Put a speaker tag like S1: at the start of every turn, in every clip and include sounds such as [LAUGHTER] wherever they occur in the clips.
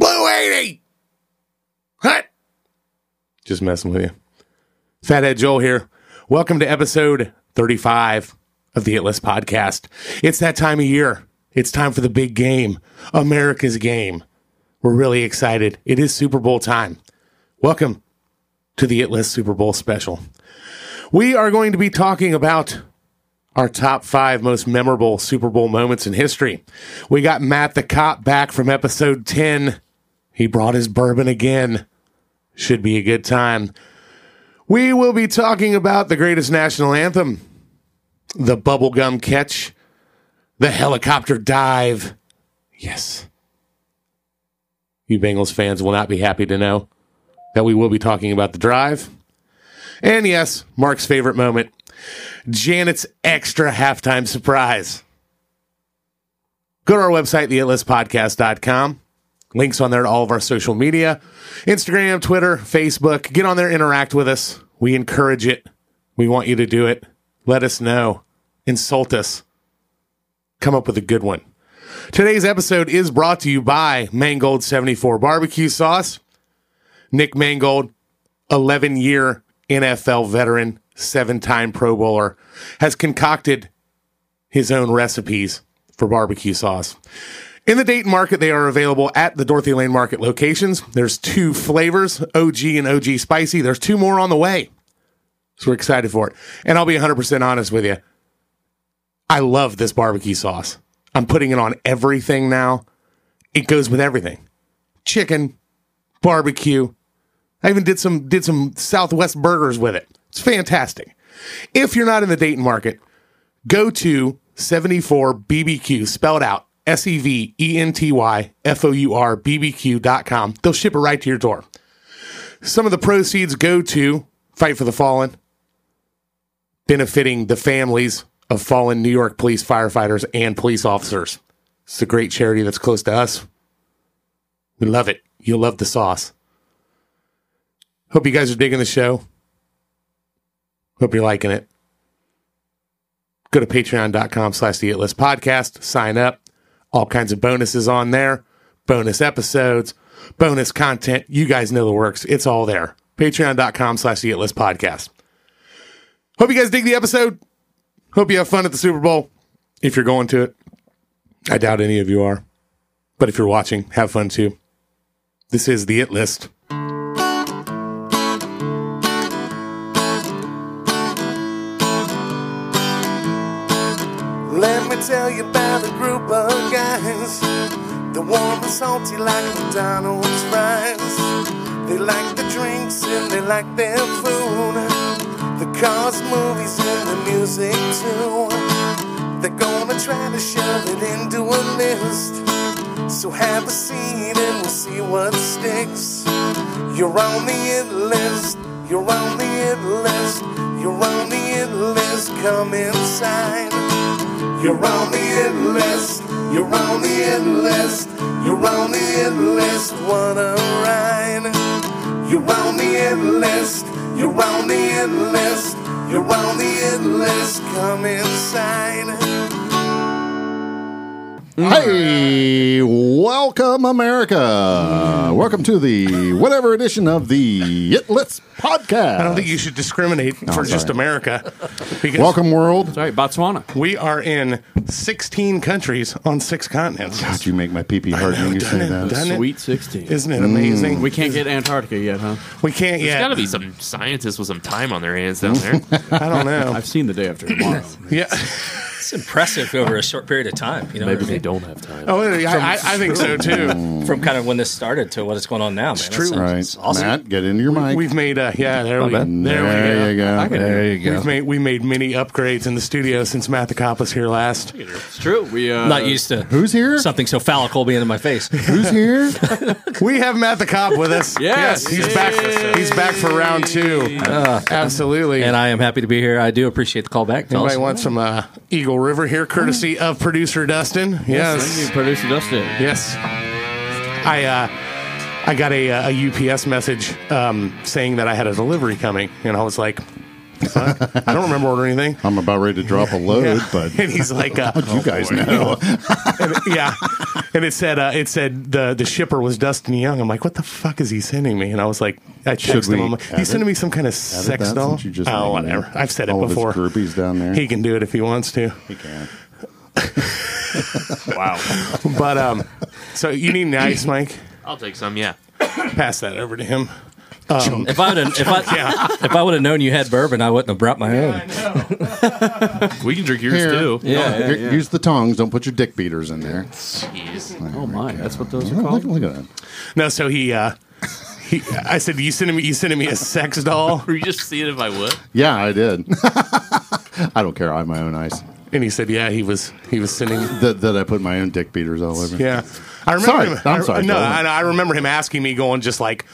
S1: lady. What?
S2: Just messing with you. Fathead Joel here. Welcome to episode 35 of the Hit List Podcast. It's that time of year. It's time for the big game, America's game. We're really excited. It is Super Bowl time. Welcome to the It List Super Bowl special. We are going to be talking about our top five most memorable Super Bowl moments in history. We got Matt the Cop back from episode 10. He brought his bourbon again. Should be a good time. We will be talking about the greatest national anthem, the bubblegum catch, the helicopter dive. Yes. You Bengals fans will not be happy to know that we will be talking about the drive. And yes, Mark's favorite moment Janet's extra halftime surprise. Go to our website, theitlistpodcast.com. Links on there to all of our social media Instagram, Twitter, Facebook. Get on there, interact with us. We encourage it. We want you to do it. Let us know. Insult us. Come up with a good one. Today's episode is brought to you by Mangold 74 Barbecue Sauce. Nick Mangold, 11 year NFL veteran, seven time Pro Bowler, has concocted his own recipes for barbecue sauce. In the Dayton market, they are available at the Dorothy Lane Market locations. There's two flavors, OG and OG Spicy. There's two more on the way. So we're excited for it. And I'll be 100% honest with you. I love this barbecue sauce. I'm putting it on everything now. It goes with everything. Chicken, barbecue. I even did some did some Southwest burgers with it. It's fantastic. If you're not in the Dayton market, go to 74BBQ, spelled out S E V E N T Y F O U R B B Q dot com. They'll ship it right to your door. Some of the proceeds go to Fight for the Fallen, benefiting the families of fallen New York police firefighters and police officers. It's a great charity that's close to us. We love it. You'll love the sauce. Hope you guys are digging the show. Hope you're liking it. Go to patreon.com slash the It List podcast, sign up. All kinds of bonuses on there, bonus episodes, bonus content. You guys know the works. It's all there. Patreon.com slash the It List podcast. Hope you guys dig the episode. Hope you have fun at the Super Bowl if you're going to it. I doubt any of you are. But if you're watching, have fun too. This is the It List.
S3: Let me tell you about a group of guys. They're warm and salty like McDonald's fries. They like the drinks and they like their food. The cars, movies, and the music too. They're gonna try to shove it into a list. So have a seat and we'll see what sticks. You're on the it list. You're on the it list. You're on the it list. Come inside. You're on the it list. You're on the it list. You're on the it list. What a ride. You're on the it list. You're on the it list. You're on the it list. Come inside.
S4: Hey, welcome America. Welcome to the whatever edition of the It List podcast.
S2: I don't think you should discriminate for
S4: sorry.
S2: just America. Because
S4: welcome world.
S5: Sorry, Botswana.
S2: we are in 16 countries on six continents.
S4: God, you make my pee pee hard when you
S2: doesn't
S4: say
S2: it?
S4: that.
S2: Doesn't it?
S5: Sweet 16.
S2: Isn't it amazing?
S5: we can't get Antarctica yet, huh?
S2: we can't
S6: There's
S2: yet.
S6: got to be some scientists with some time on their hands down there.
S2: I don't
S7: [LAUGHS]
S2: know.
S5: I've seen the day after tomorrow.
S2: yeah.
S8: It's impressive over a short period of time, you
S6: [LAUGHS]
S8: know.
S6: Maybe
S8: what I
S6: they
S8: mean?
S6: don't have time.
S2: Oh, I, I, I think so too.
S8: From kind of when this started to what's going on now, man. That's-
S2: true.
S4: All right,
S8: It's awesome.
S4: Matt, get into your mic.
S2: We've made uh, yeah. There we there,
S6: bad.
S4: there
S2: we
S4: you
S2: go.
S4: go. There you
S2: We've made we made many upgrades in the studio since Matt the Cop was here last.
S5: It's true. We uh,
S8: Not used to
S4: Who's here?
S8: something so fallical being in my face.
S2: [LAUGHS]
S4: Who's here?
S2: We have Matt the Cop with us.
S5: Yes.
S2: he's back. He's back for round two. Absolutely.
S8: and I am happy to be here. I do appreciate the call back, fellas.
S2: Anybody want some uh, Eagle River here, courtesy of producer Dustin?
S5: Thank you,
S2: Yes,
S5: producer Dustin.
S2: yes. I uh, I got a, uh, a UPS message um, saying that I had a delivery coming, and I was like, "Fuck, I don't remember ordering anything. [LAUGHS]
S4: I'm about ready to drop a load,
S2: Yeah. oh,
S4: but
S2: and he's like, uh,
S4: you guys know.
S2: yeah. and it said uh, it said the the shipper was Dustin Young. I'm like, what the fuck is he sending me? And I was like, I
S4: Should
S2: texted him.
S4: we
S2: I'm like,
S4: edit-
S2: he's sending me some kind of sex
S4: that
S2: doll.
S4: since you just
S2: oh,
S4: named
S2: whatever.
S4: it?
S2: I've said it
S4: All of his
S2: before.
S4: groupies down there.
S2: He can do it if he wants
S4: [LAUGHS]
S2: to.
S4: He can.
S6: Wow.
S2: But um, so you need an ice, Mike?
S6: I'll take some. Yeah.
S2: Pass that over to him.
S8: If I would have
S4: [LAUGHS]
S8: if I if I would have known you had bourbon, I wouldn't have brought my own.
S6: We can drink yours
S4: Here.
S6: too.
S5: Yeah,
S4: Here,
S5: yeah, yeah.
S4: Use the tongs. Don't put your dick beaters in there.
S6: Jeez.
S5: Oh my, that's what those are
S4: Oh, look,
S5: called.
S4: look at that.
S2: No, so he. Uh, he, I said, "You sending me? You sending me a sex doll?"
S6: Were you just seeing if I would?
S4: Yeah, I did. [LAUGHS] I don't care. I have my own ice.
S2: And he said, "Yeah, he was. He was sending
S4: That, that I put my own dick beaters all over.
S2: Yeah, I remember.
S4: Sorry.
S2: him,
S4: I'm
S2: I-
S4: sorry,
S2: No,
S4: Bill.
S2: I, I remember him asking me, going just like,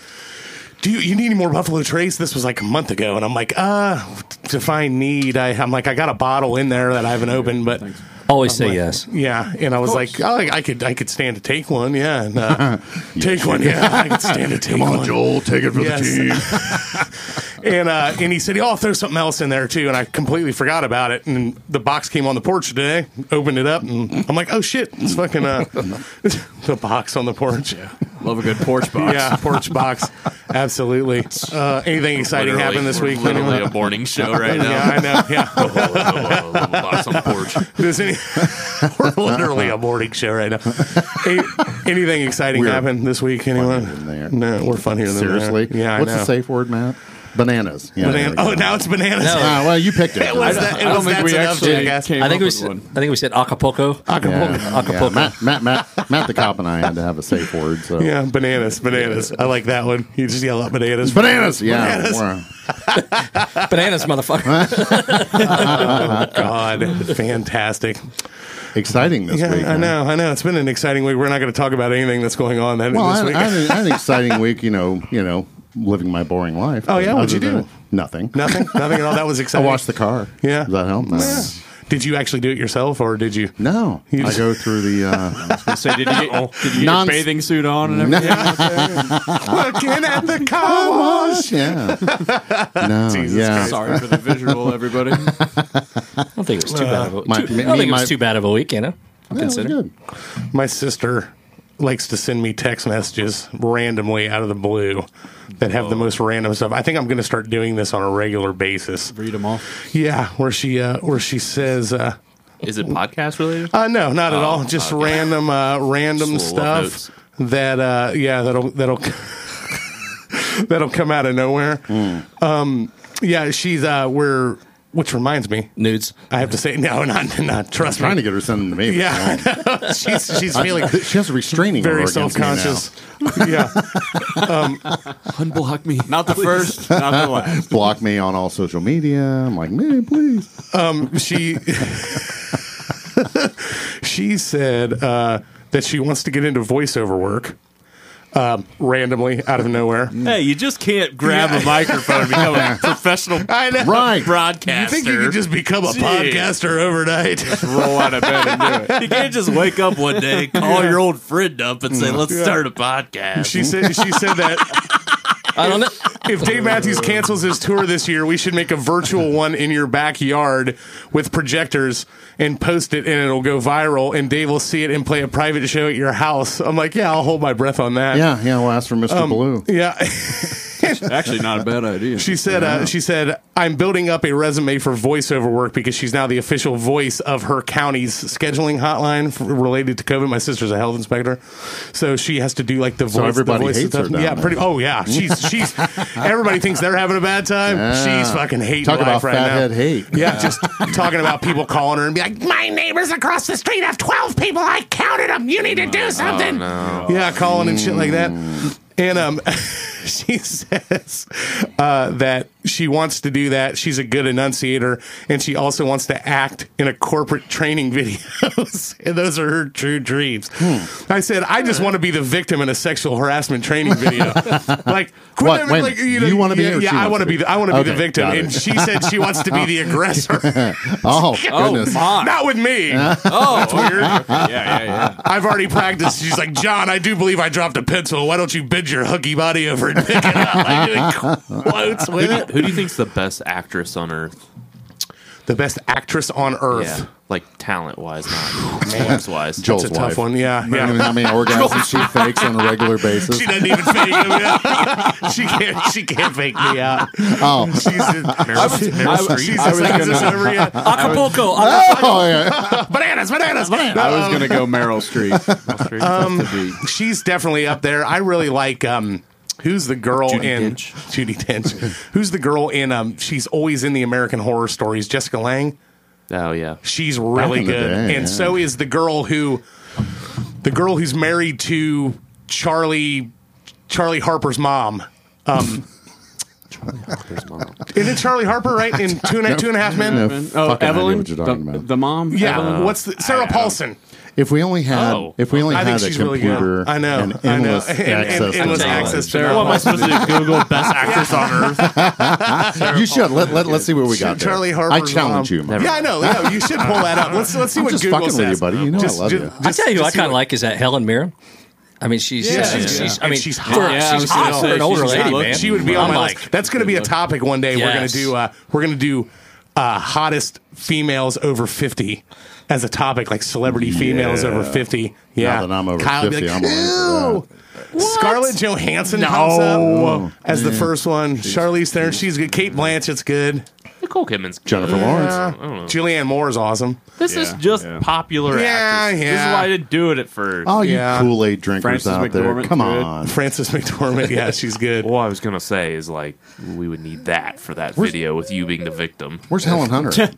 S2: "Do you, you need any more Buffalo Trace?" This was like a month ago, and I'm like, "Uh, define need." I, I'm like, I got a bottle in there that I haven't opened, but
S8: Always say yes.
S2: yeah. And I was like, oh, I, I could, I could stand to take one. Yeah, and, uh, take one. Yeah, I could stand to take one.
S4: Joel, take it for
S2: Yes. [LAUGHS] and uh, and he said, "Oh, I'll throw something else in there too." And I completely forgot about it. And the box came on the porch today. Opened it up, and I'm like, "Oh shit, it's fucking uh, [LAUGHS] the box on the porch." Yeah,
S5: Love a good porch box.
S2: [LAUGHS] porch box. Absolutely. Uh, anything exciting
S6: Literally-
S2: happened this
S6: we're
S2: week?
S6: Literally a morning [LAUGHS] show right
S2: yeah,
S6: now.
S2: I know. Yeah,
S6: [LAUGHS] Box on the porch.
S2: Does any, we're literally a morning show right now. [LAUGHS] Any- anything exciting
S4: We're
S2: happened this week? Anyone?
S4: than they are.
S2: No, we're funnier than they are.
S4: Seriously?
S2: Yeah, I
S4: What's
S2: know.
S4: the safe word, Matt? Bananas. Yeah,
S2: Banana-
S4: there you
S2: oh,
S4: go.
S2: now it's bananas.
S4: Ah, well, you picked
S2: [LAUGHS]
S4: it.
S2: It was
S4: Yeah.
S2: that- it
S5: I don't
S2: was
S5: think
S2: that's
S5: we
S2: enough,
S5: actually
S2: jackass.
S5: came
S8: I think
S5: up
S8: we
S5: with
S8: said, I
S5: one.
S8: think we said Acapulco.
S4: Yeah,
S2: [LAUGHS]
S8: Acapulco.
S4: yeah. Matt, Matt, Matt, Matt the cop and I had to have a safe word. So
S2: Yeah, bananas, bananas. I like that one. You just yell out bananas.
S4: bananas. Yeah, we're-
S8: Bananas, motherfucker.
S2: Oh God, [LAUGHS] fantastic.
S4: exciting this
S2: Yeah,
S4: week.
S2: I
S4: man.
S2: know, I know. It's been an exciting week. We're not going to talk about anything that's going on that
S4: Well,
S2: this
S4: I,
S2: week.
S4: I, had an, I had an exciting [LAUGHS] week. You know, you know, living my boring life.
S2: Oh, yeah? What'd you
S4: Other
S2: do?
S4: than- Nothing.
S2: nothing, nothing at all. That was [LAUGHS]
S4: I
S2: exciting.
S4: washed the car.
S2: Yeah.
S4: Does that help?
S2: Did you actually do it yourself, or did you?
S4: No,
S2: You
S4: I
S2: just-
S4: go through the. Uh,
S5: So did you
S6: [LAUGHS] Oh.
S5: get, did you get
S4: Non-
S5: your bathing suit on and everything?
S2: [LAUGHS] Looking at the car
S4: Oh,
S2: wash.
S4: yeah. [LAUGHS] No.
S2: Jesus
S4: yeah.
S2: Christ.
S5: Sorry for the visual, everybody.
S8: I don't think it was too bad of a
S4: Uh, my-
S8: too-
S4: me-
S8: I don't think it
S4: my-
S8: was too bad of a week, you know.
S4: Yeah, it was
S8: Consider.
S4: good.
S2: My sister likes to send me text messages randomly out of the blue that have the most random stuff. I think I'm going to start doing this on a regular basis.
S5: Read them all.
S2: Yeah, where she uh, where she says. Uh,
S6: Is it podcast related?
S2: Uh, no, not at all. Just
S6: Oh, [LAUGHS] okay.
S2: random, uh, random
S6: Just little love
S2: stuff that, uh, yeah, that'll that'll [LAUGHS] that'll come out of nowhere.
S6: Hmm.
S2: Um, yeah, she's uh, we're which reminds me,
S8: Nudes.
S2: I have to say, no, not not trust
S4: Trying to
S2: me.
S4: get her sending to me. but
S6: [LAUGHS]
S2: Yeah,
S4: she
S2: I know. she's she's feeling
S4: won't. She has a
S2: [LAUGHS]
S4: restraining
S2: very
S4: order
S2: self
S4: against me now.
S2: conscious. Yeah,
S5: Unblock me. Not the first, not the last.
S4: [LAUGHS] Block me on all social media. I'm like, man, please.
S2: she [LAUGHS] she said uh, that she wants to get into voiceover work. Um, randomly out of nowhere.
S6: [LAUGHS] Hey, you just can't grab a microphone and become [LAUGHS] a professional
S2: I know.
S4: Right.
S2: You
S6: broadcaster.
S2: think you could just become a
S6: Gee.
S2: podcaster overnight?
S5: Roll out of bed and do it.
S6: You can't just wake up one day, call your old friend up, and say, "Let's start a
S2: [LAUGHS]
S6: podcast." [LAUGHS]
S2: she said. She said that
S8: I don't know.
S2: if [LAUGHS] Dave Matthews cancels his tour this year, we should make a virtual one in your backyard with projectors and post it, and it'll go viral. And Dave will see it and play a private show at your house. I'm like, yeah, I'll hold my breath on that.
S4: Yeah, yeah. We'll ask for Mr.
S2: Um,
S4: Blue.
S2: Yeah. [LAUGHS]
S5: Actually, not a bad idea.
S2: She said. Uh, she said, "I'm building up a resume for voiceover work because she's now the official voice of her county's scheduling hotline f related to COVID. My sister's a health inspector, so she has to do like the voice. the
S4: everybody
S2: voice
S4: hates her
S2: stuff.
S4: down
S2: Yeah,
S4: there.
S2: pretty. Oh yeah, she's
S4: [LAUGHS]
S2: she's. everybody thinks they're having a bad time.
S4: Yeah.
S2: She's fucking hating
S4: Talk
S2: life
S4: about
S2: right
S4: fathead
S2: now. [LAUGHS]
S4: hate.
S2: Yeah, just talking about people calling her and be like, "My neighbors across the street have twelve people. I counted them. You need to do something." Yeah, calling and shit like that. And um, [LAUGHS] she says uh, that she wants to do that. She's a good enunciator, and she also wants to act in a corporate training [LAUGHS] videos. and those are her true dreams. I said, I just want to be the victim in a sexual harassment training video. like, quit
S4: What,
S2: having,
S4: when? You wanna be
S2: yeah,
S4: or she
S2: yeah, I
S4: wants
S2: want
S4: to
S2: to be.
S4: be?
S2: The, I want to be the
S4: Okay,
S2: victim,
S4: got it.
S2: and she said she wants to be the aggressor.
S4: Oh, goodness.
S5: my.
S6: [LAUGHS]
S2: Not with me. That's weird.
S5: Yeah, yeah, yeah.
S2: I've already practiced. She's like, John, I do believe I dropped a pencil. Why don't you bend your hooky body over and pick it [LAUGHS] up? Like doing quotes with it.
S6: Who do you think's the best actress on earth?
S2: the best actress on earth.
S6: Yeah. Like talent wise, not forms wise.
S4: Joel's
S2: It's a tough
S4: wife.
S2: one. Yeah,
S4: I
S2: yeah.
S4: don't know how many orgasms she fakes on a regular
S2: [LAUGHS]
S4: basis.
S2: She doesn't even fake me out. She can't. She can't fake me out.
S4: Oh.
S2: she's just,
S5: I was-
S2: she's
S5: I was
S2: just like, is this
S5: gonna-
S2: over
S8: [LAUGHS]
S2: yet?
S8: Acapulco.
S4: Oh, yeah.
S2: Bananas, bananas, bananas.
S5: I was gonna
S2: [LAUGHS]
S5: go Meryl Streep. Um,
S2: she's definitely up there. I really like um who's the girl
S6: Judi
S2: in
S6: Dench.
S2: Judy Dench. who's the girl in um she's always in the American horror stories, Jessica Lange.
S6: Oh yeah.
S2: She's really
S4: in the
S2: good.
S4: day,
S2: and
S4: yeah.
S2: so is the girl who the girl who's married to Charlie Charlie Harper's mom. Um
S6: There's mom.
S2: isn't Charlie Harper right in
S4: [LAUGHS]
S2: two and a, two and a half men?
S4: No
S5: oh,
S4: fucking idea
S5: Evelyn,
S4: what you're talking
S5: the,
S4: about.
S5: the mom.
S2: Yeah,
S6: Uh,
S5: Evelyn?
S2: what's the, Sarah Paulson?
S4: If we only had,
S6: Oh.
S4: if we only
S2: I
S4: had a
S2: think she's
S4: computer,
S2: really good. I know,
S4: and
S2: I know.
S4: endless
S2: And- and
S4: access, to
S2: endless
S4: knowledge.
S2: access to
S6: Sarah, what am I supposed to do? Google best actress on earth?
S4: You should let, let us see what we got. there.
S2: Charlie Harper.
S4: I challenge you. Mike.
S2: Yeah, I know. Yeah, you should pull that up. Let's let's see
S4: I'm
S2: what
S4: just
S2: Google
S4: fucking with
S2: says.
S4: you, buddy. You know I love you.
S8: I tell you, who I kind of like is that Helen Mirren. I mean, she's
S2: Yeah,
S8: yeah,
S2: she's
S8: she's,
S2: good.
S8: she's I
S2: And
S8: mean,
S2: she's
S8: for-
S5: Yeah,
S2: hot.
S5: I was
S8: she's
S5: gonna
S8: hot for
S5: say,
S8: an
S5: she's
S8: older
S5: just
S8: lady,
S5: good-looking.
S8: man.
S2: She would be on
S8: I'm
S2: Oh my
S8: like,
S2: list. That's going to be a topic one day. We're going
S8: Yes.
S2: to do. Uh, we're going to do uh, hottest females over fifty as a topic, like celebrity females over fifty. Yeah,
S4: Now that I'm over
S2: Kyle would be
S4: 50,
S2: like,
S4: I'm all into Oh,
S2: "Ew." Scarlett Johansson comes up as the first one. Charlize Theron, she's good. Kate Blanchett's good.
S6: Nicole Kidman's good.
S4: Jennifer Lawrence.
S6: I don't know.
S2: Julianne Moore is awesome.
S6: This is just popular
S2: Yeah,
S6: actors. This is
S2: yeah.
S6: why I didn't do it at first.
S4: Oh, you
S2: Yeah.
S4: Kool Aid drinkers
S5: Frances
S4: out there!
S5: McDormand,
S4: Come
S5: good.
S4: on,
S2: Frances McDormand,
S4: [LAUGHS]
S2: yeah, she's good.
S6: All I was gonna say is like we would need that for that video with you being the victim.
S4: where's Helen Hunter?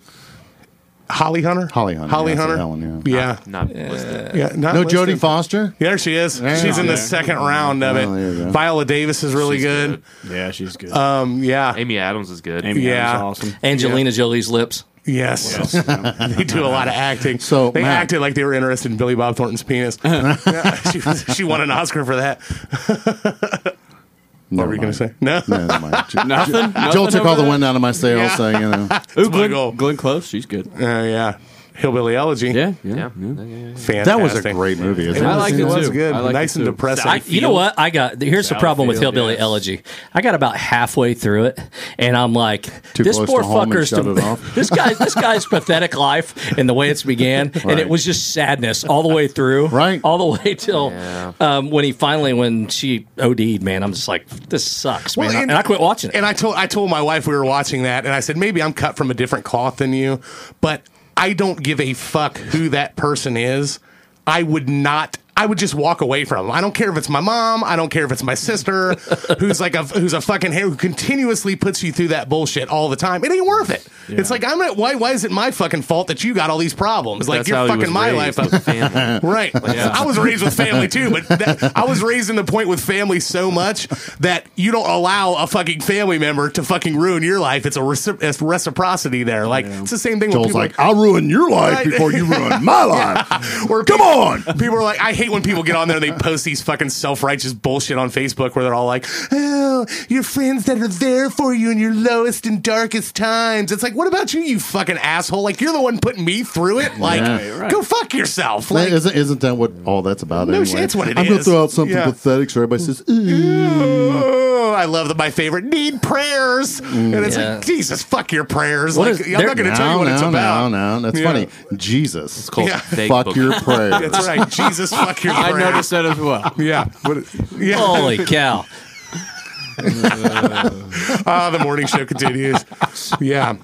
S2: Holly Hunter,
S4: Holly Hunter,
S2: [LAUGHS] Holly
S4: yeah,
S2: Hunter,
S4: Helen, yeah.
S2: yeah,
S6: Not listed.
S2: yeah. not
S4: no,
S2: listed.
S4: Jodie Foster.
S2: Yeah, There she is.
S4: Yeah.
S2: She's in the
S4: Yeah.
S2: second round of
S4: Oh, there you
S2: it.
S4: go.
S2: Viola Davis is really
S6: She's
S2: good.
S5: Yeah, she's good.
S2: Um, yeah.
S6: Amy Adams is good.
S5: Amy
S2: yeah.
S5: Adams is awesome.
S8: Angelina Jolie's lips.
S2: Yes. [LAUGHS] they do a lot of acting.
S4: So,
S2: they
S4: Matt-
S2: acted like they were interested in Billy Bob Thornton's
S4: [LAUGHS]
S2: penis. Yeah, she, was- she won an Oscar for that. What
S4: Never
S2: were you going
S4: mind.
S2: to say? No.
S4: No, never
S2: [LAUGHS]
S4: mind. Jo-
S5: Nothing.
S4: Joel took all the
S5: wins.
S4: wind out of my sails, so you know.
S5: Ooh,
S2: my goal.
S5: Glenn, Glenn Close. She's good.
S2: Uh, yeah. Hillbilly Elegy.
S5: Yeah, yeah.
S6: Yeah.
S2: Fantastic.
S4: That was a great movie. Isn't
S2: It
S5: I
S2: was,
S5: liked
S2: it
S5: it
S2: was
S5: too.
S2: good.
S5: I liked
S2: nice
S5: it
S2: and
S5: too.
S2: depressing.
S8: I, you know what? I got here's the problem with
S6: Southfield,
S8: Hillbilly
S6: yes.
S8: Elegy. I got about halfway through it, and I'm like,
S4: Too
S8: this
S4: close
S8: poor
S4: to home and
S8: fucker's
S4: shut it
S8: to,
S4: off.
S8: [LAUGHS] this guy this guy's pathetic life and the way it's began, and it
S4: Right.
S8: was just sadness all the way through,
S4: Right.
S8: All the way till
S6: Yeah.
S8: um, when he finally when she OD'd. Man, I'm just like, this sucks,
S2: Well,
S8: man.
S2: and-
S8: And, I quit watching it.
S2: And I told I told my wife we were watching that, and I said maybe I'm cut from a different cloth than you, but I don't give a fuck who that person is. I would not. I would just walk away from them. I don't care if it's my mom. I don't care if it's my
S6: [LAUGHS]
S2: sister, who's like a who's a fucking hair who continuously puts you through that bullshit all the time. It ain't worth it. It's like I'm not. Why why is it my fucking fault that you got all these problems? Like
S6: That's how
S2: you're
S6: he was
S2: fucking my
S6: raised,
S2: life
S6: [LAUGHS]
S2: up.
S6: with family.
S2: Right. I was raised with family too, but that, I was raised in the point with family so much that you don't allow a fucking family member to fucking ruin your life. It's a, recipro- it's reciprocity there. Like it's the same thing with
S4: Joel's
S2: people.
S4: like, "Ah." I'll ruin your life
S2: Right.
S4: before
S2: [LAUGHS]
S4: you ruin my life. Come on. [LAUGHS]
S2: People are like, I hate when people get on there and they post these fucking self righteous bullshit on Facebook where they're all like, oh, your friends that are there for you in your lowest and darkest times. It's like, what about you, you fucking asshole? Like, you're the one putting me through it. Like,
S4: Yeah.
S2: go fuck yourself. Like,
S4: isn't, isn't that what all that's about?
S2: No
S4: anyway?
S2: shit, it's what it
S4: I'm gonna
S2: is.
S4: throw out something
S2: Yeah.
S4: pathetic so everybody says, "Ooh."
S2: Oh, I love that my favorite need prayers, and it's
S8: Yeah.
S2: like Jesus, fuck your prayers.
S8: What
S2: like
S8: is-
S2: I'm not going to tell you what
S4: no,
S2: it's
S4: no,
S2: about.
S4: No, no, that's
S2: Yeah.
S4: funny. Jesus. It's called
S2: Yeah.
S6: Fake
S4: Fuck [LAUGHS]
S6: book. [LAUGHS]
S4: Your Prayer.
S2: That's right, Jesus, fuck your prayers.
S5: I noticed that as well.
S2: Yeah, What- yeah.
S4: [LAUGHS]
S8: Holy cow!
S2: Ah, the morning show continues. Yeah.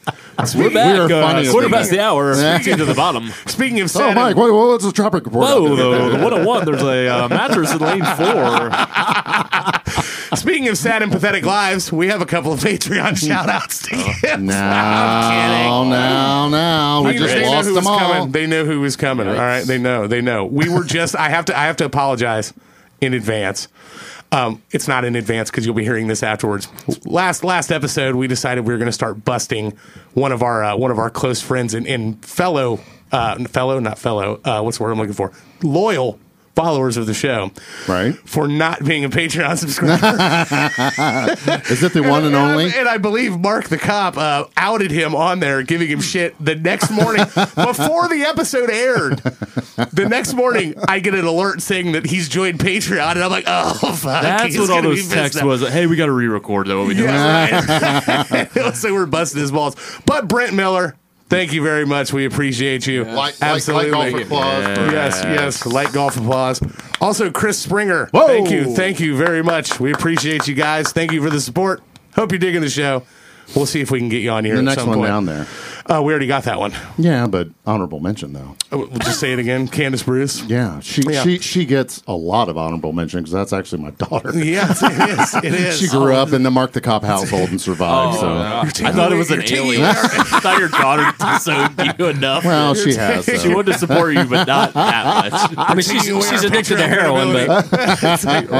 S8: We're back.
S4: are
S8: guys.
S4: funny as
S8: We're
S4: we get.
S8: back.
S5: That's uh, the hour.
S6: Speaking to the bottom.
S2: Speaking of
S4: Oh,
S2: sad,
S4: Mike, what, what's the traffic report?
S5: Whoa,
S8: [LAUGHS]
S5: though, the 101, there's a uh, mattress in lane four.
S2: speaking of sad and pathetic lives, we have a couple of Patreon shout outs to give. [LAUGHS]
S4: Now, now, now. We
S2: They
S4: just
S2: knew who
S4: lost
S2: was
S4: them all.
S2: Coming. They know who was coming. All right, they know. They know. We were just. I have to. I have to apologize in advance. Um, it's not in advance because you'll be hearing this afterwards. Last last episode, we decided we were going to start busting one of our uh, one of our close friends and, and fellow uh, fellow not fellow. Uh, what's the word I'm looking for? Loyal followers of the show
S4: Right.
S2: for not being a Patreon [LAUGHS] subscriber.
S4: Is it the one and
S2: [LAUGHS] I-
S4: only?
S2: and I believe Mark the cop uh, outed him on there, giving him shit the next
S4: [LAUGHS]
S2: morning before the episode aired. The next morning, I get an alert saying that he's joined Patreon, and I'm like, oh fuck,
S6: That's
S2: he's
S6: what all
S2: gonna be
S6: those
S2: pissed
S6: texts
S2: off. [LAUGHS]
S6: was. Hey, we got to re-record though. What we do.
S4: [LAUGHS]
S2: Yeah, right. it was like we're busting his balls. But Brent Miller. Thank you very much. We appreciate you.
S4: Like, like, like golf applause. for-
S2: Yes, yes. Light golf applause. Also, Chris Springer.
S4: Whoa.
S2: Thank you. Thank you very much. We appreciate you guys. Thank you for the support. Hope you're digging the show. We'll see if we can get you on here
S4: The
S2: at
S4: next
S2: some
S4: one
S2: point.
S4: down there.
S2: Uh, we already got that one.
S4: Yeah, but honorable mention though.
S2: Oh, We'll just say it again. Candace Bruce.
S4: Yeah, she
S2: Yeah.
S4: she she gets a lot of honorable mention because that's actually my daughter.
S2: Yes, it is. It is.
S4: [LAUGHS] She grew up in the Mark the Cop household and survived. so
S6: I thought it was an alien. [LAUGHS] I thought your daughter disowned you
S4: [LAUGHS]
S6: enough.
S4: well, she has. though.
S2: [LAUGHS]
S6: she wanted to support you, but not that much.
S8: I mean, she's,
S2: Taking away
S8: she's
S2: our
S8: addicted to
S2: picture of
S8: heroin, but she's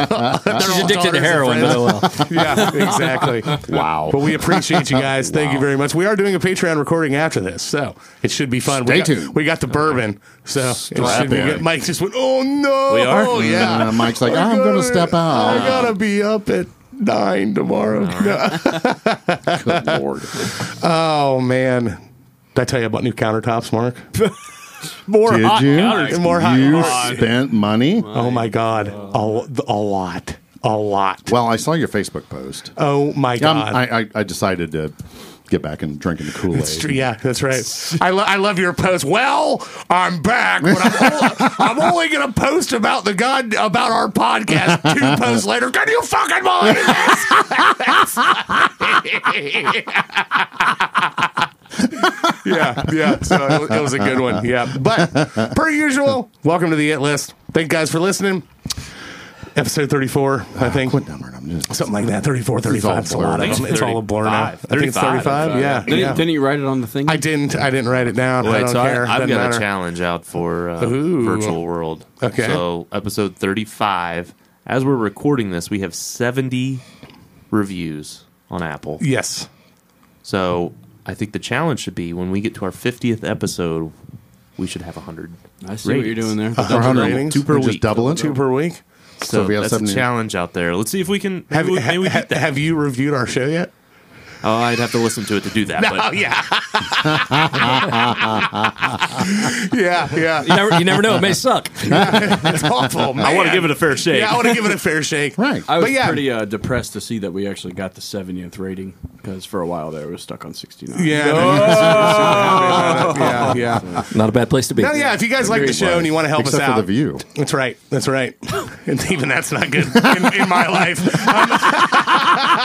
S8: addicted to heroin. But
S5: [LAUGHS]
S8: oh well.
S2: [LAUGHS] yeah, exactly.
S4: Wow.
S2: But we appreciate you guys. Thank you very much. We are doing a Patreon recording after this, so it should be fun.
S4: Stay
S2: we got,
S4: tuned.
S2: We got the bourbon, so it should be
S4: in.
S2: good. Mike just went, "Oh no!"
S6: We are?
S2: Oh yeah.
S4: Uh, Mike's like, I'm going to step
S2: I
S4: out.
S2: gotta be up at nine tomorrow.
S4: Lord. Did
S2: Oh man, did I tell you about new countertops, [LAUGHS] Mark?
S5: More hot
S4: you?
S5: counters.
S2: More hot
S4: you
S2: dogs.
S4: spent money.
S2: Oh my god, a, a lot, a lot.
S4: Well, I saw your Facebook post.
S2: Oh my
S4: Yeah,
S2: god.
S4: I'm- I, I I decided to get back and drinking the Kool
S2: It's true.
S4: Aid.
S2: Yeah, that's right. I, lo- I love your post. Well, I'm back, but I'm, only, I'm only going to post about the god about our podcast two posts later. Can you fucking believe this? yeah, yeah. So it, was- it was a good one. Yeah, but per usual, welcome to the It List. Thank you guys for listening. Episode 34, I think.
S4: What number? I'm just
S2: Something like that. 34, 35. It's a lot of them. It's all a blur now. I think it's
S6: 35.
S2: 35. Yeah.
S7: Didn't,
S2: yeah.
S7: didn't you write it on the thing?
S2: I didn't. I didn't write it down. [LAUGHS] I
S6: Wait,
S2: don't
S6: so
S2: care.
S6: I, I've
S2: Doesn't
S6: got
S2: matter.
S6: a challenge out for uh,
S2: Ooh.
S6: Virtual World.
S2: Okay.
S6: So, episode 35. As we're recording this, we have 70 reviews on Apple.
S2: Yes.
S6: So, I think the challenge should be when we get to our 50th episode, we should have 100.
S7: I see what you're
S6: ratings.
S2: [LAUGHS]
S7: doing there.
S4: Our 100
S2: double.
S4: ratings?
S6: Two per
S4: We're Just
S6: week.
S4: double it.
S2: Two per week.
S6: So,
S4: if we have
S6: that's a
S4: 70
S6: challenge out there. Let's see if we can.
S2: Have,
S6: maybe we,
S2: ha-
S6: maybe we
S2: ha-
S6: beat that.
S2: have you reviewed our show yet? Oh,
S6: Oh, I'd have to listen to it to do that. but
S2: yeah. [LAUGHS] yeah, yeah.
S8: You never, you never know. It may suck.
S2: It's awful.
S6: I want to give it a fair shake.
S2: Yeah, I want to give it a fair shake.
S4: Right.
S7: I was
S2: But yeah.
S7: pretty uh, depressed to see that we actually got the 70th rating because for a while there, it was stuck on 69.
S2: Yeah. yeah, yeah.
S8: Not a bad place to be.
S2: No, [LAUGHS] yeah. If you guys like the show and you want to help
S4: Except
S2: us out,
S4: for the view.
S2: That's right. That's right. And even that's not good in, in my life. [LAUGHS] Um,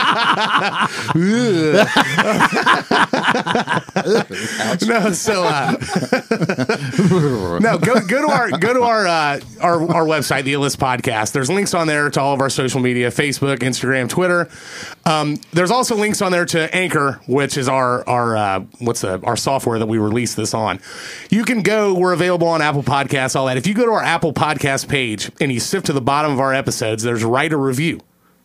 S2: no, so uh, [LAUGHS] no, go go to our go to our uh, our our website, the Illist Podcast. There's links on there to all of our social media: Facebook, Instagram, Twitter. Um, there's also links on there to Anchor, which is our our uh, what's the, our software that we release this on. You can go. We're available on Apple Podcasts, all that. If you go to our Apple Podcast page and you sift to the bottom of our episodes, there's write a review.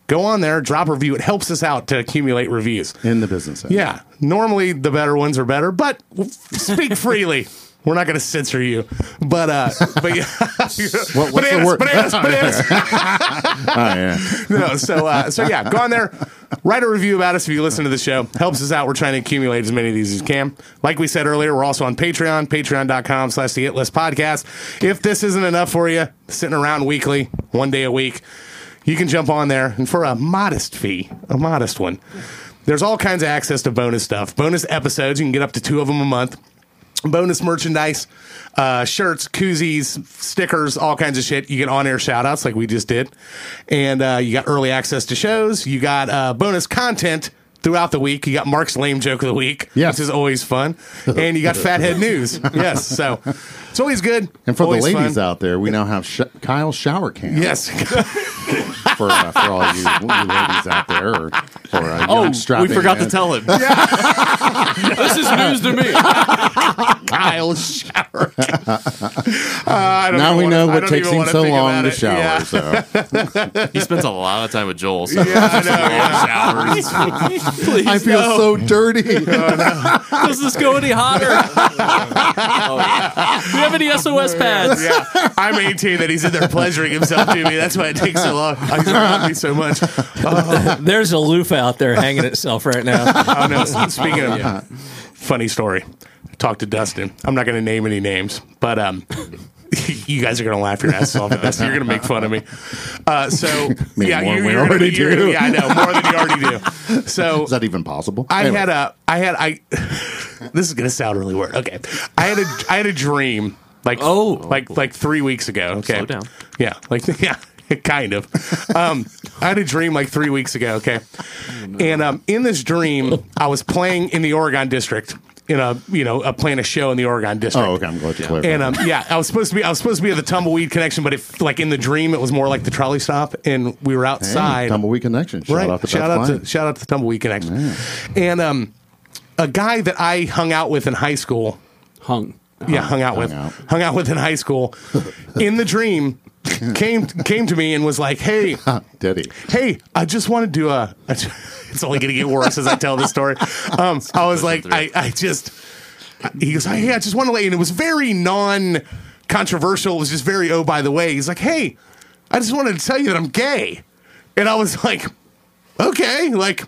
S2: Go on there, drop a review. It helps us out to accumulate reviews.
S4: in the business. end.
S2: Yeah. Normally the better ones are better, but speak freely. We're not going to censor you, but uh, but yeah,
S4: [LAUGHS] What- what's the
S2: bananas,
S4: word?
S2: bananas,
S4: [LAUGHS]
S2: bananas.
S4: Oh, yeah.
S2: no, so uh, so yeah, go on there, write a review about us if you listen to the show. Helps us out. We're trying to accumulate as many of these as we can. Like we said earlier, we're also on Patreon, patreon.com slash the It List Podcast. If this isn't enough for you, sitting around weekly, one day a week, you can jump on there and for a modest fee, a modest one. There's all kinds of access to bonus stuff, bonus episodes. You can get up to two of them a month bonus merchandise, uh, shirts, koozies, stickers, all kinds of shit. You get on air shout outs like we just did. And uh, you got early access to shows. You got uh, bonus content throughout the week. You got Mark's lame joke of the week,
S4: Yes.
S2: which is always fun. And you got Fathead
S4: [LAUGHS]
S2: News. Yes. So it's always good.
S4: And for
S2: always
S4: the ladies
S2: fun.
S4: out there, we now have sh- Kyle Shower Cam.
S2: Yes. [LAUGHS]
S4: For, uh, for all you, you ladies out there. Or, or, uh,
S2: Oh,
S4: young
S6: oh, we
S4: strapping
S6: forgot to
S4: men.
S6: tell him.
S7: This is news to me.
S2: Kyle Shower.
S4: Now we know what takes
S2: him
S4: him so long to shower.
S2: [LAUGHS]
S4: So
S6: He spends a lot of time with Joel. So [LAUGHS]
S2: Yeah, I know. yeah.
S4: I feel
S2: [LAUGHS]
S4: so
S5: [LAUGHS]
S4: dirty.
S5: Does this go any
S8: [LAUGHS]
S5: hotter? Do you have any SOS pads?
S2: yeah, I maintain that he's in there pleasuring himself to me. That's why it takes so
S4: [LAUGHS]
S2: long. I love me so much.
S8: [LAUGHS] There's a loofah out there hanging itself right now.
S2: Oh
S4: [LAUGHS]
S2: no! s- Speaking of funny story, I talked to Dustin. I'm not going to name any names, but um, [LAUGHS] you guys are going to laugh your asses off at this. You're going to make fun of me. Uh, so
S4: [LAUGHS] Maybe
S2: yeah,
S4: more
S2: you,
S4: than we
S2: you're gonna-
S4: already
S2: you're gonna-
S4: do. [LAUGHS]
S2: Yeah, I know more than you already do. So
S4: Is that even possible?
S2: I [LAUGHS]
S4: Anyway,
S2: had a I had I this is gonna sound really weird. Okay, I had a I had a dream like
S6: Oh.
S2: like like three weeks ago. Okay,
S6: Slow down.
S2: Yeah, like [LAUGHS] yeah, kind of. Um, I had a dream like three weeks ago. Okay, and um, in this dream, I was playing in the Oregon District in a you know a playing a show in the Oregon District.
S4: Oh, okay. I'm glad you clarified.
S2: And um, yeah, I was supposed to be I was supposed to be at the Tumbleweed Connection, but if like in the dream, it was more like the trolley stop, and we were
S4: Hey,
S2: outside.
S4: Tumbleweed Connection. Shout out to
S2: shout
S4: Beth
S2: out
S4: Klein.
S2: to shout out to Tumbleweed Connection, and um, a guy that I hung out with in high school.
S7: Hung.
S2: Yeah, hung out
S4: Uh-huh. hung
S2: with,
S4: out.
S2: hung out with in high school. in the
S4: [LAUGHS]
S2: dream, came came to me and was like, "Hey,
S4: Did he?
S2: hey, I just want to do a. [LAUGHS] I ju- It's only going to get worse as I tell this story. Um, I was like, I, I just. I- He goes, hey, I just want to let you. And it was very non controversial. It was just very, oh, by the way. He's like, hey, I just wanted to tell you that I'm gay. And I was [LAUGHS] like, okay, like.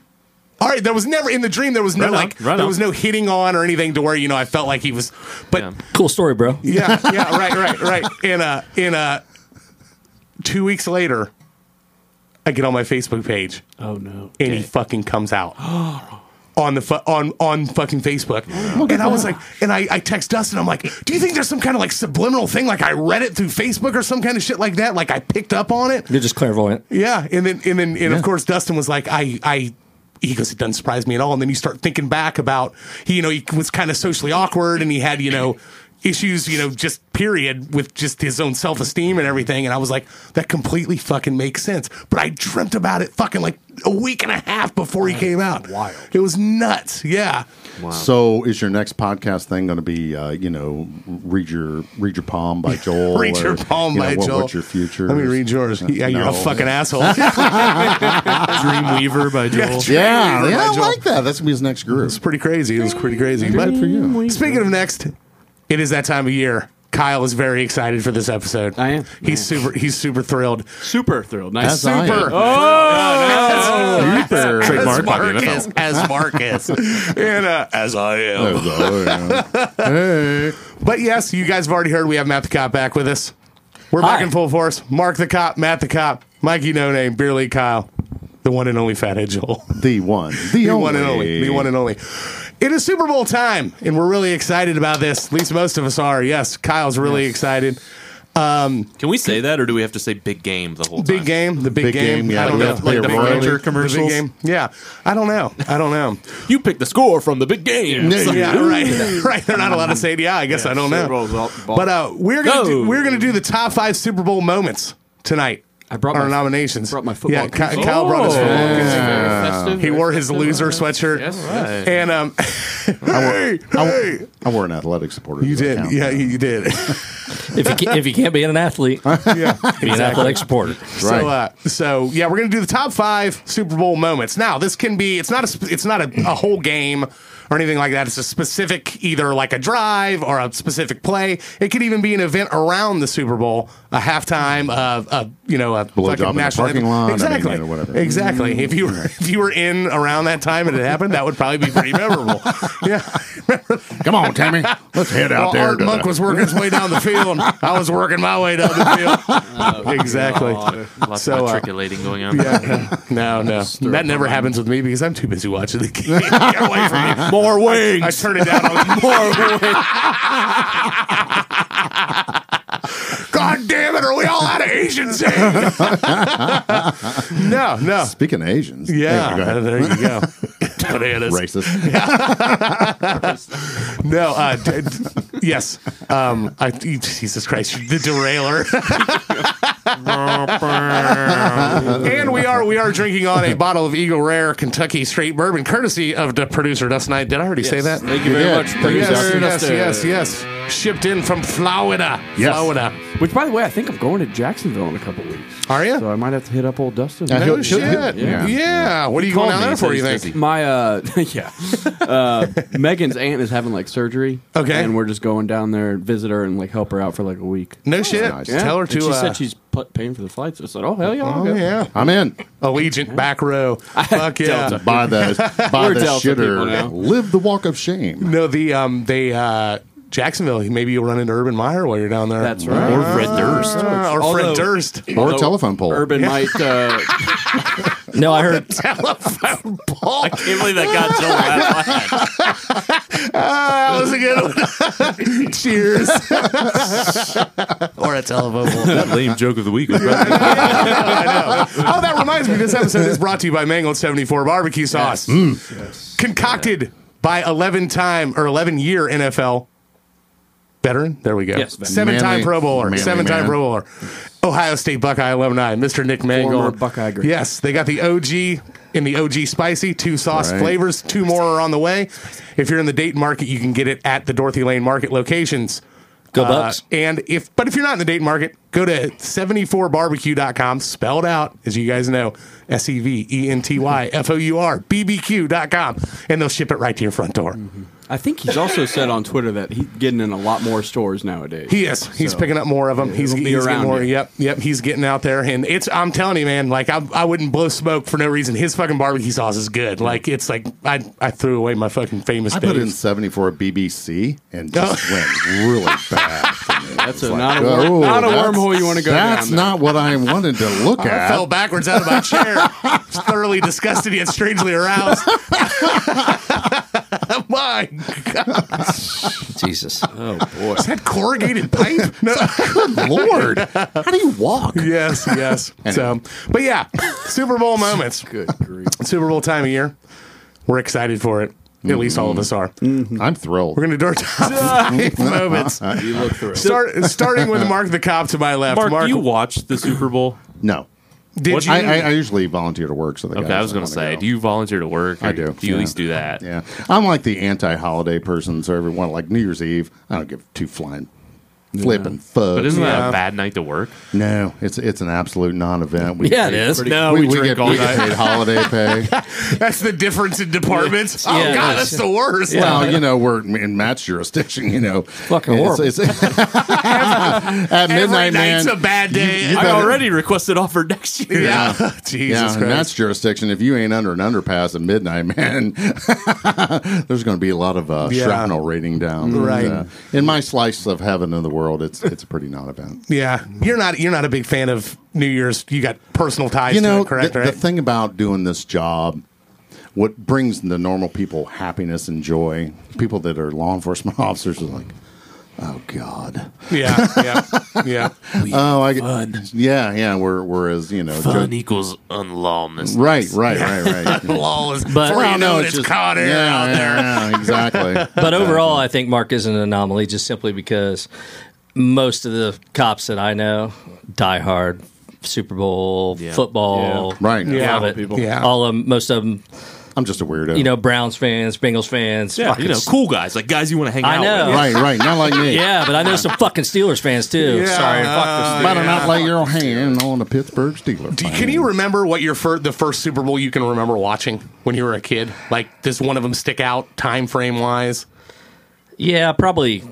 S2: All right, there was never in the dream. There was no
S6: Right on,
S2: like,
S6: right
S2: there
S6: on.
S2: was no hitting on or anything to where you know I felt like he was, but
S6: Yeah.
S8: Cool story, bro.
S2: yeah, yeah, right, right, right. In a in a uh, two weeks later, I get on my Facebook page
S7: Oh no.
S2: and he fucking comes out on the fu- on on fucking Facebook. and I was like, and I, I text Dustin. I'm like, do you think there's some kind of like subliminal thing? Like I read it through Facebook or some kind of shit like that. Like I picked up on it.
S8: You're just clairvoyant.
S2: Yeah, and then and then and of course Dustin was like, I I. He goes, it doesn't surprise me at all. And then you start thinking back about he, you know, he was kind of socially awkward and he had, you know, issues, you know, just period with just his own self esteem and everything. And I was like, that completely fucking makes sense. But I dreamt about it fucking like a week and a half before he came out. Wild. It was nuts. Yeah.
S4: So, is your next podcast thing going to be, uh, you know, read your read your palm by
S2: [LAUGHS]
S4: Joel?
S2: Read your
S4: or,
S2: palm
S4: you know,
S2: by
S4: what-
S2: Joel.
S4: What's your future? Uh,
S2: Let me read yours. Yeah, you're
S4: No.
S2: a fucking
S4: [LAUGHS]
S2: asshole.
S6: Dreamweaver by Joel.
S4: Yeah,
S2: Read
S4: yeah,
S2: by
S4: I
S2: Joel.
S4: like that. That's gonna be his next group.
S2: It's pretty crazy. It was pretty crazy. But
S4: Good for you.
S2: Speaking of next, it is that time of year. Kyle is very excited for this episode.
S7: I am.
S2: He's super. He's super thrilled.
S7: Super thrilled. Nice.
S4: As I am.
S2: Super.
S4: Super.
S2: As
S6: Trademark by the
S2: Mark
S6: NFL.
S2: is. [LAUGHS] As Mark is. and uh, as I am.
S4: As I am.
S2: But yes, you guys have already heard we have Matt the Cop back with us. We're back
S8: Hi.
S2: in full force. Mark the Cop, Matt the Cop, Mikey No Name, Beer League Kyle, the one and only Fathead Joel. [LAUGHS]
S4: The one. The,
S2: The
S4: only.
S2: one and only. The one and only. It is Super Bowl time, and we're really excited about this. At least most of us are. Yes, Kyle's really excited.
S6: Can we say that, or do we have to say big game the whole time?
S2: Big game, the big,
S4: Big
S2: game.
S4: game, yeah,
S2: I don't
S4: like
S2: know.
S4: the- like
S2: the
S4: the
S2: big
S4: Roger
S2: game, the big
S6: commercials.
S2: game. Yeah, I don't know. I don't know.
S6: You pick the score from the big game.
S2: So, [LAUGHS] yeah, right, [LAUGHS] right. They're not allowed to say it. Yeah, I guess I don't know. But uh, we're gonna
S6: No.
S2: do, we're gonna do the top five Super Bowl moments tonight.
S7: I brought
S2: our
S7: my-
S2: nominations.
S7: brought my football Oh.
S2: Yeah, Ky-
S7: cleats.
S2: Kyle brought his football. cleats.
S6: Yeah.
S2: Oh. He wore his loser sweatshirt. And um, [LAUGHS] hey, hey,
S4: I wore an athletic supporter.
S2: you
S4: Does that
S2: did.
S4: count?
S2: Yeah, you did.
S8: If you can, if you can't be an athlete,
S2: yeah.
S8: be an athletic supporter.
S4: Right.
S2: So, uh, so yeah, we're gonna do the top five Super Bowl moments. Now, this can be it's not a sp- it's not a, a whole game or anything like that. It's a specific either like a drive or a specific play. It could even be an event around the Super Bowl, a halftime, a, a you know a
S4: Blowjob
S2: fucking
S4: in the parking
S2: anthem.
S4: lot, I mean,
S2: exactly,
S4: you know, whatever. Mm-hmm.
S2: exactly. If you were if you were in around that time and it happened, that would probably be pretty
S4: [LAUGHS]
S2: memorable. yeah.
S4: Come on, Tammy. Let's head out
S2: While
S4: there.
S2: Art
S4: to
S2: Monk
S4: the-
S2: was working his way down the field. I was working my way down
S4: [LAUGHS] Oh,
S2: the field. exactly.
S6: Lots
S2: So,
S6: of
S2: uh,
S6: matriculating going
S2: [LAUGHS]
S6: on.
S2: Yeah. No, no. That never happens with me because I'm too busy [LAUGHS] watching the game. Get away from me.
S6: More
S2: I
S6: wings.
S2: turn it down on [LAUGHS] more. God damn it, are we all out of Asian Zing? no, no.
S4: Speaking of Asians.
S2: [LAUGHS] Yeah, uh,
S4: Go ahead.
S2: there you go. [LAUGHS] Bananas.
S4: Racist.
S2: No, uh, d- d- yes. Um, I, Jesus Christ, the derailer. [LAUGHS] and we are we are drinking on a bottle of Eagle Rare Kentucky Straight Bourbon, courtesy of the producer Dustin. Knight. Did I already say that?
S7: Thank you very
S4: Yeah.
S7: much.
S4: Yes,
S7: Producer
S2: Yes, yes,
S7: Dustin.
S2: yes, yes. Shipped in from Florida.
S4: Yes.
S2: Florida.
S7: Which, by the way, I think I'm going to Jacksonville in a couple weeks.
S2: Are Uh, you?
S7: So I might have to hit up old Dustin.
S4: I
S2: No
S4: he'll-
S2: shit.
S4: he'll-
S2: Yeah.
S4: yeah.
S2: What are you
S6: Called
S2: going down there
S6: me, said
S2: for, you
S6: he's
S2: think?
S6: busy.
S7: My uh [LAUGHS] yeah. Uh Megan's aunt is having like surgery.
S2: Okay.
S7: And we're just going down there and visit her and like help her out for like a week. Oh,
S2: No shit.
S4: nice.
S2: Tell her
S7: And
S2: to.
S7: she
S2: uh,
S7: said she's pu- paying for the flights. I said, "Oh hell yeah!" I'll
S2: oh,
S7: go."
S2: yeah.
S4: I'm in.
S2: [LAUGHS] Allegiant back [LAUGHS] row. Fuck yeah.
S4: [LAUGHS] By the by
S7: We're
S4: the
S7: Delta people now.
S4: shitter. Live the walk of shame.
S2: No, the um, they uh, Jacksonville. Maybe you'll run into Urban Meyer while you're down there.
S7: That's right.
S6: Or Fred Durst.
S2: Ah, or
S7: Although-
S2: Fred Durst.
S4: Or a
S7: Although
S4: telephone pole.
S7: Urban might. Uh,
S8: No, I heard
S2: Telephone pole.
S6: can't believe that got Joel that line.
S2: Ah, that was a good one. [LAUGHS] Cheers.
S1: Or a telephone pole.
S6: That lame joke of the week was
S2: Oh, that reminds me. This episode is brought to you by Mangled 74 Barbecue Sauce.
S7: Mm.
S2: Concocted by 11 time or 11 year NFL veteran. There we go.
S7: Yes, veteran.
S2: seven time
S4: Manly-
S2: Pro Bowler.
S4: manly
S2: Seven time
S4: man.
S2: Pro Bowler. Ohio State Buckeye alumni, Mr. Nick Mangold.
S7: Buckeye great.
S2: Yes, they got the OG in the OG spicy, two sauce
S4: Right.
S2: flavors. Two more are on the way. If you're in the Dayton market, you can get it at the Dorothy Lane Market locations.
S8: Go
S2: Uh,
S8: Bucks.
S2: and if but if you're not in the Dayton market, go to 74barbecue.com, spelled out, as you guys know, S E V E N T Y F O U R B B Q.com, and they'll ship it right to your front door.
S7: [LAUGHS] I think he's also said on Twitter that he's getting in a lot more stores nowadays.
S2: He is. He's
S7: So-
S2: picking up more of them. he's
S7: it'll be
S2: he's getting
S7: around
S2: more.
S7: you.
S2: Yep, yep. He's getting out there, and it's. I'm telling you, man. Like I, I wouldn't blow smoke for no reason. His fucking barbecue sauce is good. Like it's like I, I threw away my fucking famous.
S4: I put in
S2: Dave's.
S4: 74 BBC and just went really bad. for me.
S7: That's a,
S4: Like,
S7: not a, wor-
S4: oh,
S7: not a
S4: that's-
S7: wormhole you want to go
S4: That's
S7: down.
S4: not what I wanted to look
S2: I fell
S4: at.
S2: backwards out of my chair, [LAUGHS] thoroughly disgusted yet strangely aroused. [LAUGHS] my
S6: [LAUGHS]
S1: Jesus.
S2: Is that corrugated pipe? [LAUGHS] No.
S4: Lord, how do you walk?
S2: yes, yes. So, but yeah, Super Bowl moments,
S7: Good grief.
S2: Super Bowl time of year. We're excited for it. At least
S4: Mm-hmm.
S2: all of us are.
S4: I'm thrilled.
S2: We're gonna do our top five
S4: [LAUGHS]
S2: moments.
S7: You look through it.
S2: Start starting with Mark the cop to my left.
S6: Mark, you watched the Super Bowl?
S4: No,
S2: did you?
S4: I, I, I usually volunteer to work. So the
S6: Okay,
S4: guys
S6: I was
S4: don't
S6: going to
S4: wanna
S6: say,
S4: go.
S6: do you volunteer to work? or
S4: I do,
S6: Do you
S4: yeah.
S6: at least do that?
S4: Yeah, I'm like the anti-holiday person. So everyone like New Year's Eve, I don't give two flying, flipping fuck.
S6: But isn't that
S2: Yeah.
S6: a bad night to work?
S4: no, it's it's an absolute non-event. We,
S8: Yeah, it is.
S2: Oh,
S6: No,
S4: we, we get, we get paid
S2: [LAUGHS]
S4: holiday pay.
S2: that's the difference in departments. Oh
S8: Yeah,
S2: god,
S8: that's-
S2: that's the worst.
S4: Well, you know, we're in Matt's jurisdiction. You know,
S8: Fucking horrible.
S4: [LAUGHS] at
S2: Every
S4: midnight,
S2: night's
S4: man.
S2: a bad day.
S4: you
S6: I
S4: better-
S6: already requested off for next
S2: [LAUGHS]
S6: year.
S2: yeah. [LAUGHS] Jesus
S4: yeah, in Matt's
S2: Christ.
S4: jurisdiction, if you ain't under an underpass at midnight, man, [LAUGHS] there's going to be a lot of uh,
S2: Yeah. Mm.
S4: shrapnel raining down. And,
S2: Right.
S4: uh, in my slice of heaven in the world, it's it's a pretty non-event.
S2: Yeah, you're not you're not a big fan of New Year's. You got personal ties.
S4: you know,
S2: to it, correct?
S4: the,
S2: right?
S4: the thing about doing this job, what brings the normal people happiness and joy, people that are law enforcement [LAUGHS] officers are like, oh God,
S2: Yeah,
S4: [LAUGHS]
S2: yeah, yeah.
S4: oh, I, yeah, yeah, we're we're as you know, jo-
S6: Fun equals
S2: [LAUGHS]
S6: unlawless.
S4: right, right, right, right.
S2: Lawless,
S8: But-
S2: before you
S8: Well,
S2: know
S4: no,
S2: it, it's caught air
S4: yeah,
S2: out there.
S4: yeah, yeah,
S2: [LAUGHS]
S4: exactly.
S8: But overall, I think Mark is an anomaly just simply because most of the cops that I know die hard Super Bowl,
S6: Yeah.
S8: football,
S7: Yeah.
S4: Right.
S2: Yeah.
S8: Love it.
S7: People.
S2: Yeah.
S8: All of 'em- most of them,
S4: I'm just a weirdo.
S8: you know, Browns fans, Bengals fans.
S6: Yeah,
S8: fucking
S6: you know,
S8: s-
S6: cool guys, like guys you want to hang
S8: I
S6: out
S8: know.
S6: with.
S4: Right, right. Not
S2: [LAUGHS]
S4: like me.
S8: Yeah, but I know some fucking Steelers fans too. Sorry,
S2: uh,
S8: fuck
S4: Better not lay your hand on a Pittsburgh Steelers.
S2: Do you-
S4: fan.
S2: Can you remember what your fir- the first Super Bowl you can remember watching when you were a kid? Like, does one of them stick out time frame
S4: [LAUGHS]
S2: wise?
S8: the Steelers. Yeah, probably.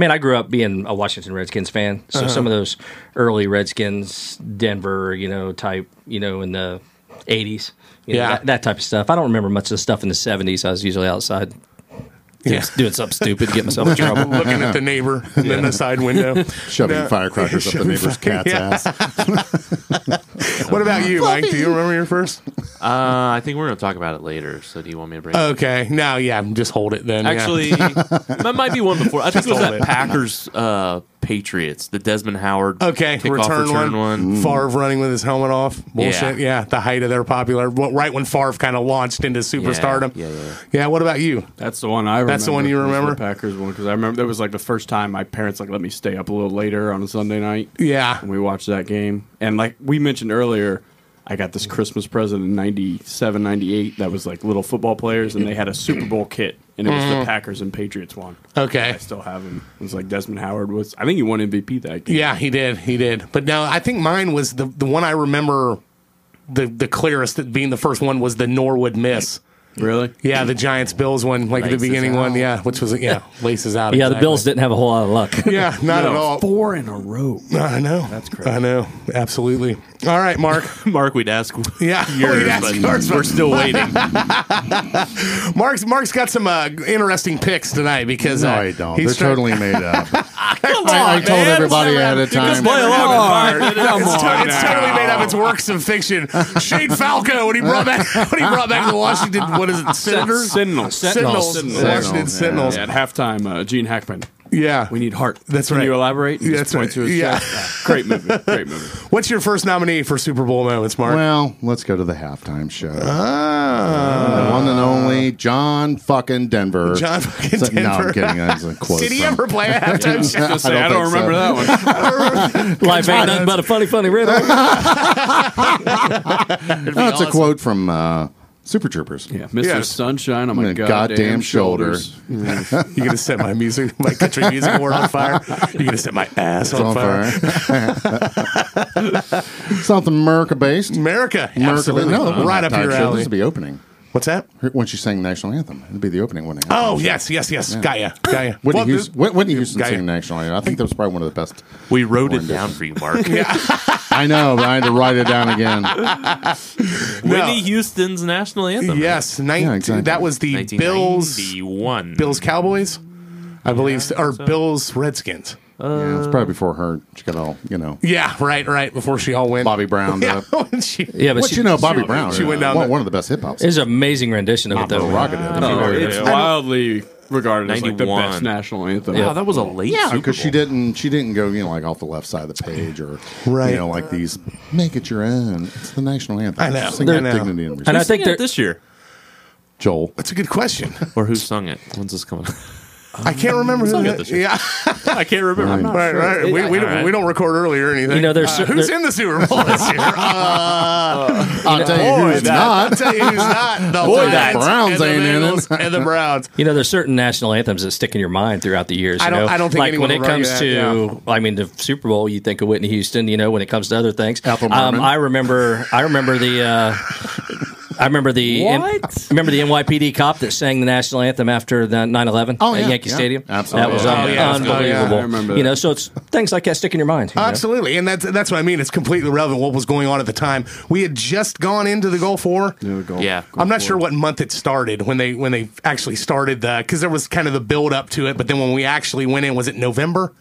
S8: Man, I grew up being a Washington Redskins fan, so some of those early Redskins, Denver, you know, type, you know, in the '80s, you know,
S2: Yeah.
S8: that, that type of stuff. I don't remember much of the stuff in the '70s. I was usually outside
S2: Yeah.
S8: doing something stupid, getting myself in trouble.
S2: Looking at the neighbor and then the side window.
S4: [LAUGHS] shoving
S2: [LAUGHS]
S4: firecrackers up the
S2: Shoving
S4: neighbor's
S2: fire-
S4: cat's
S2: yeah.
S4: ass?
S2: [LAUGHS] What about you, Mike? Do you remember your first?
S6: Uh, I think we're going to talk about it later. So do you want me to bring? it up?
S2: Okay, no, yeah, just hold it then. yeah.
S6: Actually, [LAUGHS] that might be one before. I think it was
S2: hold
S6: that
S2: it.
S6: Packers uh, Patriots, the Desmond Howard.
S2: Okay,
S6: kickoff
S2: return, one.
S4: Mm.
S2: Favre running with his helmet off. Bullshit. Yeah, the height of their popular. Well, right when Favre kind of launched into superstardom.
S6: yeah, yeah.
S2: Yeah, what about you?
S7: That's the one I remember.
S2: That's the one you
S7: was
S2: remember?
S7: The Packers one because I remember that was like the first time my parents like let me stay up a little later on a Sunday night.
S2: Yeah.
S7: And we watched that game. And like we mentioned earlier, I got this Christmas present in 97, 98 that was like little football players and they had a Super Bowl kit and it was the Packers and Patriots one.
S2: Mm. Okay.
S7: I still have him. It was like Desmond Howard was I think he won MVP that game.
S2: Yeah, he did. He did. But no, I think mine was the the one I remember the the clearest that being the first one was the Norwood miss
S7: Really?
S2: Yeah, the Giants Bills one, like the
S6: Laces
S2: beginning one.
S6: out.
S2: Yeah, which was yeah, laces out.
S8: Yeah, the
S2: exactly.
S8: Bills didn't have a whole lot of luck.
S2: Yeah, not at all.
S7: Four in a row.
S2: I know. That's crazy. I know. Absolutely. All right, Mark.
S6: [LAUGHS] Mark, we'd ask
S2: [LAUGHS] Yeah.
S6: [LAUGHS] yours,
S2: We'd ask
S6: but
S2: yours,
S6: we're still waiting.
S2: [LAUGHS] Mark's Mark's got some uh, interesting picks tonight because
S4: No,
S2: uh,
S4: I don't.
S2: he's try-
S4: They're
S2: [LAUGHS]
S4: totally made up. I, I told everybody ahead of time.
S2: It's, to- it's totally made up. It's works of fiction. Shane Falco when he brought back when he brought back the Washington what is it Senators
S7: Sentinels.
S2: Sentinels
S7: Sentinels.
S2: Washington Sentinels.
S7: Yeah, at halftime, uh, Gene Hackman.
S2: Yeah.
S7: We need heart.
S2: That's
S7: Can
S2: right.
S7: you elaborate? He
S2: Yeah,
S7: just
S2: that's
S7: points
S2: right.
S7: to his
S2: Yeah.
S7: chest. Ah, Great movie.
S2: [LAUGHS]
S7: Great movie.
S2: What's your first nominee for Super Bowl moments, Mark?
S4: Well, let's go to the halftime show.
S2: Ah.
S4: the one and only John fucking Denver.
S2: John fucking
S4: So- No,
S2: Denver.
S4: I'm kidding.
S2: [LAUGHS]
S4: That's a quote.
S2: Did he
S4: from-
S2: ever play a
S4: [LAUGHS]
S2: halftime show?
S7: I,
S4: I
S7: I
S4: don't think
S7: don't
S4: so.
S7: remember that
S2: [LAUGHS]
S7: one.
S8: Life ain't nothing but a funny, funny river.
S4: No, it's a quote from uh, Super Troopers.
S7: Yeah, Mr.
S2: Yes.
S7: Sunshine on my
S4: My
S7: goddamn,
S4: goddamn
S7: shoulders.
S4: shoulders.
S2: You're gonna set my music, my country music world on fire. You're gonna set my ass
S4: It's
S2: on,
S4: on
S2: fire.
S4: fire. [LAUGHS] Something America based.
S2: America,
S4: America
S2: absolutely,
S4: No,
S2: right up your alley.
S4: This would be opening.
S2: What's that?
S4: Once you sang national anthem, it'd be the opening, wouldn't it?
S2: Oh yes, yes, yes. Got ya, got ya.
S4: Whitney
S2: Well,
S4: Houston,
S2: th-
S4: Whitney Houston
S2: Guy-
S4: singing national anthem. I think that was probably one of the best.
S6: We wrote
S2: Mm.
S6: it down for you, Mark.
S4: I know, but I had to write it down
S2: [LAUGHS]
S4: again.
S6: Whitney Houston's national anthem.
S2: Yes, 19,
S4: Yeah, exactly.
S2: that was the Bills,
S6: 1991.
S2: Bills Cowboys, I believe, so- or Bills Redskins.
S4: yeah, it's probably before her. She got all you know.
S2: Yeah, right, right. Before she all went,
S4: Bobby Brown.
S2: Yeah, [LAUGHS]
S4: Up.
S2: when she-
S8: Yeah, but
S4: What
S8: she,
S4: you know, Bobby Brown.
S2: she went
S4: uh,
S2: down
S4: one,
S2: there.
S4: one of the best hip hop.
S8: It's an amazing rendition of it, though.
S4: Prerogative.
S7: No, it's wildly regarded as like the
S6: 91.
S7: best national anthem.
S6: Wow, that was a late
S4: Yeah,
S6: Super
S4: because she
S6: Bowl.
S4: didn't. She didn't go, you know, like off the left side of the page, or
S2: Right.
S4: you know, like these. Make it your own. It's the national anthem.
S2: I know.
S4: Sing
S2: They're-
S4: with
S2: I know.
S4: dignity and
S8: And I
S4: respect.
S8: think
S6: Sing it
S8: there,
S6: this year.
S4: Joel.
S2: That's a good question.
S6: Or who sung it? When's this coming?
S2: I can't remember who.
S6: get
S2: that-
S6: this
S2: [LAUGHS]
S6: year.
S2: yeah,
S6: I can't remember.
S4: I'm not
S2: right, right. We, we, don't,
S6: Alright.
S2: we don't record early or anything.
S8: You know, there's
S2: Uh,
S8: cer-
S2: who's
S8: there-
S2: in the
S8: [LAUGHS]
S2: Super Bowl this year? Oh,
S4: I'll tell you who's
S2: I'll
S4: not.
S2: tell you who's
S4: [LAUGHS]
S2: not. The
S4: Boy, the
S2: Lions
S4: Browns
S2: and the
S4: ain't in it.
S2: Bengals And the
S4: [LAUGHS]
S2: Browns.
S8: You know, there's certain national anthems that stick in your mind throughout the years. You
S2: I don't-
S8: know?
S2: I don't think
S8: like
S2: anyone
S8: when it
S2: will argue
S8: comes
S2: that,
S8: to, I mean, the Super Bowl, you think of Whitney Houston. You know, when it comes to other things,
S4: Ethel
S8: um,
S4: Merman.
S8: I remember, I remember the, uh, I remember the,
S6: What?
S8: remember the NYPD cop that sang the national anthem after the 9/11
S4: Oh,
S8: at
S4: yeah,
S8: Yankee
S4: yeah.
S8: Stadium.
S4: Absolutely.
S8: that was
S4: Oh,
S8: un-
S2: yeah.
S8: unbelievable.
S2: Oh, yeah,
S7: I remember
S8: You
S7: that.
S8: know, so it's things like that stick in your mind. you know?
S2: Absolutely, and that's that's what I mean. It's completely relevant what was going on at the time. We had just gone into the Gulf War.
S6: Yeah.
S2: I'm not sure what month it started when they when they actually started the because there was kind of the build up to it, but then when we actually went in, was it November?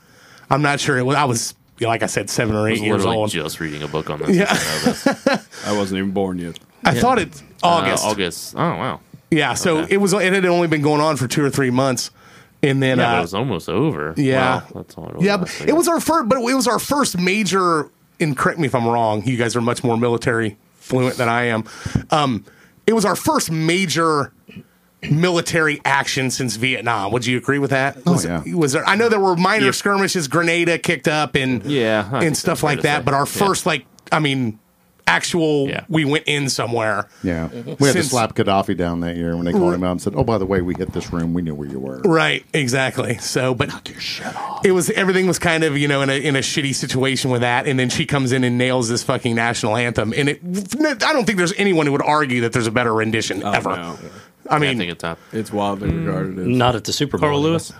S2: I'm not sure. It was. I was you know, like I said, seven or
S6: I
S2: eight
S6: was
S2: years
S6: literally
S2: old.
S6: just reading a book on
S2: [LAUGHS]
S6: this.
S2: Yeah.
S6: I know this. Uh,
S7: I wasn't even born yet.
S2: I thought it's August.
S6: August. Oh wow.
S2: Yeah, so it was. It had only been going on for two or three months, and then
S6: Yeah, but
S2: uh,
S6: it was almost over.
S2: yeah.
S6: Wow, that's all.
S2: yeah, but it was our first. But it was our first major. And correct me if I'm wrong. You guys are much more military fluent than I am. Um, it was our first major military action since Vietnam. Would you agree with that?
S4: Oh,
S2: was,
S4: yeah.
S2: was there? I know there were minor
S6: Yeah.
S2: skirmishes, Grenada kicked up, and
S6: Yeah, I think
S2: and
S6: that's
S2: stuff
S6: fair
S2: like
S6: to
S2: that.
S6: say.
S2: But our
S6: Yeah.
S2: first, like, I mean, actual,
S6: Yeah.
S2: we went in somewhere.
S4: Yeah, we had to
S2: Mm-hmm. Since-
S4: slap Gaddafi down that year when they called him out and said, "Oh, by the way, we hit this room. We knew where you were."
S2: Right, exactly. So, but it was everything was kind of you know in a in a shitty situation with that, and then she comes in and nails this fucking national anthem, and it. I don't think there's anyone who would argue that there's a better rendition ever.
S7: No.
S2: I
S6: I
S2: mean,
S6: think it's up.
S7: It's wildly
S4: Mm.
S7: regarded as
S8: Not at the Super Bowl.
S6: Carl Lewis.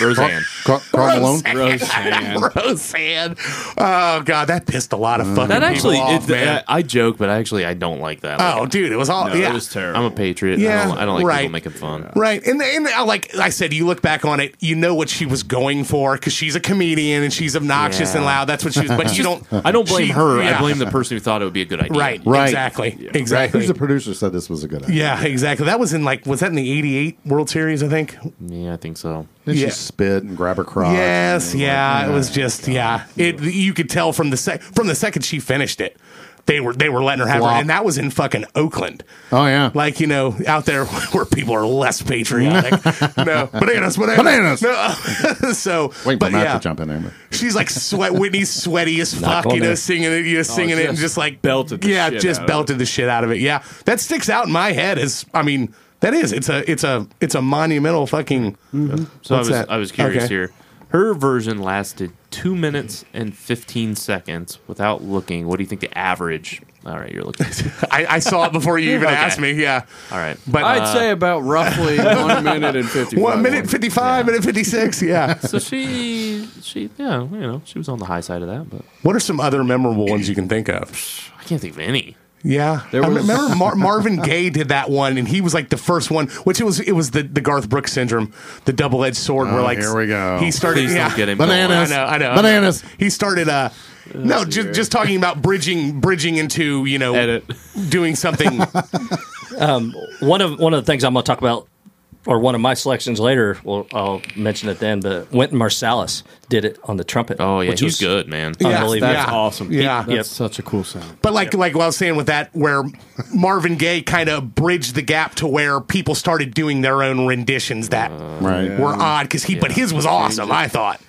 S6: Roseanne.
S4: Car- Carl Malone.
S7: Roseanne.
S2: [LAUGHS] Roseanne. Oh god, that pissed a lot of
S4: Mm.
S2: fucking
S6: That
S2: people
S6: actually,
S2: off,
S6: it,
S2: man.
S6: uh, I joke, but actually, I don't like that. Like,
S2: oh, dude, it was all
S7: No,
S2: yeah.
S7: It was terrible.
S6: I'm a patriot.
S2: Yeah,
S6: I don't, I don't like
S2: right.
S6: people making fun.
S2: Right, and and uh, like I said, you look back on it, you know what she was going for because she's a comedian and she's obnoxious
S6: Yeah.
S2: and loud. That's what she was, but
S4: [LAUGHS]
S2: you don't.
S6: I don't blame
S2: she-
S6: her.
S2: yeah.
S6: I blame the person who thought it would be a good idea.
S2: Right,
S4: Right.
S2: exactly,
S4: Exactly.
S2: exactly.
S4: Who's the producer said this was a good idea?
S2: Yeah, exactly. That was in like was that in the '88 World Series? I think.
S6: Yeah, I think so.
S4: Did
S2: Yeah.
S4: she spit and grab her crotch?
S2: yes,
S4: And, like,
S2: yeah. It was just yeah. It you could tell from the sec- from the second she finished it, they were they were letting her have
S4: Flop.
S2: her, and that was in fucking Oakland.
S4: Oh yeah.
S2: Like you know, out there [LAUGHS] where people are less [LAUGHS] patriotic. no bananas, bananas.
S4: Bananas.
S2: No. [LAUGHS] so,
S4: Wait for
S2: but
S4: Matt
S2: yeah,
S4: to jump in there.
S2: she's like sweat. Whitney's sweaty as
S8: Knock
S2: fuck.
S8: on
S2: You know,
S8: there.
S2: singing it, you know, singing it, and
S7: just
S2: just like
S7: belted the
S2: yeah,
S7: shit
S2: just
S7: out of
S2: belted the shit out of it. Yeah, that sticks out in my head. Is I mean, that is it's a it's a it's a monumental fucking.
S6: So
S2: What's
S6: I was
S2: that?
S6: I was curious
S2: Okay.
S6: here. Her version lasted two minutes and 15 seconds without looking. What do you think the average? All right,
S2: [LAUGHS]
S6: you're looking.
S2: I, I saw it before you even
S6: Okay.
S2: asked me. Yeah,
S6: All right.
S2: but
S7: I'd say about roughly one minute and fifty.
S2: one minute fifty five, minute fifty six. Yeah.
S6: So she, she, yeah, you know, she was on the high side of that, but
S2: what are some other memorable ones you can think of?
S6: I can't think of any.
S2: Yeah,
S7: There
S2: I
S7: was-
S2: remember Mar- Marvin Gaye did that one, and he was like the first one, which it was it was the, the Garth Brooks syndrome, the double edged sword. where
S4: Oh,
S2: like
S4: here we go.
S2: He started
S6: Please
S2: yeah.
S6: don't get him
S4: Bananas.
S2: I know, I know.
S4: Bananas.
S2: He started uh no, just just talking about bridging bridging into, you know,
S6: Edit.
S2: doing something.
S8: one of one of the things I'm going to talk about, or one of my selections later, well, I'll mention it then. But Wynton Marsalis did it on the trumpet.
S6: Oh yeah,
S8: which
S6: he's
S8: was-
S6: good, man.
S8: Unbelievable.
S7: That's awesome.
S2: Yeah.
S7: That's such a cool sound.
S2: But like like what I was saying with that where Marvin Gaye kind of bridged the gap to where people started doing their own renditions that
S4: Right.
S2: were odd cuz he but his was awesome, I thought.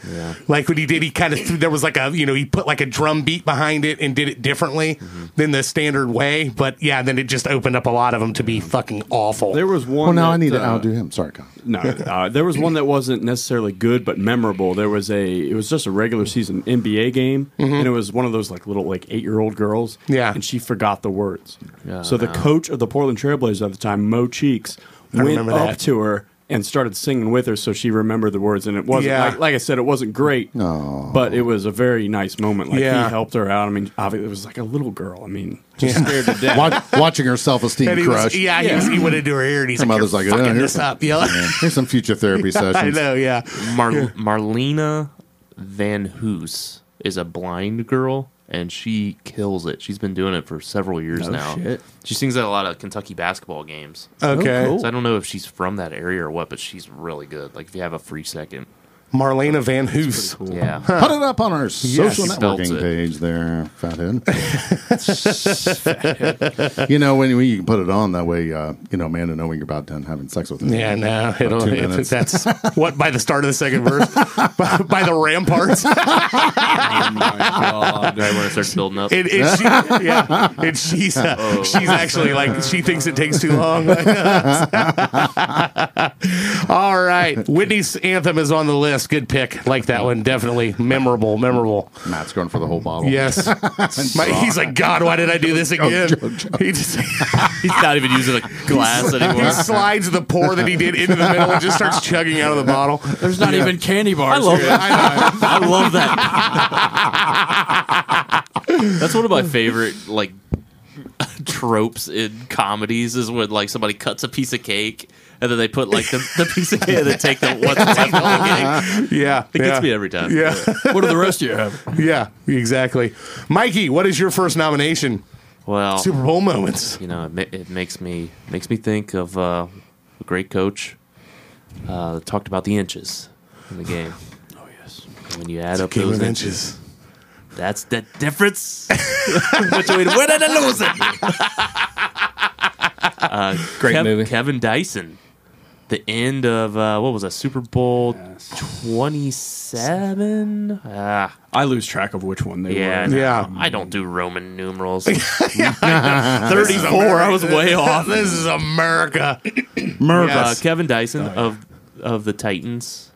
S2: Like what he did he kind of threw there was like a you know, he put like a drum beat behind it and did it differently than the standard way, but yeah, then it just opened up a lot of them to be fucking awful.
S7: There was one.
S4: Well, now
S7: that,
S4: I need to
S7: uh,
S4: outdo him. Sorry, Kyle.
S7: No, uh, there was one that wasn't necessarily good, but memorable. There was a, it was just a regular season NBA game, and it was one of those like little like eight year old girls.
S2: Mm-hmm. Yeah.
S7: and she forgot the words. so the coach of the Portland Trailblazers at the time, Mo Cheeks, went
S2: remember that.
S7: up to her and started singing with her, so she remembered the words. And it wasn't
S2: Yeah.
S7: like, like I said, it wasn't great, no, but it was a very nice moment. Like
S2: Yeah.
S7: he helped her out. I mean, obviously it was like a little girl. I mean, just scared to
S4: [LAUGHS]
S7: death. [LAUGHS]
S4: Watch, watching her self
S2: [LAUGHS]
S4: esteem
S2: And he
S4: crush.
S2: was, yeah, he, was, he went into her ear and he's
S4: Some
S2: like,
S4: others
S2: "You're
S4: like, "Oh,
S2: fucking
S4: here's
S2: this up, yo."
S4: Yeah. Here's some future
S2: [LAUGHS]
S4: therapy
S2: I
S4: sessions.
S2: know, yeah.
S6: Mar- Marlena Van Hoos is a blind girl, and she kills it. She's been doing it for several years now.
S7: shit.
S6: She sings at a lot of Kentucky basketball games.
S4: Oh,
S2: Okay.
S6: So I don't know if she's from that area or what, but she's really good. Like if you have a free second,
S2: Marlena Van Hoos.
S6: yeah.
S4: Put it up on our social
S6: He spelt
S4: networking
S6: it.
S4: page there, Fathead.
S2: [LAUGHS]
S4: you know, when, when you put it on that way, uh, you know, Amanda know when you're about done having sex with him.
S2: Yeah, no, it'll,
S4: two
S2: it,
S4: minutes.
S2: that's what by the start of the second
S4: [LAUGHS]
S2: verse, by, by the ramparts.
S7: Oh
S6: Do I want to start building up?
S2: And, and she, yeah, and she's uh,
S4: Oh.
S2: she's actually like she thinks it takes too long. [LAUGHS] All right, Whitney's anthem is on the list. Good pick, like that one, definitely memorable,
S4: [LAUGHS]
S2: memorable.
S4: Matt's going for the whole bottle.
S2: Yes, My- he's like God. Why did I do
S4: [LAUGHS]
S2: this again? He just
S6: He's not even using a [LAUGHS] glass
S2: he [LAUGHS]
S6: anymore.
S2: slides the pour that he did into the middle and just starts chugging out of the bottle.
S7: There's not even candy bars. [LAUGHS]
S6: love
S7: here.
S6: I love that. [LAUGHS] That's one of my favorite like [LAUGHS] tropes in comedies is when like somebody cuts a piece of cake and then they put like the, the piece of cake [LAUGHS] and they take the what's left of the cake.
S2: Yeah,
S6: It
S2: yeah.
S6: gets me every time.
S2: Yeah.
S7: What do the rest of you have?
S2: [LAUGHS] Yeah, exactly. Mikey, what is your first nomination?
S6: Well,
S2: Super Bowl moments.
S6: you know, it, ma- it makes me makes me think of uh, a great coach uh, that talked about the inches in the game.
S7: [SIGHS] Oh yes.
S6: And When you add up those
S2: inches.
S6: inches, that's the difference [LAUGHS] between winning and
S8: [LAUGHS]
S6: losing.
S8: Uh, Great
S6: Kev-
S8: movie.
S6: Kevin Dyson. The end of uh, what was that Super Bowl twenty seven? Ah,
S7: I lose track of which one they
S6: yeah,
S7: were.
S6: no,
S2: Yeah.
S6: I don't do Roman
S2: [LAUGHS]
S6: numerals. [LAUGHS]
S2: 34.
S6: I
S2: [LAUGHS]
S6: was way off.
S2: This
S8: [LAUGHS]
S2: is America.
S6: Uh,
S2: America.
S6: Kevin Dyson of of the Titans,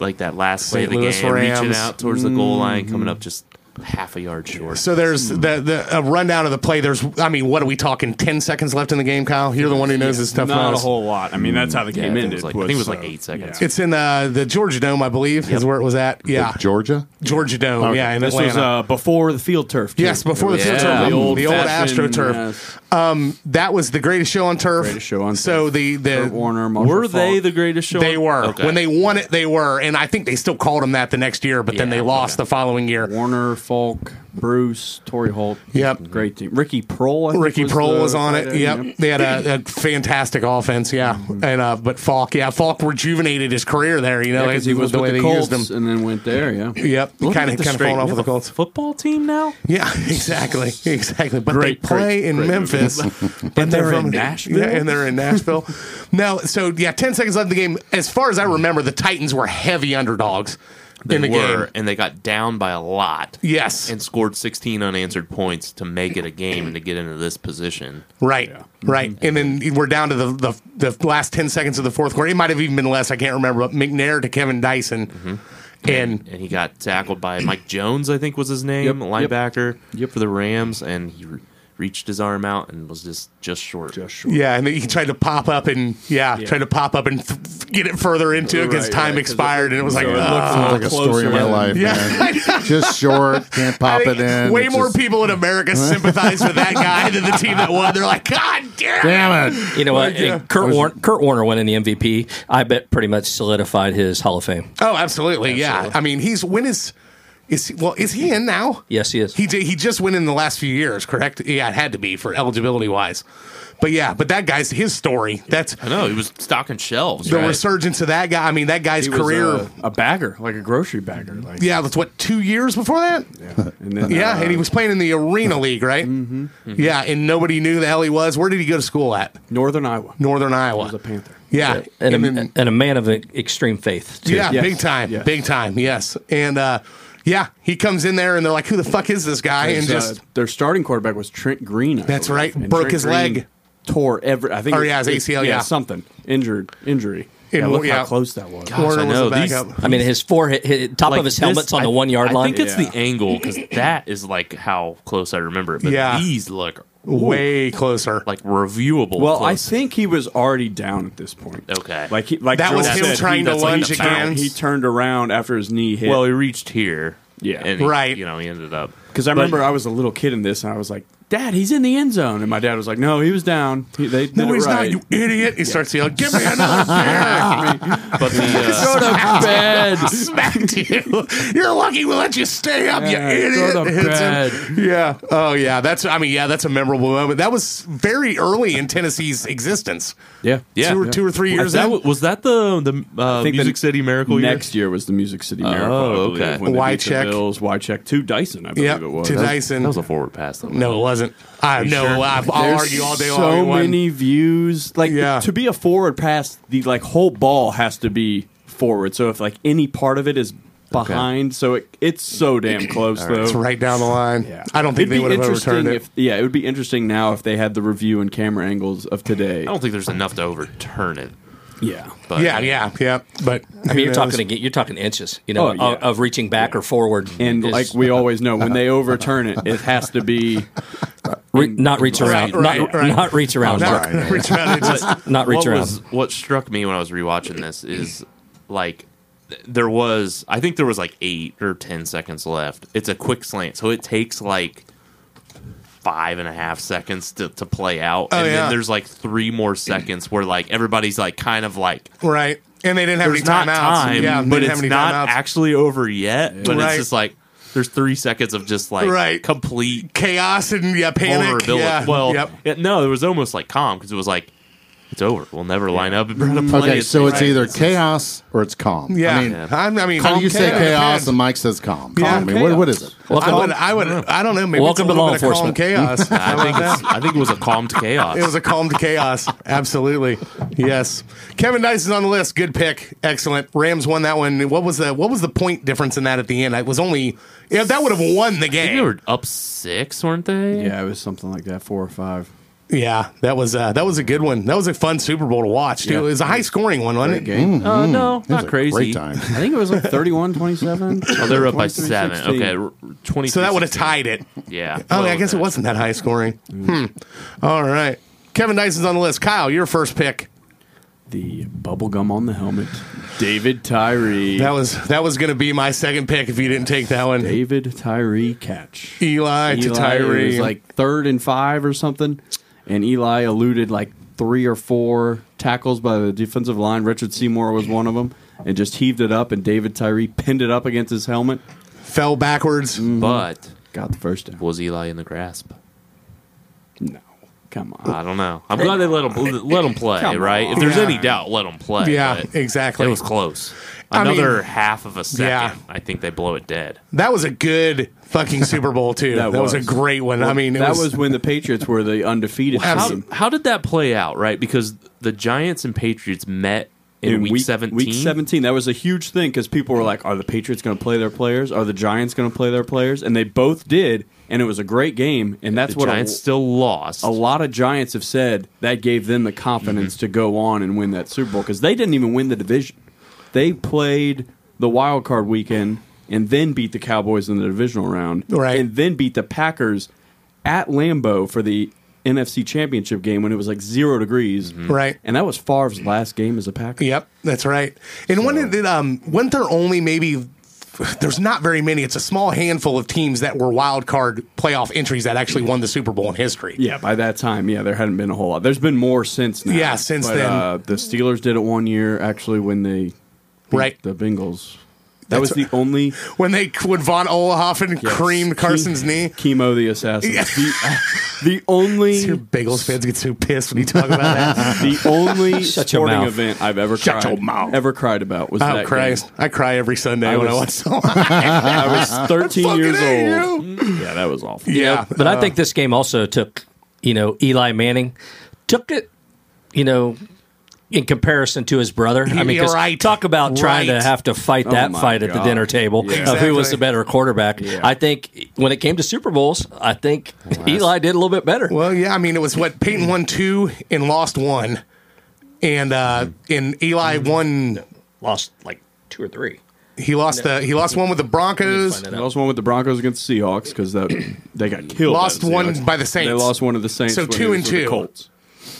S6: like that last play of the
S2: St. Louis
S6: game, reaching
S2: Rams. Mm.
S6: out towards the goal line, coming up just half a yard short.
S2: So there's the the a rundown of the play. There's, I mean, what are we talking? Ten seconds left in the game, Kyle. You're the one who knows this stuff.
S7: Not a
S2: most.
S7: whole lot. Mm. I mean, that's how the
S6: Yeah, I
S7: game
S6: think
S7: ended.
S6: it was like- I think it was like
S7: uh,
S6: eight seconds.
S7: yeah.
S2: It's in uh, the Georgia Dome, I believe, is where it was at. Yeah,
S4: Georgia?
S2: Georgia Dome. Yeah, in
S7: this
S2: Atlanta.
S7: was uh, before the field turf. too.
S2: Yes, before the
S6: Yeah.
S2: field turf, the
S6: The
S2: old,
S7: old-fashioned,
S2: AstroTurf.
S7: yes.
S2: Um, that was the greatest show on turf.
S7: Greatest show on
S2: So
S7: turf.
S2: the the
S7: Kurt Warner, Marshall
S6: Were they
S7: Falk.
S6: the greatest show?
S2: They were.
S6: Okay.
S2: When they won it, they were. And I think they still called them that the next year, but then
S6: Yeah,
S2: they lost the following year.
S7: Warner, Falk, Bruce, Torrey Holt?
S2: Yep.
S7: great team. Ricky Prohl. I think,
S2: Ricky
S7: was
S2: Prohl
S7: the-
S2: was on it.
S7: right,
S2: Yep. They had a, a fantastic offense. Yeah.
S7: Mm-hmm.
S2: And, uh, but Falk, yeah, Falk rejuvenated his career there, you know,
S7: Because he
S2: with
S7: was
S2: the way
S7: with the
S2: they
S7: Colts
S2: used him.
S7: and then went there. Yeah,
S2: Yep.
S6: Look
S2: Kind of
S6: at this
S2: kind of
S6: straight.
S2: falling off
S6: We
S2: with the
S6: have a
S2: Colts.
S6: Football team now.
S2: Yeah, [LAUGHS] exactly, exactly. But
S7: Great,
S2: they play
S7: great,
S2: in
S7: great [LAUGHS]
S2: Memphis, but
S7: And they're in
S2: from-
S7: Nashville?
S2: Yeah, and they're in
S7: [LAUGHS]
S2: Nashville. now, so yeah, ten seconds left in the game. As far as I remember, the Titans were heavy underdogs
S6: They
S2: in the
S6: were,
S2: game.
S6: and they got down by a lot.
S2: Yes,
S6: and scored 16 unanswered points to make it a game and to get into this position.
S2: Right, right.
S7: Mm-hmm.
S2: And then we're down to the,
S7: Mm-hmm.
S2: the the last ten seconds of the fourth quarter. It might have even been less. I can't remember. But McNair to Kevin Dyson, And
S6: and he got
S2: [CLEARS THROAT]
S6: tackled by Mike Jones, I think was his name, linebacker for the Rams, and he re- reached his arm out and was just just short.
S7: Just short.
S2: yeah, and he tried to pop up and yeah, tried to pop up and th- get it further into it because
S7: Right,
S2: time
S7: right, 'cause
S2: expired, and it was like,
S7: so it looks
S2: "Ugh."
S7: a
S4: like a story of my life,
S2: Yeah, [LAUGHS] I
S4: man. Just short, can't pop it in.
S2: way
S4: It's
S2: more
S4: just-
S2: people in
S4: [LAUGHS]
S2: America sympathize with that guy than the team that won. They're like, God damn,
S4: Damn it!
S8: You know what? And Kurt, Warner, Kurt Warner winning the MVP, I bet pretty much solidified his Hall of Fame.
S2: Oh, absolutely, yeah. I mean, he's when is is he- well is he in now?
S8: Yes, he is.
S2: He did, he just went in the last few years, correct? Yeah, it had to be for eligibility wise. But yeah, but that guy's his story. That's
S6: I know he was stocking shelves.
S2: the
S6: right?
S2: resurgence of that guy. I mean, that guy's
S7: He was uh,
S2: career.
S7: a, a bagger, like a grocery bagger. Like,
S2: yeah, that's what two years before that.
S7: And then,
S2: Yeah,
S7: uh,
S2: and he was playing in the arena league, right? Yeah, and nobody knew who the hell he was. Where did he go to school at?
S7: Northern Iowa.
S2: Northern Iowa.
S7: was a Panther.
S2: Yeah, and
S8: and, a,
S2: then-
S8: and a man of e- extreme faith. Too.
S2: yeah,
S7: Yes.
S2: big time,
S7: Yes.
S2: big time. Yes, and uh, yeah, he comes in there, and they're like, "Who the fuck is this guy?" And
S7: His, uh,
S2: just
S7: their starting quarterback was Trent Green. I
S2: That's
S7: believe.
S2: right.
S7: And
S2: Broke
S7: Trent
S2: his
S7: Green
S2: leg.
S7: Tore every. I think.
S2: Or,
S7: it-
S2: yeah, his
S7: it-
S2: ACL, yeah.
S7: something injured injury.
S2: In-
S7: yeah, look
S2: yeah.
S7: how close that was.
S6: Gosh, I know. These-
S8: I mean, his forehead, his, top
S6: Like
S8: of his
S6: this-
S8: helmet's on
S6: I-
S8: the one yard
S6: I
S8: line.
S6: think it's
S7: Yeah.
S6: the angle because that is like how close I remember it. But
S2: Yeah.
S6: these look
S2: way closer.
S6: like reviewable.
S7: Well, I
S6: close.
S7: think he was already down at this point.
S6: Okay.
S7: Like he, like
S2: That was
S7: Joe
S2: him
S7: said,
S2: trying
S7: he-
S2: to
S7: that's when he
S2: lunge
S7: turned-
S2: again.
S7: He turned around after his knee hit.
S6: Well, he reached here.
S7: Yeah.
S6: and he-
S2: Right.
S6: You know, he ended [LAUGHS] up
S7: Because I remember I was a little kid in this, and I was like, "Dad, he's in the end zone," and my dad was like, "No, he was down. He, they did
S2: no,
S7: it
S2: he's not,
S7: right."
S2: you [LAUGHS] idiot! He starts yelling, "Give me another
S7: [LAUGHS]
S2: beer!" [LAUGHS]
S6: But the uh, [LAUGHS]
S2: bed. [LAUGHS] Smacked you. You're lucky we let you stay up,
S7: Yeah,
S2: you idiot. [LAUGHS]
S7: go to
S2: Hits
S7: bed.
S2: him. Yeah. Oh, yeah. That's. I mean, yeah. That's a memorable moment. That was very early in Tennessee's existence.
S7: yeah,
S6: Yeah.
S2: Two or two or three
S6: was
S2: years.
S6: that
S2: in.
S6: was that the the uh,
S7: think the
S6: Music City Miracle year?
S7: Next year was the Music City Miracle.
S6: Oh,
S7: I believe,
S6: okay.
S7: When they beat the
S2: Wycheck.
S7: Bills, Wycheck to Dyson, I believe
S2: Yep.
S7: it was.
S2: To Dyson.
S6: That was a forward pass. Though.
S2: no, it wasn't. I no. I, I'll
S7: There's
S2: argue all day
S7: so
S2: long. we won.
S7: many views. Like
S2: Yeah.
S7: to be a forward pass, the like whole ball has to be forward. So if like any part of it is behind, so it, it's so damn close though.
S2: It's right down the line. I don't think
S7: It'd
S2: they
S7: be
S2: would have
S7: interesting
S2: overturned it.
S7: If, yeah, it would be interesting now if they had the review and camera angles of today.
S6: I don't think there's enough to overturn it.
S7: yeah,
S6: But
S2: yeah, yeah, yeah. But
S8: I mean, you're talking again, you're talking inches, you know,
S7: Oh, yeah.
S8: of, of reaching back or forward,
S7: and
S8: Just
S7: like we always
S2: [LAUGHS]
S7: know, when they overturn it, it has to
S6: [LAUGHS]
S7: be
S8: re- not reach
S2: Right,
S8: around,
S2: right,
S8: not,
S2: right.
S8: not reach around,
S2: No,
S8: Mark.
S4: Sorry.
S2: Rich Brown, it's
S6: [LAUGHS]
S2: just- [LAUGHS]
S8: not reach
S6: what
S8: around.
S6: was what struck me when I was rewatching this is like th- there was I think there was like eight or ten seconds left. It's a quick slant, so it takes like five and a half seconds to, to play out. and
S2: Oh, yeah.
S6: then there's like three more seconds where like everybody's like kind of like
S2: right. And they didn't have
S6: there's
S2: any
S6: not
S2: timeouts.
S6: time,
S2: yeah, they
S6: but
S2: didn't have
S6: it's
S2: any
S6: not
S2: timeouts.
S6: actually over yet. But
S2: Right.
S6: it's just like there's three seconds of just like
S2: Right.
S6: complete
S2: chaos and yeah, panic.
S6: vulnerability.
S2: Yeah,
S6: well,
S2: yep.
S6: it- no, it was almost like calm because it was like it's over. We'll never line up. We're gonna play.
S4: Okay,
S6: it.
S4: so it's either chaos or it's calm.
S2: Yeah,
S4: I mean,
S6: Yeah.
S2: I'm- I mean,
S4: how do you say
S2: chaos
S4: chaos and Mike says calm?
S2: Yeah.
S4: Calm. I mean, what, what is it?
S2: I would, I would, I don't know. Maybe
S8: Welcome
S2: it's a
S8: to law
S2: little bit of calm
S8: enforcement.
S2: chaos. How
S6: I
S2: about
S6: think it's,
S2: that?
S6: I think it was a calm to chaos.
S2: It was a calm to chaos. Absolutely, yes. Kevin Dyson's on the list. Good pick. Excellent. Rams won that one. What was the what was the point difference in that at the end? It was only yeah, that would have won the
S6: they
S2: game.
S6: were up six, weren't they?
S7: yeah, it was something like that, four or five.
S2: Yeah, that was uh, that was a good one. That was a fun Super Bowl to watch too.
S7: Yeah.
S2: It was a high scoring one, wasn't it?
S4: Game.
S6: Uh, no, not
S4: a
S6: crazy.
S4: Great time.
S7: I think it was like
S2: [LAUGHS]
S7: 31, 27.
S6: Oh, they were up by seven. Okay, r- twenty.
S2: So that would have tied it.
S6: Yeah.
S2: Oh,
S6: Well,
S2: I guess it
S6: uh,
S2: wasn't that high scoring. Hmm. All right. Kevin Dyson's on the list. Kyle, your first pick.
S7: The bubblegum on the helmet. David Tyree.
S2: That was that was going to be my second pick if you didn't take that one.
S7: David Tyree catch.
S2: Eli, to
S7: Eli,
S2: Tyree.
S7: It was like third and five or something. And Eli eluded like three or four tackles by the defensive line. Richard Seymour was one of them. And just heaved it up, and David Tyree pinned it up against his helmet.
S2: fell backwards.
S6: Mm, But
S7: Got the first down.
S6: was Eli in the grasp?
S7: No. Come on.
S6: I don't know. I'm glad they let him let him play.
S7: Come
S6: right? If there's
S2: Yeah.
S6: any doubt, let him play.
S2: Yeah,
S6: but
S2: exactly.
S6: It was close.
S2: I mean-
S6: Another half of a second.
S2: Yeah.
S6: I think they blow it dead.
S2: That was a good fucking Super Bowl too. that,
S7: That
S2: was. a
S7: was.
S2: great one. I mean, it
S7: that was,
S2: was,
S7: when the Patriots were the undefeated
S2: How-
S7: team.
S6: How did that play out? Right? Because the Giants and Patriots met in, week, 17.
S7: Week 17. That was a huge thing because people were like, are the Patriots going to play their players? Are the Giants going to play their players? And they both did. And it was a great game. And that's
S6: The
S7: what
S6: Giants
S7: a,
S6: still lost.
S7: a lot of Giants have said that gave them the
S6: Mm-hmm.
S7: confidence to go on and win that Super Bowl because they didn't even win the division. They played the wild card weekend and then beat the Cowboys in the divisional round,
S2: Right.
S7: And then beat the Packers at Lambeau for the NFC Championship game when it was like zero degrees,
S2: Mm-hmm. Right.
S7: And that was Favre's last game as a Packer.
S2: Yep, that's right. And one of the um, wasn't there only maybe there's not very many. It's a small handful of teams that were wild card playoff entries that actually won the Super Bowl in history.
S7: Yeah, by that time, yeah, there hadn't been a whole lot. There's been more since now.
S2: Yeah, since
S7: But,
S2: then.
S7: Uh, the Steelers did it one year, actually, when they beat
S2: Right.
S7: the Bengals. That was
S2: That's- [LAUGHS]
S7: the only
S2: When they when Von Olahoffen creamed Carson's [LAUGHS]
S7: Ke-
S2: knee.
S7: Chemo the [LAUGHS] assassin. The, the only
S2: Your Bagels fans get so pissed when you talk about that.
S7: the only
S8: Shut your
S7: sporting
S8: mouth.
S7: event I've ever
S2: Shut
S7: cried,
S2: your mouth.
S7: ever cried about was
S2: [LAUGHS] Oh
S7: that
S2: Christ!
S7: game.
S2: I cry every Sunday when I watch
S7: was-
S2: someone.
S7: I
S2: [LAUGHS]
S7: was 13
S2: fucking
S7: years
S2: hate
S7: old. Mm-hmm. Yeah, that was
S2: [LAUGHS]
S7: awful.
S2: yeah,
S8: But I think this game also took, you know, Eli Manning took it, you know, in comparison to his brother. I mean, 'cause
S2: You're right.
S8: talk about trying to
S2: Right.
S8: have to fight
S7: Oh
S8: that
S7: my
S8: fight at the
S7: God.
S8: dinner table of
S2: Exactly.
S8: who was the better quarterback. I think when it came to Super Bowls, I think Eli did a little bit better.
S2: Well, yeah. I mean, it was what Peyton won two and lost one, and uh,
S7: Mm-hmm.
S2: and Eli won.
S8: Lost like two or three.
S2: He lost. Uh, he lost one with the Broncos.
S7: I also won with the Broncos against the Seahawks because that they got killed. by
S2: Lost
S7: the
S2: one
S7: Seahawks.
S2: by the Saints.
S7: They lost one of the Saints.
S2: So
S7: when
S2: two
S7: it was
S2: and
S7: with the
S2: two.
S7: Colts.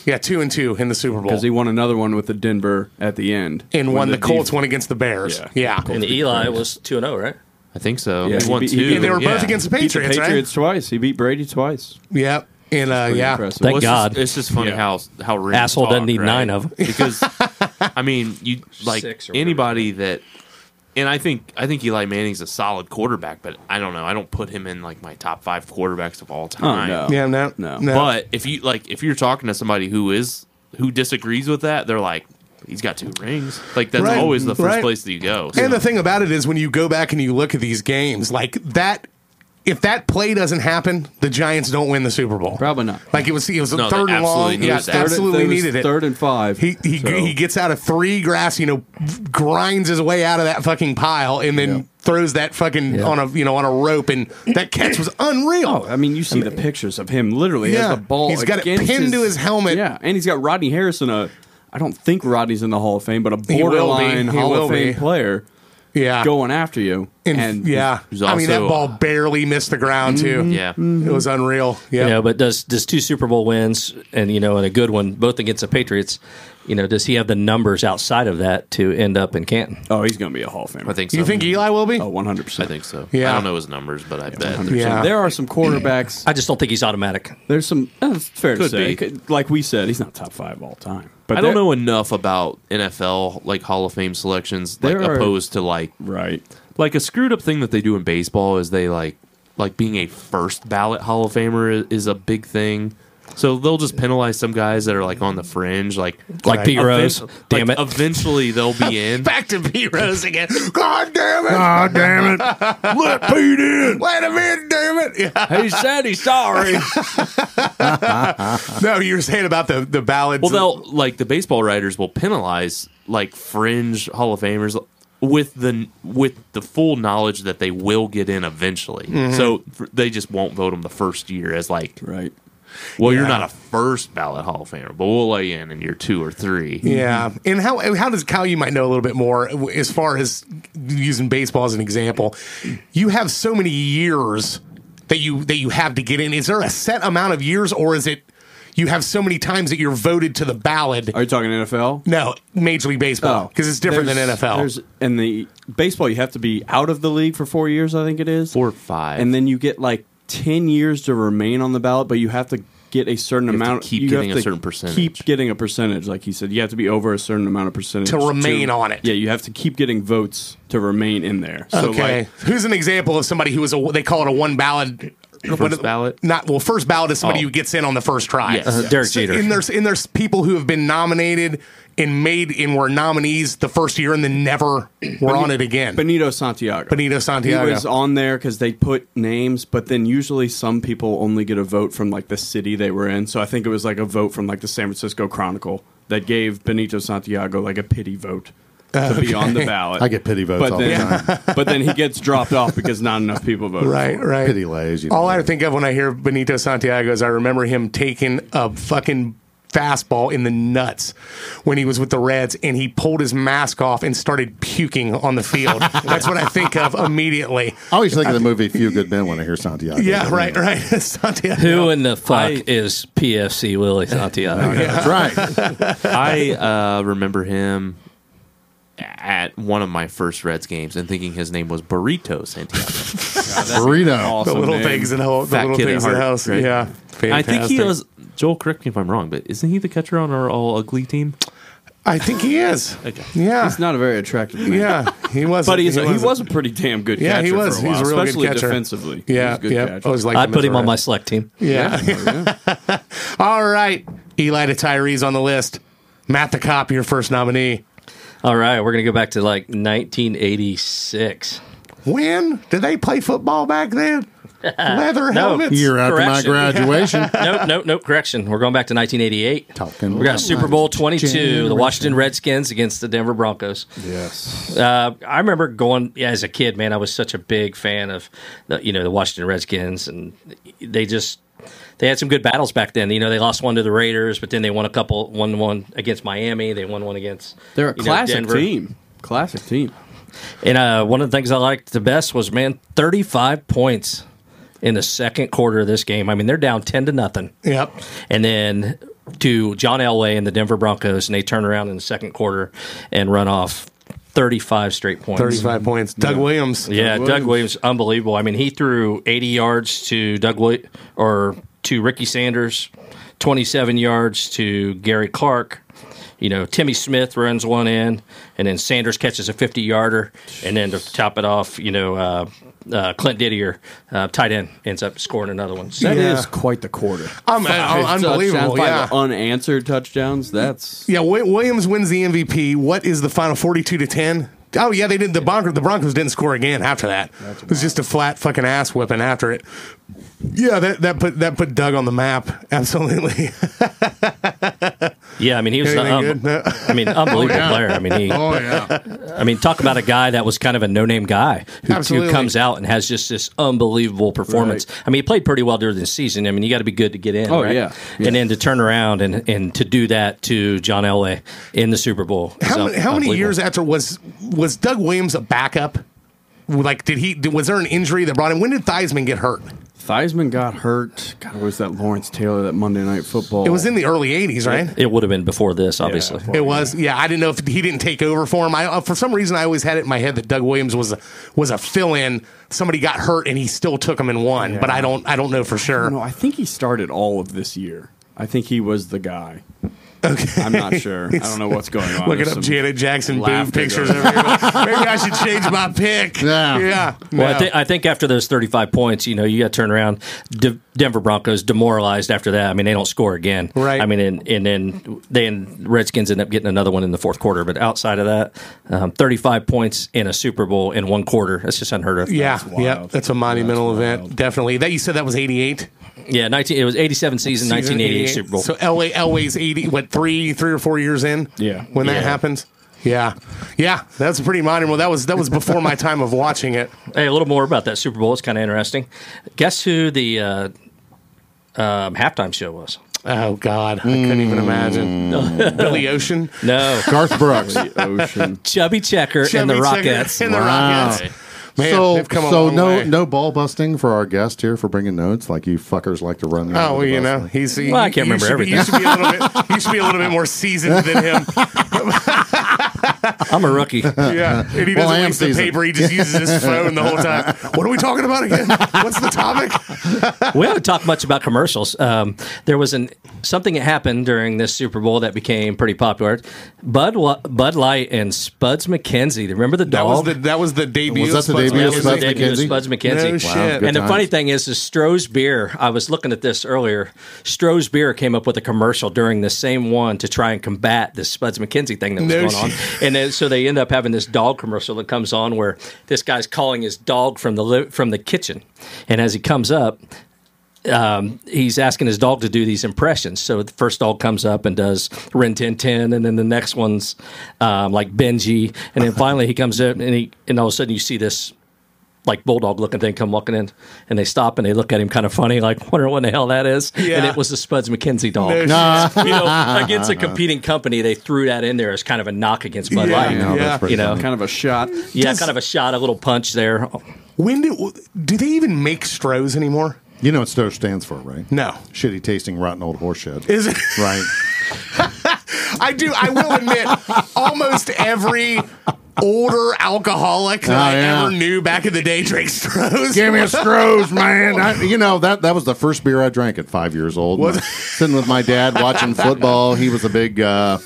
S2: Yeah, two and two in the Super Bowl,
S7: because he won another one with the Denver at the end.
S2: and
S7: When
S2: won the, Colts,
S7: def-
S2: one against the Bears.
S7: Yeah.
S2: Yeah,
S8: And Eli was 2 0, right?
S6: I think so.
S7: Yeah,
S6: Yeah,
S7: he
S6: one,
S7: beat- he
S6: two.
S7: beat-
S2: and they were both
S6: yeah.
S2: against the
S7: beat the
S2: Patriots,
S7: Patriots twice. He beat Brady twice.
S2: right? Yep. And uh,
S7: Pretty
S2: yeah,
S7: impressive.
S8: Thank
S6: Well, it's
S8: God.
S6: just- it's just funny
S7: Yeah.
S6: how how rings
S8: Asshole
S6: talk,
S8: doesn't need
S6: right?
S8: nine of 'em.
S6: because I mean you like
S8: Six or whatever.
S6: anybody that and I think I think Eli Manning's a solid quarterback, but I don't know. I don't put him in like my top five quarterbacks of all time.
S7: no.
S2: yeah. No,
S7: No.
S6: But if you like, if you're talking to somebody who is who disagrees with that, they're like, he's got two rings. Like that's
S2: Right,
S6: always the first
S2: right.
S6: place that you go. So-
S2: And the thing about it is, when you go back and you look at these games, like that, if that play doesn't happen, the Giants don't win the Super Bowl.
S7: Probably not.
S2: Like it was, it was a
S6: No, they
S2: third and
S6: absolutely
S2: long. Yeah,
S6: needed that.
S2: absolutely
S7: Third- there was
S2: needed it.
S7: Third and five.
S2: He he,
S7: So-
S2: he gets out of three grass, you know, grinds his way out of that fucking pile, and then throws that fucking on a you know on a rope, and that catch was unreal.
S7: Oh, I mean, you see the pictures of him literally
S2: Yeah.
S7: as the ball.
S2: He's got it
S7: against
S2: pinned to his helmet.
S7: Yeah, and he's got Rodney Harrison. A, I don't think Rodney's in the Hall of Fame, but a
S2: will be.
S7: borderline
S2: He
S7: Hall
S2: will
S7: of Fame
S2: be.
S7: player
S2: yeah,
S7: going after you.
S2: and,
S7: And,
S2: yeah,
S6: he's
S2: I mean that
S6: also- Mm-hmm.
S2: ball barely missed the ground too.
S6: yeah,
S2: It was unreal. Yeah,
S8: You know, but does does two Super Bowl wins and you know and a good one both against the Patriots, you know, does he have the numbers outside of that to end up in Canton?
S7: oh, he's going to be a Hall of Famer.
S6: I think so.
S2: you think Eli will be?
S7: Oh, 100 percent.
S6: I think so.
S2: Yeah.
S6: I don't know his numbers, but I bet.
S7: 100%.
S2: Yeah.
S7: There are some quarterbacks.
S8: I just don't think he's automatic.
S7: There's some. That's fair
S6: Could
S7: to say.
S6: be.
S7: Could- Like we said, he's not top five all time. But
S6: I don't
S7: there-
S6: know enough about NFL like Hall of Fame selections, like
S7: There are-
S6: opposed to like
S7: Right.
S6: like a screwed up thing that they do in baseball is they like like being a first ballot Hall of Famer i- is a big thing. So they'll just penalize some guys that are like on the fringe, like
S8: Like Pete
S6: Event-
S8: Rose.
S6: like,
S8: Damn it.
S6: Eventually they'll
S2: [LAUGHS]
S6: be
S2: [LAUGHS]
S6: in.
S2: Back to Pete Rose again. God damn it!
S4: Ah,
S2: God damn [LAUGHS] it! Let Pete in. Let him in, damn it! Yeah.
S8: he said he's sorry.
S2: No, you were saying about the the ballads.
S6: Well, they'll like the baseball writers will penalize like fringe Hall of Famers with the with the full knowledge that they will get in eventually. So f- they just won't vote them the first year as like,
S7: Right.
S6: well,
S2: Yeah.
S6: you're not a first ballot Hall of Famer, but we'll lay you in in year two or three.
S2: Yeah, and how how does Kyle? You might know a little bit more w- as far as using baseball as an example. You have so many years that you that you have to get in. Is there a set amount of years, or is it you have so many times that you're voted to the ballot?
S7: Are you talking NFL?
S2: No, Major League Baseball because Oh, it's different than
S7: Oh. There's-
S2: NFL.
S7: There's in the baseball, you have to be out of the league for four years, I think it is,
S6: Four or five.
S7: and then you get like ten years to remain on the ballot, but you have to get a certain
S6: have to
S7: amount.
S6: keep
S7: you
S6: getting
S7: have
S6: a
S7: to
S6: certain percentage.
S7: Keep getting a percentage, like he said, you have to be over a certain amount of percentage
S2: To remain on it.
S7: Yeah, you have to keep getting votes to remain in there. So
S2: okay,
S7: like,
S2: who's an example of somebody who was a they call it a one ballot. what-
S6: ballot?
S2: not well. First ballot is somebody
S6: Oh.
S2: who gets in on the first try.
S6: Yes.
S7: Uh-huh.
S6: Uh,
S8: Derek
S2: So-
S8: Jeter.
S2: And there's and there's people who have been nominated and made and were nominees the first year and then never were on it again.
S7: Benito Santiago.
S2: Benito Santiago.
S7: He was on there because they put names, but then usually some people only get a vote from like the city they were in. So I think it was like a vote from like the San Francisco Chronicle that gave Benito Santiago like a pity vote to
S2: Uh,
S7: be on
S2: [LAUGHS]
S7: the ballot.
S4: I get pity votes
S7: but
S4: all
S7: then,
S4: the time.
S7: [LAUGHS] but then he gets dropped off because not enough people voted.
S2: Right,
S7: for him.
S2: right.
S4: Pity lays, you know.
S2: All I think of when I hear Benito Santiago is I remember him taking a fucking fastball in the nuts when he was with the Reds, and he pulled his mask off and started puking on the
S6: [LAUGHS]
S2: field. That's what I think of immediately.
S4: I always think of the movie Few Good Men when I hear Santiago.
S2: Yeah, right, right. [LAUGHS] Santiago.
S8: [LAUGHS] Who in the fuck is PFC Willie [LAUGHS] Santiago?
S4: That's right.
S6: [LAUGHS] I uh, remember him at one of my first Reds games and thinking his name was Burrito Santiago.
S4: Burrito.
S2: The little things in the, whole, the
S6: Fat
S2: little
S6: kid at
S2: things in the
S6: heart,
S2: house.
S6: right?
S2: Yeah,
S6: I think he
S2: Fantastic.
S6: was Joel. Correct me if I'm wrong, but isn't he the catcher on our all ugly team?
S2: I think he is.
S6: Okay.
S2: Yeah,
S7: He's not a very attractive man.
S2: yeah, he was.
S7: But he's, he was a pretty damn good
S2: Yeah,
S7: catcher.
S2: he was.
S7: For a
S2: He's a
S7: while,
S2: real good
S7: especially
S2: catcher.
S7: defensively. He
S2: Yeah,
S7: was a good
S2: yeah.
S7: catcher.
S2: I was like,
S8: I put him on my select team.
S2: Yeah. [LAUGHS] All right, Eli to Tyree's on the list. Matt the cop, your first nominee.
S8: All right, we're gonna go back to like 1986.
S2: When did they play football back [LAUGHS] then? Leather
S8: No.
S2: helmets.
S4: Year after my
S8: Correction.
S4: graduation.
S2: [LAUGHS]
S8: nope, nope, nope. Correction. We're going back to 1988.
S4: Talking
S8: we got
S4: about
S8: Super Bowl 22, the Washington Redskins against the Denver Broncos.
S4: yes.
S8: Uh, I remember going yeah, as a kid, man. I was such a big fan of the you know the Washington Redskins, and they just they had some good battles back then. You know, they lost one to the Raiders, but then they won a couple one one against Miami. They won one against
S7: They're a
S8: you know,
S7: classic
S8: Denver.
S7: team. Classic team.
S8: And uh, one of the things I liked the best was man, thirty five points in the second quarter of this game. I mean, they're down ten to nothing.
S2: Yep.
S8: and then to John Elway and the Denver Broncos, and they turn around in the second quarter and run off 35 straight points.
S2: 35 points. Doug Williams.
S8: Yeah, Doug Williams, unbelievable. I mean, he threw 80 yards to Doug Wi- or to Ricky Sanders, 27 yards to Gary Clark. You know, Timmy Smith runs one in, and then Sanders catches a 50 yarder, and then to top it off, you know, uh, uh, Clint Didier, uh, tight end, ends up scoring another one. So
S9: That is
S2: Yeah.
S9: quite the quarter.
S2: Um, uh, unbelievable.
S7: Touchdowns, five
S2: Yeah.
S7: unanswered touchdowns. That's
S2: Yeah, Wi- Williams wins the MVP. What is the final 42 to 10? Oh yeah, they did. The Broncos, the Broncos didn't score again after that. It was just a flat fucking ass whipping after it. Yeah, that, that put that put Doug on the map. [LAUGHS] Absolutely.
S8: Yeah, I mean he was.
S2: Anything
S8: Um,
S2: good? No.
S8: I [LAUGHS] mean, unbelievable player. I mean, he.
S2: [LAUGHS]
S4: Oh, yeah.
S8: I mean, talk about a guy that was kind of a no-name guy who,
S2: Absolutely.
S8: who comes out and has just this unbelievable performance. I mean, he played pretty well during the season. I mean, you got to be good to get in.
S7: Oh,
S8: right?
S7: yeah.
S8: and then to turn around and and to do that to John Elway in the Super Bowl. is
S2: How,
S8: un-
S2: many, how many
S8: unbelievable.
S2: years after was was Doug Williams a backup? Like, did he did, was there an injury that brought him? When did Theismann get hurt?
S7: Theismann got hurt. God, what was that Lawrence Taylor that Monday Night Football?
S2: It was in the early '80s, right?
S8: It would have been before this, obviously.
S2: It was, yeah. I didn't know if he didn't take over for him. I, uh, for some reason, I always had it in my head that Doug Williams was a, was a fill in. Somebody got hurt and he still took him and won, but I don't, I don't know for sure.
S7: No, I think he started all of this year. I think he was the guy. Okay, I'm not sure. I don't know what's going
S2: [LAUGHS]
S7: on.
S2: Looking
S7: There's
S2: up
S7: some-
S2: Janet Jackson boob
S7: laughter
S2: pictures
S7: going
S2: over here. Maybe I should change my pick.
S4: Yeah.
S2: yeah.
S8: Well,
S2: No.
S8: I, thi- I think after those 35 points, you know, you got to turn around. De- Denver Broncos demoralized after that. I mean, they don't score again.
S2: Right.
S8: I mean, and, and then then Redskins end up getting another one in the fourth quarter. But outside of that, um, 35 points in a Super Bowl in one quarter. That's just unheard of.
S2: yeah, yeah.
S7: wild.
S2: That's a monumental
S7: That's
S2: event,
S7: wild.
S2: definitely. That you said that was '88.
S8: Yeah, 19, it was 87 season, 1988 Super Bowl.
S2: So Elway, Elway's eighty, what three, three or four years in?
S7: Yeah.
S2: when that
S8: Yeah.
S2: happens. Yeah, yeah, that's pretty monumental. That was that was before my time of watching it.
S8: hey, a little more about that Super Bowl. It's kind of interesting. Guess who the uh, um, halftime show was?
S2: Oh God, I couldn't even imagine. Billy Ocean, [LAUGHS]
S8: No,
S4: Garth Brooks.
S7: The ocean.
S8: Chubby Checker and
S2: Chubby
S8: the
S2: Checker
S8: Rockets.
S2: and the
S4: Wow.
S2: Rockets. Man,
S4: so
S2: they've come a
S4: so
S2: long
S4: no
S2: way.
S4: no ball busting for our guest here for bringing notes like you fuckers like to run. me
S2: Oh, well,
S4: under the
S2: you
S4: bus.
S2: know,
S4: [LAUGHS]
S2: he's.
S8: Well, I can't
S2: you
S8: remember
S2: should be- You should, be a little bit, you should be a little bit more seasoned than him.
S8: I'm
S2: [LAUGHS]
S8: a rookie.
S2: Yeah, and he
S4: Well,
S2: doesn't
S4: I am
S2: use the
S4: seasoned.
S2: paper. He just uses his phone the whole time. What are we talking about again? What's the topic?
S8: we haven't talked much about commercials. Um, there was an something that happened during this Super Bowl that became pretty popular. Bud Wa- Bud Light and Spuds McKenzie. Remember the
S2: That was
S8: dog?
S2: the that was the debut.
S4: Was that
S2: of
S4: the
S2: Spuds
S4: debut of
S2: Magazine?
S4: Spuds
S8: the debut of
S4: McKenzie?
S8: Spuds McKenzie.
S2: No shit.
S8: And the
S4: Good
S8: funny
S4: times.
S8: thing is, is Stroh's beer. I was looking at this earlier. Stroh's beer came up with a commercial during the same one to try and combat this Spuds McKenzie thing that was
S2: No
S8: going on. And then, so they end up having this dog commercial that comes on where this guy's calling his dog from the li- from the kitchen, and as he comes up. Um, he's asking his dog to do these impressions. So the first dog comes up and does Rin Tin Tin, and then the next one's um, like Benji, and then finally he comes up and he, and all of a sudden you see this like bulldog looking thing come walking in, and they stop and they look at him kind of funny, like [LAUGHS] wondering what the hell that is. And
S2: Yeah.
S8: it was the Spuds McKenzie dog.
S2: No
S8: you know, against a competing company, they threw that in there as kind of a knock against Bud
S2: Yeah,
S8: Light.
S2: yeah.
S4: that's pretty
S8: You know,
S7: Kind of a shot.
S8: yeah, kind of a shot, a little punch there.
S2: When do do they even make Strohs anymore?
S4: You know what Stowe stands for, right?
S2: No.
S4: Shitty tasting rotten old horseshit.
S2: Is it? [LAUGHS]
S4: right.
S2: I do. I will admit, almost every older alcoholic that
S4: Oh,
S2: I
S4: yeah.
S2: ever knew back in the day drinks Strohs.
S4: Give me a Stroh's, man. I, you know that that was the first beer I drank at five years old.
S2: Was-
S4: My- sitting with my dad watching football. He was a big uh,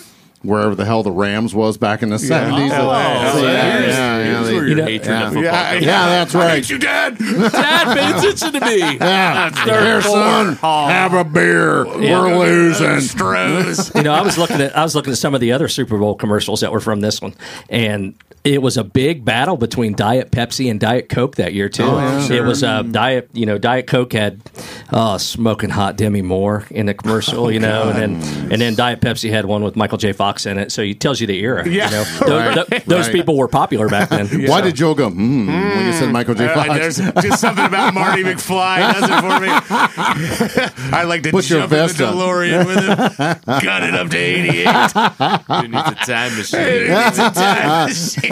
S4: wherever the hell the Rams was back in the seventies.
S2: Oh, yeah.
S4: yeah, yeah,
S6: here's,
S4: yeah,
S6: here's
S4: they-
S6: where
S8: You
S6: your
S8: know-
S6: hatred
S4: yeah.
S6: of
S2: [LAUGHS]
S6: football
S2: Yeah,
S6: comes.
S4: yeah, that's
S2: I
S4: right.
S2: hate you,
S4: [LAUGHS]
S2: Dad.
S6: Dad, pay attention to me.
S4: Yeah, ah, here, son, have a beer. We're losing.
S2: Strohs.
S8: You know, I was looking at I was looking at some of the other Super Bowl commercials that were from this one, and it was a big battle between Diet Pepsi and Diet Coke that year too.
S2: Oh,
S8: It was uh, Diet, you know, Diet Coke had uh, smoking hot Demi Moore in the commercial,
S2: Oh,
S8: you know, and then and then Diet Pepsi had one with Michael J. Fox in it. So it tells you the era.
S2: Yeah,
S8: you
S2: [LAUGHS]
S8: know? Tho- tho- those
S4: right.
S8: people were popular back then.
S4: Why did Joe go? Hmm, when you said Michael J. Fox?
S2: Uh, there's just something about Marty McFly does it for me.
S4: [LAUGHS]
S2: I like to
S4: Put your
S2: jump in the
S4: vest up.
S2: DeLorean with him, gun it up to
S4: [LAUGHS]
S2: 88.
S6: Dude needs a time machine.
S2: It's a
S6: [LAUGHS]
S2: time machine.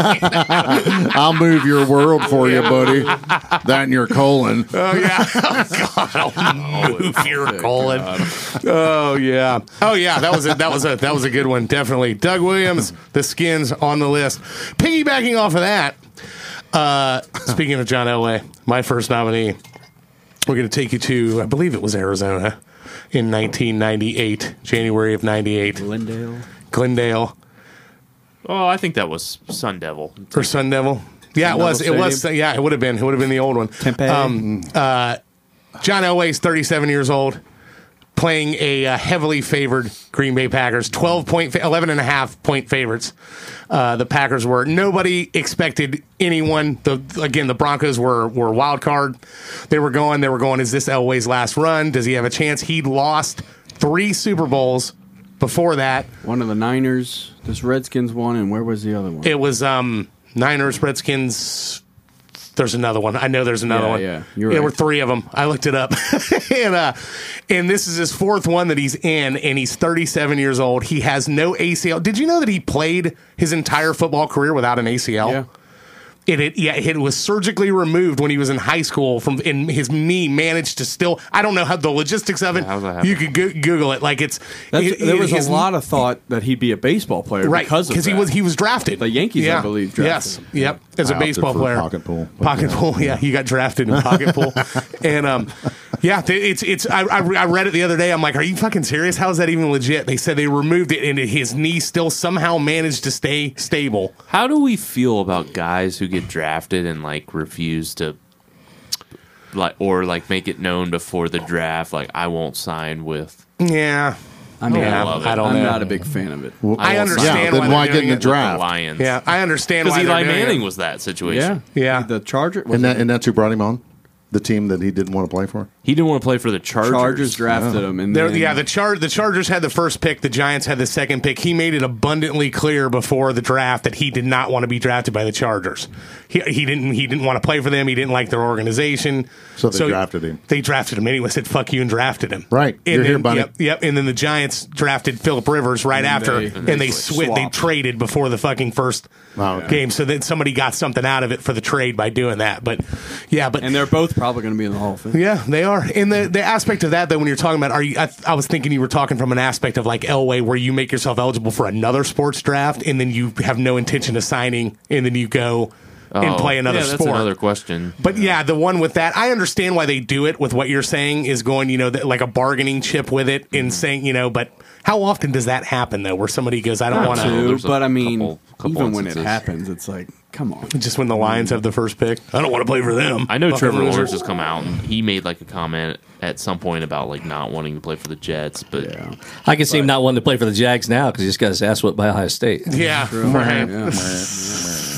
S4: I'll move your world for you, buddy. That and your colon.
S2: Oh yeah! [LAUGHS] Oh, God, I'll move your colon. Oh yeah! Oh yeah! That was a, that was a that was a good one. Definitely, Doug Williams, the Skins on the list. Piggybacking off of that, uh, speaking of John Elway, my first nominee. We're going to take you to, I believe it was Arizona, in 1998, January of '98,
S7: Glendale.
S2: Glendale
S6: Oh, I think that was Sun Devil.
S2: or Sun Devil. Yeah, it was.
S7: Devil
S2: It was. Yeah, it would have been. It would have been the old one. Um, uh,
S7: Tempe.
S2: John Elway's 37 years old, playing a uh, heavily favored Green Bay Packers, 12 point, fa- 11 and a half point favorites. Uh, the Packers were. Nobody expected anyone. The again, the Broncos were were wild card. They were going. They were going. Is this Elway's last run? Does he have a chance? He'd lost three Super Bowls before that.
S7: one of the Niners. This Redskins one, and where was the other one?
S2: It was um, Niners, Redskins. There's another one. I know there's another
S7: Yeah,
S2: one.
S7: yeah, you're
S2: There
S7: right.
S2: were three of them. I looked it up, [LAUGHS] and uh, and this is his fourth one that he's in, and he's 37 years old. He has no ACL. Did you know that he played his entire football career without an ACL?
S7: yeah.
S2: It, it yeah, it was surgically removed when he was in high school from and his knee managed to still I don't know how the logistics of it.
S6: how's that happen?
S2: you could go- Google it. Like it's
S7: That's,
S2: it-
S7: there
S2: it-
S7: was
S2: his-
S7: a lot of thought that he'd be a baseball player
S2: right
S7: because of
S2: he
S7: that.
S2: was he was drafted.
S7: The Yankees, I believe, drafted
S2: yes,
S7: him.
S2: yep, as a
S4: I opted
S2: baseball
S4: for
S2: player.
S4: pocket pool, but,
S2: pocket
S4: yeah.
S2: pool. Yeah, he got drafted in pocket pool, and um, yeah, th- it's it's. I, I I read it the other day. I'm like, are you fucking serious? How is that even legit? They said they removed it, and his knee still somehow managed to stay stable.
S6: How do we feel about guys who get drafted and like refuse to like or like make it known before the draft like I won't sign with
S2: Yeah,
S7: I mean,
S2: yeah,
S6: I love it.
S2: I don't
S7: I'm
S2: know.
S7: not a big fan of it.
S2: I understand.
S4: Yeah, then
S2: they're
S4: why
S2: doing
S4: get in the
S2: it.
S6: the
S4: draft?
S6: Lions.
S2: Yeah, I understand
S6: Because
S2: why
S6: Eli
S2: they're doing
S6: Manning
S2: it.
S6: was that
S7: Yeah,
S6: situation.
S2: Yeah.
S7: The Charger was
S4: And, that,
S7: it
S4: and that's who brought him on? The team that he didn't want to play for?
S6: He didn't want to play for the Chargers. Oh.
S7: Chargers drafted him, and
S2: There,
S7: then
S2: yeah, the char- the Chargers had the first pick. The Giants had the second pick. He made it abundantly clear before the draft that he did not want to be drafted by the Chargers. He, he didn't he didn't want to play for them. He didn't like their organization.
S4: So they drafted him.
S2: They drafted him anyway. Said fuck you and drafted him.
S4: Right.
S2: And
S4: You're
S2: then,
S4: here, buddy.
S2: Yep, yep. And then the Giants drafted Philip Rivers right after,
S7: they-
S2: and they
S7: they
S2: switched. They
S7: swapped.
S2: traded before the fucking first
S4: Oh, okay.
S2: game, so that somebody got something out of it for the trade by doing that. But yeah, but
S7: and they're both probably going to be in the Hall of Fame.
S2: yeah, they are. And the, the aspect of that, though, when you're talking about, are you? I, th- I was thinking you were talking from an aspect of like Elway, where you make yourself eligible for another sports draft, and then you have no intention of signing, and then you go and
S6: Oh,
S2: play another
S6: yeah,
S2: sport.
S6: That's another question.
S2: but yeah, the one with that, I understand why they do it. With what you're saying is going, you know, that, like a bargaining chip with it,
S6: Mm-hmm.
S2: and saying, you know, but how often does that happen though, where somebody goes, I don't
S7: Not
S2: want
S6: wanna-
S7: two,
S2: to.
S6: there's a
S7: but I mean,
S6: couple- couple
S7: even when it
S6: instances.
S7: happens, it's like, come on.
S2: Just when the Lions have the first pick, I don't want to play for them.
S6: I know
S2: Fucking
S6: Trevor
S2: loser.
S6: Lawrence has come out and he made like a comment at some point about like not wanting to play for the Jets, but
S8: I can see him not wanting to play for the Jags now because he just got his ass whipped by Ohio State.
S2: Yeah, [LAUGHS] right.
S7: Yeah.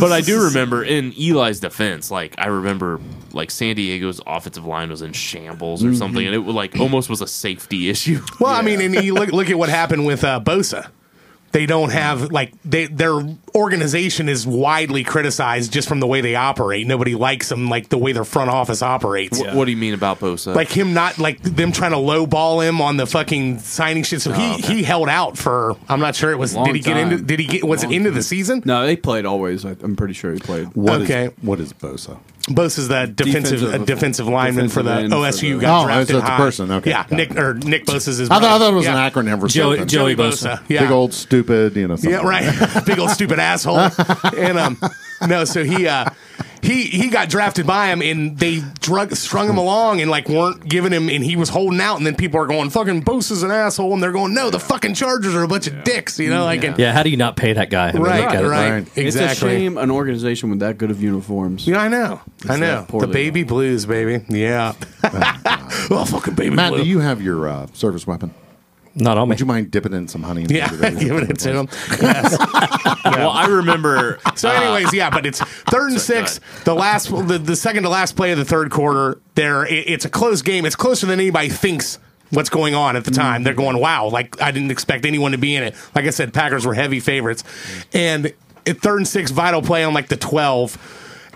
S6: But I do remember in Eli's defense, like I remember like San Diego's offensive line was in shambles or something,
S2: Mm-hmm.
S6: and it was like almost was a safety issue.
S2: Well, I mean, and you look look at what happened with uh, Bosa. They don't have like they their organization is widely criticized just from the way they operate. Nobody likes them like the way their front office operates.
S6: Wh- [LAUGHS] What do you mean about Bosa?
S2: Like him not like them trying to lowball him on the fucking signing shit. So
S4: Oh,
S2: he he held out for I'm not sure it was
S7: Long
S2: did he get
S7: time.
S2: into did he get was it into the season?
S7: No, they played always. I- I'm pretty sure he played.
S4: What is-
S2: Okay.
S4: what is Bosa?
S2: Bosa's is the defensive
S7: Defensive-
S2: a defensive lineman for the
S7: defensive end for
S2: OSU
S7: the-
S2: guy.
S4: Oh,
S2: drafted
S4: so it's a
S2: high.
S4: person. Okay,
S2: Yeah,
S4: got it.
S2: Nick or Nick Bosa's his.
S4: I thought, I thought it was
S2: yeah.
S4: an acronym for
S8: Joey-
S4: something.
S8: Joey Bosa.
S2: Yeah.
S4: Big old stupid, you know. Something.
S2: Yeah, right. [LAUGHS] Big old stupid asshole. And um, no, so he uh, he he got drafted by him, and they drug strung him along, and like weren't giving him, and he was holding out, and then people are going, "Fucking Bosa's an asshole," and they're going, "No, the fucking Chargers are a bunch of dicks," you know, like and,
S8: Yeah, how do you not pay that guy? I mean,
S2: right,
S8: look at
S2: right,
S8: it.
S2: exactly.
S7: It's a shame an organization with that good of uniforms.
S2: Yeah, I know. I know.
S7: that poorly
S2: The baby blues, baby. Yeah. [LAUGHS] oh, fucking baby
S4: Matt,
S2: blue.
S4: [LAUGHS] do you have your uh, service weapon?
S8: Not on me.
S4: Would you mind dipping in some honey? and
S2: yeah, [LAUGHS]
S4: give it over to
S2: giving
S4: the
S2: it to him.
S6: well, I
S2: [LAUGHS]
S6: remember.
S2: So, anyways, yeah, but it's third and six. The last, the, the second to last play of the third quarter. There, it, it's a close game. It's closer than anybody thinks. What's going on at the time? They're going, wow! Like I didn't expect anyone to be in it. Like I said, Packers were heavy favorites, and at third and six, vital play on like the twelve.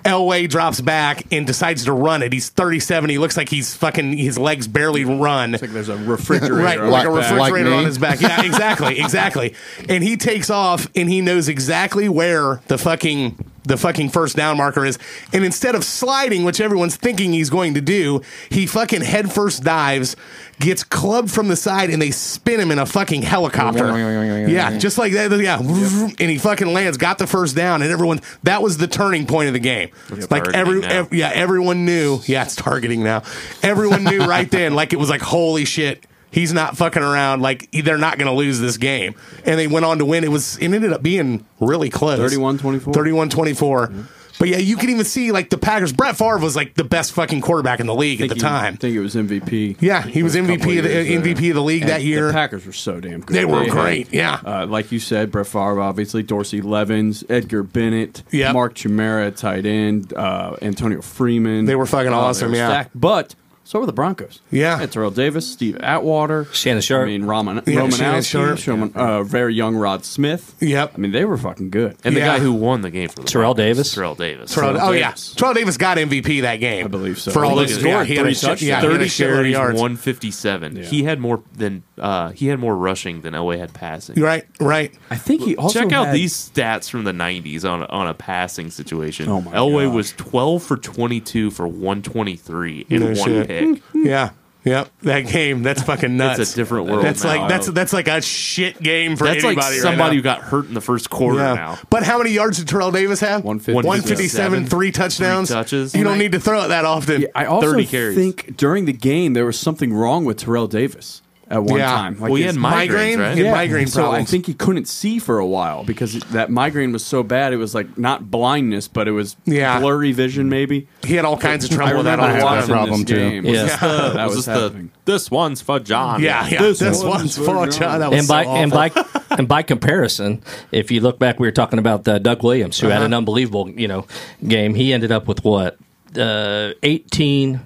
S2: Elway drops back and decides to run it. He's 37. He looks like he's fucking, his legs barely run.
S5: There's a refrigerator.
S7: [LAUGHS]
S2: Right,
S5: on
S2: like
S5: the
S2: a
S5: back.
S4: back.
S2: refrigerator
S4: Like
S2: on
S4: me.
S2: his back. Yeah, exactly, exactly. And he takes off, and he knows exactly where the fucking the fucking first down marker is. And instead of sliding, which everyone's thinking he's going to do, he fucking head first dives, gets clubbed from the side, and they spin him in a fucking helicopter. yeah, just like that. Yeah, and he fucking lands, got the first down, and everyone that was the turning point of the game. Like every,
S6: targeting now.
S2: ev- yeah, everyone knew. Yeah, it's targeting now. Everyone knew right then. Like it was like, holy shit, he's not fucking around. Like they're not going to lose this game. And they went on to win. It was. It ended up being really close.
S7: 31-24.
S2: 31-24. But yeah, you can even see like the Packers. Brett Favre was like the best fucking quarterback in the league at the
S7: think he-
S2: time.
S7: I think it was MVP.
S2: yeah, he was
S7: a couple
S2: MVP of the,
S7: years there.
S2: MVP of the league
S7: And
S2: that year.
S7: The Packers were so damn good.
S2: they were
S7: had,
S2: great. Yeah.
S7: Uh, like you said, Brett Favre, obviously, Dorsey Levens, Edgar Bennett,
S2: Yep.
S7: Mark Chimera, tight end, uh, Antonio Freeman. Oh,
S2: They were fucking awesome, yeah.
S7: But so were the Broncos.
S2: Yeah.
S7: And Terrell Davis, Steve Atwater,
S8: Shannon Sharp.
S7: I mean, Roman,
S2: Yeah, Shannon
S7: Romanowski,
S2: Sharp.
S7: Sherman, uh, very young Rod Smith.
S2: Yep.
S7: I mean, they were fucking good.
S6: and the
S2: Yeah.
S6: guy who won the game for the
S8: Terrell
S6: Broncos,
S8: Davis?
S6: Terrell Davis.
S2: Terrell, oh
S7: Davis.
S2: yeah, Terrell Davis got MVP that game. I
S7: believe so.
S2: For all
S7: He
S2: those yeah, he had a
S5: three
S2: shit- yeah, he had a
S6: Thirty
S2: shitload of
S6: carries,
S2: yards.
S6: one fifty-seven. He had more than uh, he had more rushing than Elway had passing.
S2: Right, right.
S7: I think he also
S6: Check out
S7: had-
S6: these stats from the '90s on on a passing situation.
S7: Oh my
S6: Elway
S7: gosh.
S6: was 12 for 22 for 123 in
S2: No
S6: one
S2: shit. Hmm.
S6: pick.
S2: Yeah. Yep. That game, that's fucking nuts.
S6: It's a different world.
S2: That's
S6: now.
S2: like that's that's like a shit game for
S6: that's like
S2: anybody. right
S6: somebody who
S2: now.
S6: got hurt in the first quarter.
S2: yeah.
S6: Now
S2: But how many yards did Terrell Davis have?
S7: 157.
S2: 157, three touchdowns.
S6: Three touches.
S2: You don't
S6: And I-
S2: need to throw it that often.
S7: I also
S6: 30 carries.
S7: think during the game there was something wrong with Terrell Davis at one
S2: Yeah.
S7: time.
S6: well, he had
S7: his-
S6: migraines,
S2: migraine?
S6: right?
S2: Yeah. migraine
S7: so
S2: problems.
S7: I think he couldn't see for a while because it- that migraine was so bad. It was like not blindness, but it was
S2: Yeah.
S7: blurry vision, maybe.
S2: he had all kinds of
S7: I
S2: trouble with that
S7: remember
S2: all the
S4: watching-
S2: time.
S7: watching
S4: problem,
S7: this
S4: too.
S7: game. [LAUGHS] Was
S8: Yeah.
S7: this the- that
S6: That
S7: was
S6: was Uh, the,
S7: happening.
S6: this one's for John.
S2: Yeah,
S6: [LAUGHS]
S2: yeah. This,
S6: This
S2: one's for John. That was
S8: and
S2: so
S8: by and
S2: awful.
S8: by
S2: [LAUGHS]
S8: and by comparison, if you look back, we were talking about uh, Doug Williams, who
S2: Uh-huh.
S8: had an unbelievable you know game. He ended up with what uh, eighteen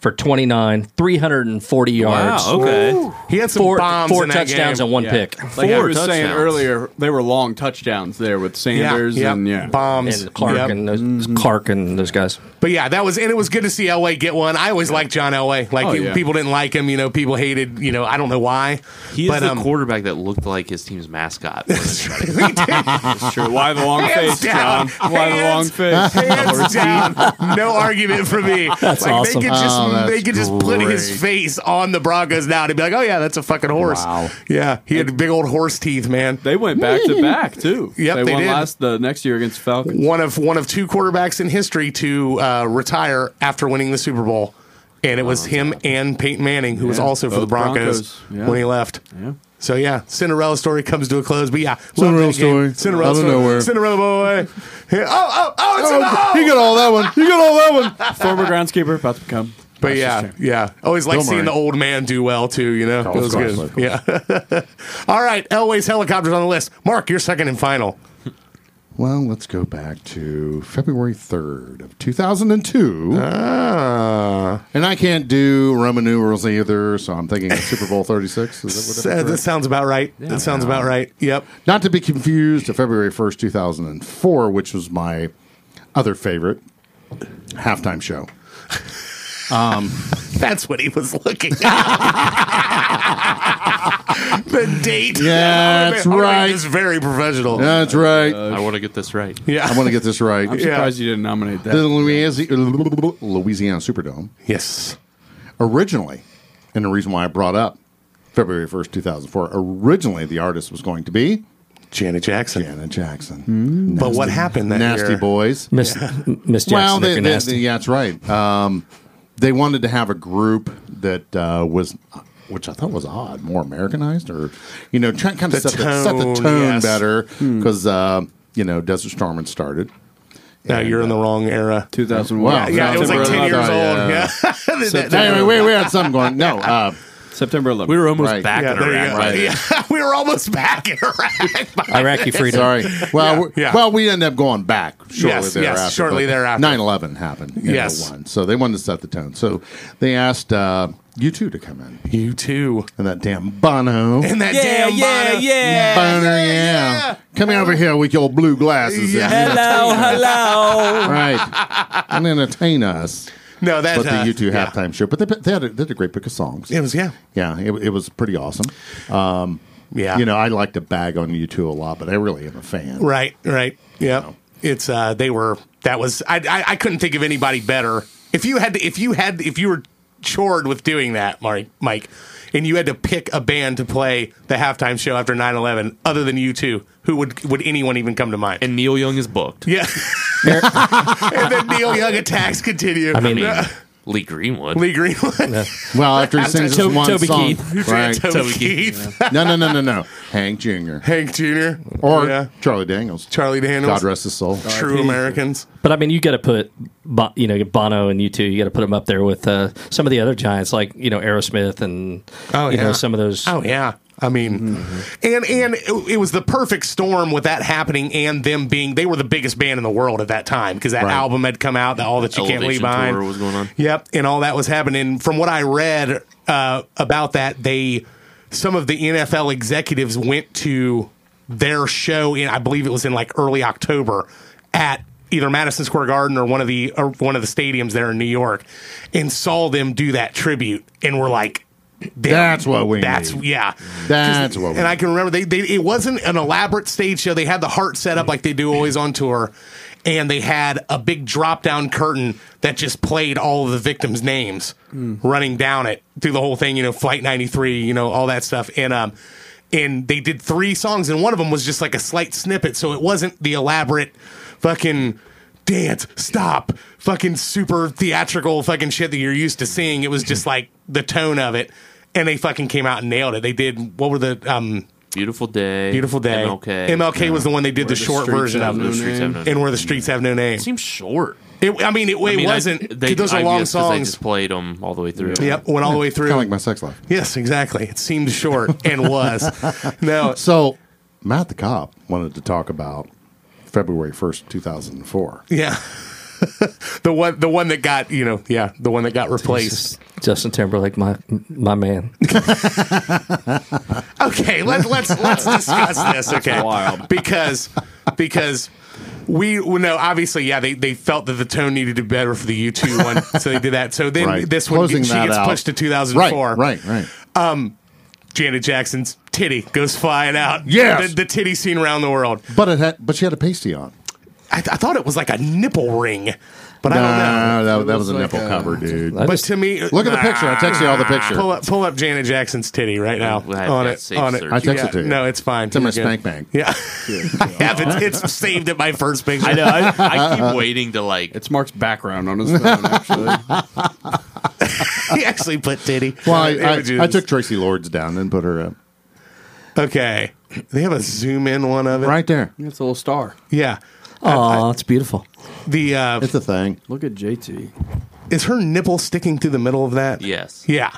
S8: for twenty nine, three hundred and forty yards,
S6: Wow. Okay.
S2: he had some
S8: four
S2: bombs
S8: four
S2: in that
S8: touchdowns
S2: game.
S8: and one pick.
S7: Like I
S6: Four
S7: was saying
S6: touchdowns.
S7: earlier, they were long touchdowns there with Sanders
S2: yeah,
S7: and yeah.
S2: bombs.
S8: And Clark
S2: Yep. Mm-hmm.
S8: and those, Clark and those guys.
S2: But yeah, that was and it was good to see Elway get one. I always liked John Elway. Like
S7: Oh,
S2: it-
S7: yeah.
S2: people didn't like him, you know. People hated, you know. I don't know why.
S6: He is
S2: but,
S6: the
S2: um,
S6: quarterback that looked like his team's [LAUGHS] mascot.
S2: [LAUGHS] he did.
S7: Sure, Why the long
S2: Hands
S7: face,
S2: down.
S7: John? Why the long
S2: Hands-
S7: face?
S2: Hands down. No argument for me. That's like,
S8: awesome.
S2: They could just,
S4: Oh, that's
S2: they could just put his
S4: great.
S2: face on the Broncos now to be like, oh, yeah, that's a fucking horse.
S4: Wow.
S2: Yeah. He had big old horse teeth, man.
S7: They went back to back too.
S2: Yep,
S7: they,
S2: they
S7: won
S2: did.
S7: last the next year against Falcons.
S2: One of one of two quarterbacks in history to uh, retire after winning the Super Bowl. And it was him and Peyton Manning, who was
S7: Yeah,
S2: also for
S7: both
S2: the Broncos,
S7: Broncos. Yeah.
S2: when he left.
S7: Yeah.
S2: So yeah, Cinderella story comes to a close. But yeah, love
S4: Cinderella
S2: that game.
S4: story.
S2: Cinderella
S4: Out of
S2: story.
S4: nowhere.
S2: Cinderella boy. [LAUGHS] Yeah, Oh oh oh! It's in the hole!
S4: he got all that one. He got all that one.
S7: Former groundskeeper about to become.
S2: But yeah, yeah. Always like
S4: Don't
S2: seeing
S4: worry.
S2: the old man do well too. You know, it was
S4: course,
S2: good.
S4: of course.
S2: [LAUGHS] Yeah. All right, Elway's helicopters on the list. Mark, you're second and final.
S4: Well, let's go back to February 3rd of 2002.
S2: Ah,
S4: and I can't do Roman numerals either, so I'm thinking of Super Bowl 36. Is that
S2: that,
S4: what
S2: that
S4: that
S2: sounds about right. that sounds about right. Yep.
S4: Not to be confused to February 1st, 2004, which was my other favorite halftime show.
S2: That's what he was looking at.
S4: [LAUGHS]
S2: the date.
S4: Yeah, that's right.
S2: It's very professional.
S4: That's right.
S6: I want to get this right.
S4: I want to get this right.
S7: I'm surprised you didn't nominate
S4: The
S7: that.
S4: Louisiana, Louisiana Superdome.
S2: yes.
S4: originally, and the reason why I brought up February 1st, 2004, originally the artist was going to be
S2: Janet Jackson.
S4: Janet Jackson.
S2: But what happened Hmm. that
S4: Nasty
S2: year?
S4: Boys.
S8: Miss Miss Jackson.
S4: Well,
S8: if
S4: they,
S8: you're
S4: they-
S8: nasty.
S4: they- yeah, that's right. Um, they wanted to have a group that uh, was, which I thought was odd, more Americanized or, you know, trying to kind of
S2: The
S4: set, the, set the
S2: tone,
S4: tone
S2: yes. Hmm.
S4: better because, you know, Desert Storm had started. uh,
S2: Now you're in the wrong era.
S7: 2001.
S4: Wow.
S2: Yeah, it was like 10
S4: September
S2: years old.
S4: 11th, yeah.
S2: Yeah. [LAUGHS] That- that-
S4: anyway, we, we had something
S2: [LAUGHS]
S4: going. No, uh,
S7: September 11th.
S6: We were almost
S4: Right.
S6: back
S2: yeah,
S6: in
S2: there you
S6: Iraq.
S2: go.
S6: Right?
S2: Yeah, [LAUGHS] we were almost back in Iraq. [LAUGHS]
S8: Iraqi freedom.
S4: Sorry. Well, we're-
S2: yeah.
S4: well, we ended up going back shortly
S2: Yes, yes,
S4: thereafter.
S2: shortly thereafter.
S4: 9-11 happened. in
S2: Yes.
S4: 01. So they wanted to set the tone. So they asked uh, you two to come in.
S2: you too.
S4: And that damn Bono.
S2: And that
S5: Yeah,
S2: damn
S5: yeah,
S2: Bono.
S5: yeah.
S4: Bono, yeah. Come over here with your blue glasses.
S2: Yeah.
S5: Hello, hello.
S4: Right. and entertain us.
S2: No, that
S4: But the
S2: uh,
S4: U2
S2: yeah.
S4: halftime show. But they, they, had a, they had a great pick of songs.
S2: It was yeah,
S4: Yeah, it, it was pretty awesome. Um,
S2: yeah.
S4: You know, I like to bag on U2 a lot, but I really am a fan.
S2: right, right. Yeah, it's uh, they were. That was I, I. I couldn't think of anybody better. If you had, to, if you had, if you were chored with doing that, Mike, Mike, and you had to pick a band to play the halftime show after 9-11 other than you two, who would would anyone even come to mind?
S6: And Neil Young is booked.
S2: yeah. [LAUGHS] and then Neil Young attacks continue.
S8: I mean,
S2: Uh,
S6: Lee Greenwood.
S2: Lee Greenwood, [LAUGHS]
S4: Well, after he sings this
S8: To-
S4: one
S8: Toby
S4: song,
S8: Keith.
S4: right?
S2: Toby,
S6: Toby
S2: Keith,
S4: No, no, no, no, no. Hank Jr.
S2: Hank Jr.,
S4: or
S2: yeah.
S4: Charlie Daniels.
S2: Charlie Daniels,
S4: God rest his soul.
S2: True Americans.
S8: But I mean, you got to put, Bo- you know, Bono and you two. You got to put them up there with uh, some of the other giants, like you know Aerosmith and
S2: Oh,
S8: you
S2: yeah.
S8: know some of those.
S2: Oh yeah. I mean,
S4: Mm-hmm.
S2: and and it, it was the perfect storm with that happening and them being they were the biggest band in the world at that time because that album had come out, the All That You Can't Leave
S6: Elevation
S2: Behind.
S6: tour was going on.
S2: Yep, and all that was happening. From what I read uh, about that, they some of the NFL executives went to their show in I believe it was in like early October at either Madison Square Garden or one of the or one of the stadiums there in New York, and saw them do that tribute, and were like. "Damn,
S4: That's what we
S2: That's
S4: need."
S2: yeah.
S4: That's what we
S2: And I can remember they, they it wasn't an elaborate stage show. They had the heart set up like they do always on tour, and they had a big drop down curtain that just played all of the victims' names running down it through the whole thing. You know, Flight ninety three. You know, all that stuff. And um, and they did three songs, and one of them was just like a slight snippet, so it wasn't the elaborate fucking dance, stop, fucking super theatrical fucking shit that you're used to seeing. It was just like the tone of it. And they fucking came out and nailed it. They did what were the um
S6: Beautiful day.
S2: beautiful day?
S6: MLK.
S2: MLK was the one they did the, short
S7: Streets
S2: version
S7: Have
S2: of
S7: No
S6: Those streets have no
S2: and where the streets have no name.
S6: It seems short.
S2: It, I mean, it, it
S6: I mean, I-
S2: wasn't.
S6: they-
S2: those are
S6: I
S2: long
S6: guess 'cause They
S2: songs.
S6: just played them all the way through.
S2: Yep, went all the way through.
S4: Kind of like my sex life.
S2: yes, exactly. It seemed
S4: [LAUGHS]
S2: short and was. No,
S4: So, Matt the Cop wanted to talk about February 1st, 2004.
S2: yeah. [LAUGHS] the one, the one that got you know, yeah, the one that got replaced.
S8: Justin Timberlake, my my man.
S2: Okay, let's let's let's discuss this. Okay,
S7: wild.
S2: because because we well, no obviously yeah they, they felt that the tone needed to be better for the U two one so they did that. So then
S4: Right.
S2: this one
S4: Closing
S2: she
S4: that
S2: gets
S4: out.
S2: pushed to two thousand
S4: Right,
S2: four.
S4: right, right.
S2: Janet Jackson's titty goes flying out.
S4: Yes.
S2: the, the titty scene around the world.
S4: But it had, but she had a pasty on.
S2: I, th- I thought it was like a nipple ring, but I don't know.
S4: Nah, that, that was,
S7: was
S4: a
S7: like
S2: uh,
S4: nipple
S7: a-
S4: cover, dude.
S8: I
S2: But
S8: just-
S2: to me,
S4: Look at the picture. I text you all the picture.
S2: Pull up, pull up Janet Jackson's titty right now
S6: Well, I have
S2: on
S6: that
S2: it.
S6: saved
S2: On it.
S6: search.
S4: I text it to you.
S2: No, it's fine.
S4: It's in my
S2: You're good.
S4: spank bank.
S2: Yeah, [LAUGHS] I have it. It's saved at my first picture.
S6: I
S2: [LAUGHS]
S6: know. I, I keep waiting to like.
S7: It's Mark's background on his
S5: [LAUGHS]
S7: phone, actually.
S2: he actually put titty.
S4: Well, I, I, I
S2: images.
S4: took Tracy Lords down and put her up.
S2: Okay, they have a zoom in one of it.
S4: Right there.
S7: It's a little star.
S2: Yeah.
S8: Oh, it's beautiful.
S2: The uh,
S4: It's a thing.
S7: Look at JT.
S2: is her nipple sticking through the middle of that?
S6: Yes.
S2: Yeah.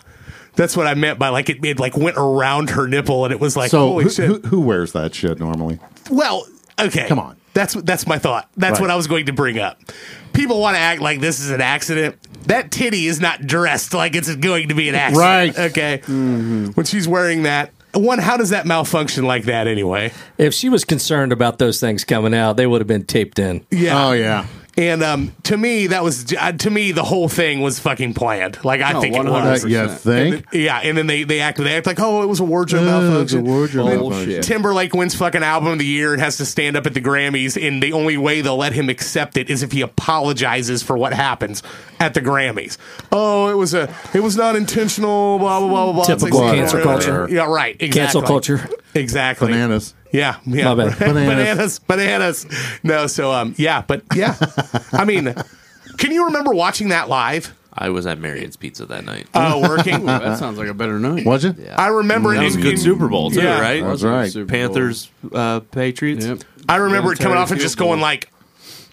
S2: That's what I meant by like it, it like went around her nipple and it was like
S4: so,
S2: holy
S4: who,
S2: shit.
S4: who, who wears that shit normally?
S2: well, Okay.
S4: Come on.
S2: That's that's my thought. That's
S4: Right.
S2: what I was going to bring up. People want to act like this is an accident. That titty is not dressed like it's going to be an accident.
S4: Right. Mm-hmm.
S2: Okay. When she's wearing that, one, how does that malfunction like that anyway?
S8: If she was concerned about those things coming out, they would have been taped in.
S2: Yeah.
S4: Oh yeah.
S2: Uh, And um, to me, that was uh, to me the whole thing was fucking planned. Like I
S7: Oh,
S2: think it
S7: 100%.
S2: was.
S4: That you think?
S2: Yeah, and then they they act they act like oh it was a wardrobe
S4: Oh, it's a
S2: malfunction.
S4: wardrobe
S2: And then
S7: malfunction.
S2: Timberlake wins fucking album of the year and has to stand up at the Grammys, and the only way they'll let him accept it is if he apologizes for what happens at the Grammys. Oh, it was a it was not intentional. Blah blah blah blah. blah. It's
S8: Typical
S2: like,
S8: cancel
S2: yeah,
S8: culture.
S2: Yeah, right. Exactly.
S8: Cancel culture.
S2: Exactly.
S4: Bananas.
S2: Yeah, yeah. [LAUGHS]
S8: My bad.
S2: bananas, bananas. No, so um, yeah, but
S6: [LAUGHS]
S2: yeah. I mean, can you remember watching that live?
S6: I was at Marion's Pizza that night.
S2: Uh, working.
S6: [LAUGHS]
S5: Uh-huh.
S7: That sounds like a better night.
S4: Was it?
S6: Yeah.
S2: I remember
S6: that
S2: it
S6: was a
S2: in-
S6: good
S2: in-
S6: Super Bowl too,
S2: Yeah.
S6: right?
S4: That's right.
S7: Super Bowl.
S6: Panthers, uh, Patriots.
S7: Yep.
S2: I remember it coming
S7: Terry
S2: off and
S7: Field
S2: just going
S7: goal.
S2: like,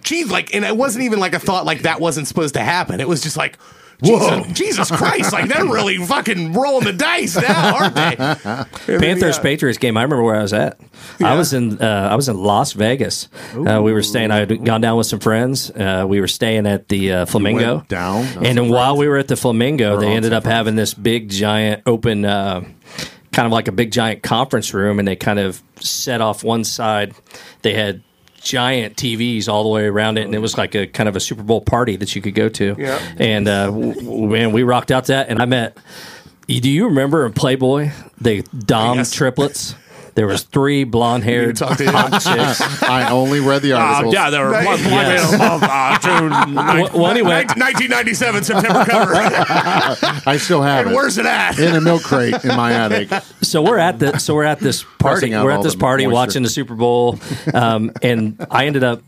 S2: "Geez," like, and it wasn't even like a thought like that wasn't supposed to happen. It was just like, "Jesus, [LAUGHS] Jesus Christ!" Like they're really fucking rolling the dice now, aren't they?
S8: Panthers Patriots game. I remember where I was at. I was in uh, I was in Las Vegas. Uh, we were staying. I had gone down with some friends. Uh, we were staying at the uh, Flamingo
S4: went down? No,
S8: and then while we were at the Flamingo, they
S4: on
S8: ended up having this big giant open, uh, kind of like a big giant conference room, and they kind of set off one side. They had giant TVs all the way around it, and it was like a kind of a Super Bowl party that you could go to.
S2: Yeah.
S8: And uh, w- w- man, we rocked out to that, and I met. Do you remember in Playboy the Dom
S2: Yes.
S8: triplets? There was three blonde haired
S2: Talk to Uh, you.
S4: I only read
S2: Oh,
S4: the articles.
S2: there were
S1: one- one
S2: uh,
S8: [LAUGHS] well, well, anyway,
S2: 1997 September [LAUGHS] cover.
S4: I still have
S2: and
S4: it.
S2: where's it at?
S4: in a milk crate in my [LAUGHS] attic.
S8: so we're at the so we're at this
S4: Pressing
S8: party.
S4: out
S8: We're
S4: all
S8: at this
S4: the
S8: party
S4: moisture.
S8: watching the Super Bowl, um, and I ended up.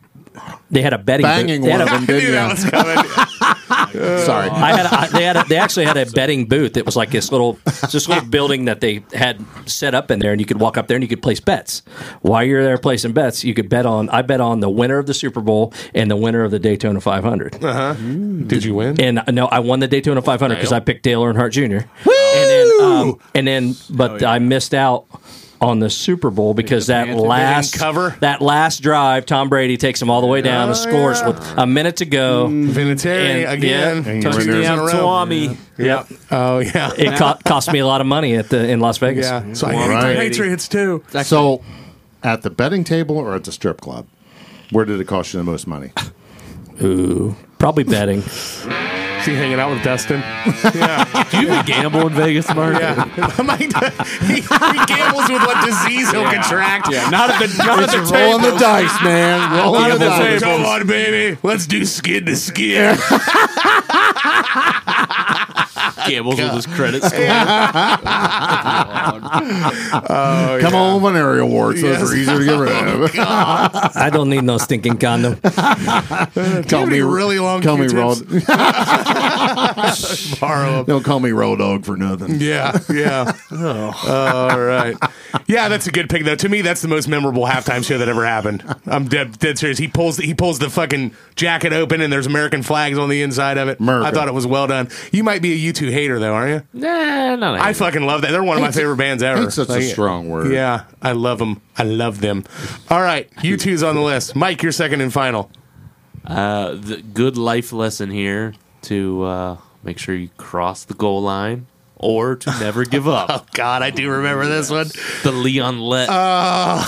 S8: They had a betting. booth.
S4: Banging
S8: They had
S4: one
S8: a-
S4: of
S2: [LAUGHS]
S4: them,
S2: I knew that
S4: didn't
S2: was coming.
S4: you? Sorry.
S8: I had. A, I, they had. A, they actually had a betting booth. It was like this little, this little building that they had set up in there, and you could walk up there and you could place bets. While you're there placing bets, you could bet on. I bet on the winner of the Super Bowl and the winner of the Daytona 500.
S2: Did you win?
S8: And no, I won the Daytona 500 because
S6: Dale.
S8: I picked Dale Earnhardt Jr. And then, um, and then, but I missed out on the Super Bowl because that
S7: Panthers.
S8: last
S2: They didn't cover?
S8: that last drive, Tom Brady takes him all the way down and scores with a minute to go.
S2: Vinatieri
S8: And-
S2: Mm. again.
S8: yeah.
S2: Two years in a row.
S8: Yep,
S2: Oh yeah.
S8: it co- cost me a lot of money at the in Las Vegas.
S2: Yeah. So I hate
S4: Right.
S2: the Patriots too.
S4: So, at the betting table or at the strip club, where did it cost you the most money?
S8: Ooh, probably betting.
S2: Is he hanging out with Dustin?
S5: Do you even gamble in Vegas, Mark?
S2: [LAUGHS] Yeah. Mike, he, he gambles with what disease he'll contract. Yeah.
S5: Not at the not at the
S4: [LAUGHS] Rolling the dice, [LAUGHS] man. Rolling the
S5: the
S4: dice.
S5: tables.
S2: Come on, baby. Let's do skin to skin.
S6: Gambles with his credit score.
S4: Come on, Veneria awards. Those
S2: Yes.
S4: are easier to get rid [LAUGHS] of.
S8: I don't need no stinking condom.
S4: call
S2: Give me really long
S4: Call me raw.
S2: Q-tips. [LAUGHS] Borrow 'em.
S4: Don't call me raw dog for nothing.
S2: Yeah, [LAUGHS] yeah. All right. Oh. Yeah, that's a good pick though. To me, that's the most memorable halftime show that ever happened. I'm dead, dead serious. He pulls he pulls the fucking jacket open and there's American flags on the inside of it.
S4: America.
S2: I thought it was well done. You might be a U2 hater though, aren't you?
S6: [LAUGHS] nah, not a
S2: I fucking love that. They're one of my
S4: Hate's-
S2: favorite bands ever.
S4: hate's such a strong word.
S2: Yeah, I love them. I love them. All right, U2's on the list. Mike, you're second and final.
S6: Uh, the good life lesson here to uh, make sure you cross the goal line or to never [LAUGHS] give up.
S2: God, I do remember this one.
S6: the Leon Let.
S2: Uh,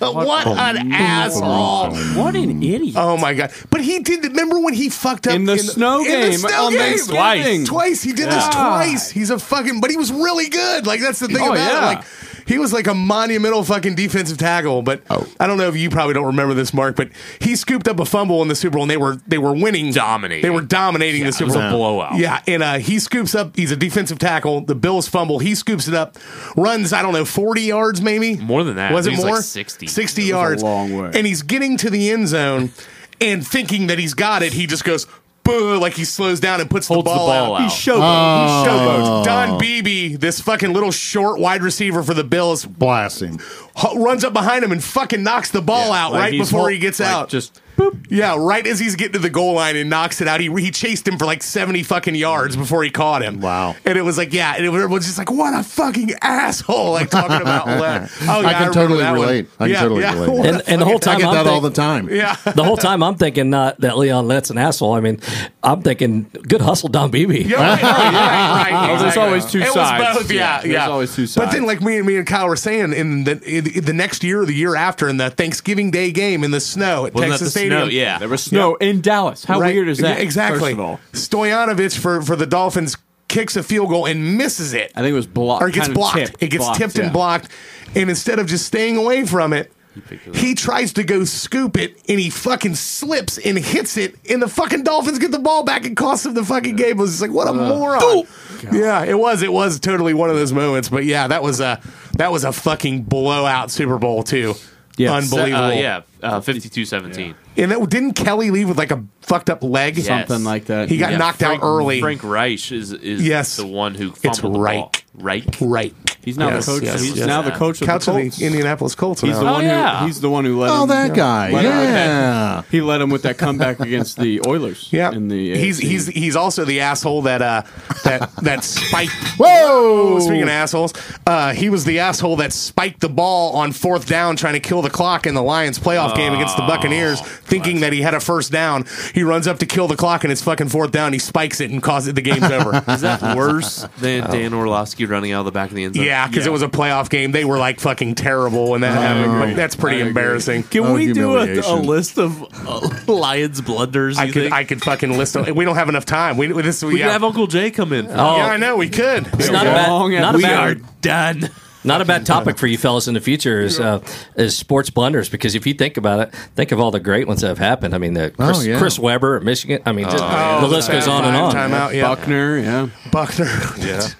S2: What an asshole!
S7: What an idiot!
S2: Oh my god! But he did. Remember when he fucked up
S7: In the snow
S2: in
S7: game, on Thanksgiving.
S2: Twice, twice. He did this
S7: Yeah.
S2: twice. He's a fucking. But he was really good. Like that's the thing
S7: Oh,
S2: about
S7: yeah.
S2: it. Like he was like a monumental fucking defensive tackle. But I don't know if you probably don't remember this, Mark. But he scooped up a fumble in the Super Bowl, and they were they were winning.
S6: Dominating.
S2: They were dominating the
S6: it
S2: Super
S6: was a
S2: Bowl
S6: blowout.
S2: Yeah, and uh, he scoops up. He's a defensive tackle. The Bills fumble. He scoops it up, runs. I don't know, forty yards maybe.
S6: More than that.
S2: Was
S6: I
S2: it
S6: think it was
S2: more?
S6: like 60.
S2: 60
S7: a
S2: yards.
S7: long way.
S2: And he's getting to the end zone and thinking that he's got it. He just goes, boo, like he slows down and puts
S6: Holds
S2: the ball, out.
S6: out.
S2: He showboats. Don Beebe, this fucking little short wide receiver for the Bills,
S4: Blast him.
S2: hu- runs up behind him and fucking knocks the ball out
S7: Like,
S2: right
S7: he's
S2: before
S7: hol-
S2: he gets
S7: like,
S2: out.
S7: Just
S2: yeah, right as he's getting to the goal line and knocks it out. He he chased him for like seventy fucking yards before he caught him.
S4: Wow.
S2: And it was like, yeah, and it was just like, what a fucking asshole! Like talking
S4: [LAUGHS]
S2: about. Lev. Oh, yeah,
S4: I can
S2: remember
S4: totally
S2: that one.
S4: relate. I can
S2: Yeah,
S4: totally
S2: yeah.
S4: relate.
S2: What
S8: And,
S2: a
S8: and the whole
S2: fucking-
S4: I
S8: time
S4: get
S8: I'm
S4: that all
S8: think-
S4: the time.
S2: Yeah.
S8: the whole time I'm thinking not that Leon Lett's an asshole. I mean, I'm thinking good hustle, Don Beebe.
S2: [LAUGHS] Yeah, right, right, right,
S5: [LAUGHS]
S2: right,
S5: Oh, there's
S2: exactly.
S5: always two
S2: it
S5: sides.
S2: Was both, yeah,
S5: Yeah,
S2: yeah.
S5: there's always two
S2: But then,
S5: sides.
S2: like me and me and Kyle were saying, in the in the next year or the year after, in the Thanksgiving Day game in the snow at
S6: Wasn't that
S2: Texas
S6: the
S2: Stadium,
S6: snow? Yeah.
S5: There was snow in Dallas. How
S2: Right?
S5: weird is that?
S2: Yeah, Exactly.
S5: First of all,
S2: Stojanovic for for the Dolphins kicks a field goal and misses it,
S7: I think it was blocked.
S2: or it gets
S7: kind of
S2: blocked.
S7: tipped,
S2: it gets
S7: blocked,
S2: tipped
S7: yeah.
S2: and blocked, and instead of just staying away from it. He tries to go scoop it and he fucking slips and hits it and the fucking Dolphins get the ball back and costs him the fucking game. It was just like what a moron. Yeah, it was. It was totally one of those moments. But yeah, that was a that was a fucking blowout Super Bowl too.
S7: Yeah.
S2: unbelievable.
S6: Uh, yeah, uh, 52-17.
S2: and that, didn't Kelly leave with like a fucked up leg?
S6: Yeah.
S7: Something like that.
S2: He got
S6: Yeah,
S2: knocked
S6: Frank-
S2: out early.
S6: Frank Reich is, is
S2: Yes.
S6: the one who fumbled the ball.
S2: Reich.
S6: Reich.
S2: Right.
S7: He's now
S2: Yes,
S7: the coach.
S2: yes,
S7: he's
S2: yes.
S7: now the coach of
S2: Couch
S7: the
S2: of
S7: Colts.
S2: the Indianapolis Colts.
S7: He's
S2: now.
S7: the one
S6: yeah.
S7: who he's the one who let
S4: Oh,
S7: him.
S4: that guy.
S7: Let him have
S4: Yeah.
S7: He led him with that comeback against the
S2: [LAUGHS]
S7: Oilers.
S2: Yeah,
S7: in the
S2: he's
S7: AFC.
S2: he's he's also the asshole that uh that
S8: [LAUGHS]
S2: that spiked.
S4: Whoa!
S2: Speaking of assholes, uh, he was the asshole that spiked the ball on fourth down, trying to kill the clock in the Lions playoff game against the
S8: Oh,
S2: Buccaneers, thinking that he had a first down. He runs up to kill the clock, and it's fucking fourth down. He spikes it and causes the game's
S8: [LAUGHS]
S2: over.
S6: Is that worse than Dan Orlovsky running out of the back of the end zone?
S2: Yeah, because it was a playoff game. They were like fucking terrible when that happened. But that's pretty embarrassing.
S6: Can
S4: Oh,
S6: we do a, a
S4: humiliation.
S6: list of uh, [LAUGHS] Lions blunders?
S2: I
S6: you
S2: could
S6: think?
S2: I could fucking list. Them. We don't have enough time. We this
S6: we
S2: yeah.
S6: could have Uncle Jay come in. for-
S8: Oh,
S2: yeah, I know we could.
S8: it's not a bad,
S7: Long as
S8: not a
S7: we
S8: bad,
S7: are
S6: done.
S8: not a bad topic for you fellas in the future is uh, is sports blunders because if you think about it, think of all the great ones that have happened. I mean, the Chris,
S4: Oh, yeah. Oh,
S8: Chris Weber at Michigan. I mean, just, the list goes on and on.
S2: Timeout, yeah.
S7: Buckner. Yeah,
S2: Buckner.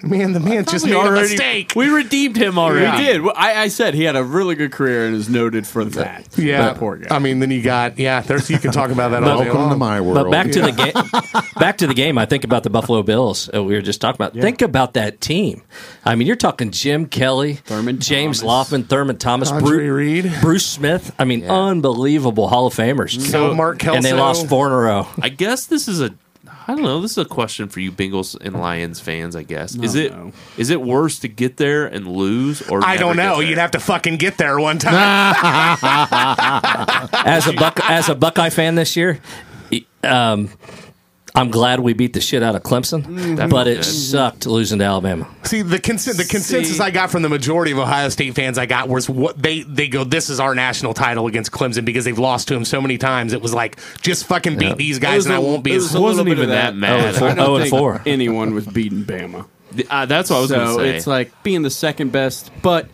S2: [LAUGHS] Man, the man just made a mistake.
S6: We redeemed him
S7: he
S6: already.
S7: did. Well, I, I said he had a really good career and is noted for that.
S2: Yeah,
S7: that poor guy.
S2: I mean, then you got yeah. There's you can talk about that all day
S4: Welcome to
S2: long.
S4: my world.
S8: But back to the game.
S2: [LAUGHS]
S8: back to the game. I think about the Buffalo Bills. uh, we were just talking about. Think about that team. I mean, you're talking Jim Kelly,
S7: Thurman
S8: James
S7: Thomas.
S8: Laughlin, Thurman Thomas,
S2: Andre
S8: Bruce,
S2: Reed. Mm-hmm.
S8: Bruce Smith. I mean, unbelievable Hall of Famers.
S2: So Mark Kelso.
S8: and they lost four in a row.
S6: I guess this is a. I don't know. This is a question for you Bengals and Lions fans. I guess is it is
S7: no.
S6: it worse to get there and lose or
S2: I don't know. You'd have to fucking get there one time.
S8: As a Buck, as a Buckeye fan this year, e- um, I'm glad we beat the shit out of Clemson,
S2: Mm-hmm.
S6: That
S8: but
S6: felt
S8: it
S6: good.
S8: sucked losing to Alabama.
S2: See the consen- the consensus I got from the majority of Ohio State fans I got was what they they go. This is our national title against Clemson because they've lost to him so many times. It was like just fucking beat these
S7: It
S2: guys
S7: was
S2: and I
S7: a-
S2: I won't be
S7: it
S2: as
S7: was a little
S6: wasn't
S7: bit of
S6: even that mad.
S7: I don't
S8: Oh, and
S7: think
S8: four.
S7: Anyone was beating Bama.
S6: Uh, that's what I was
S7: so
S6: going to say.
S7: it's like being the second best, but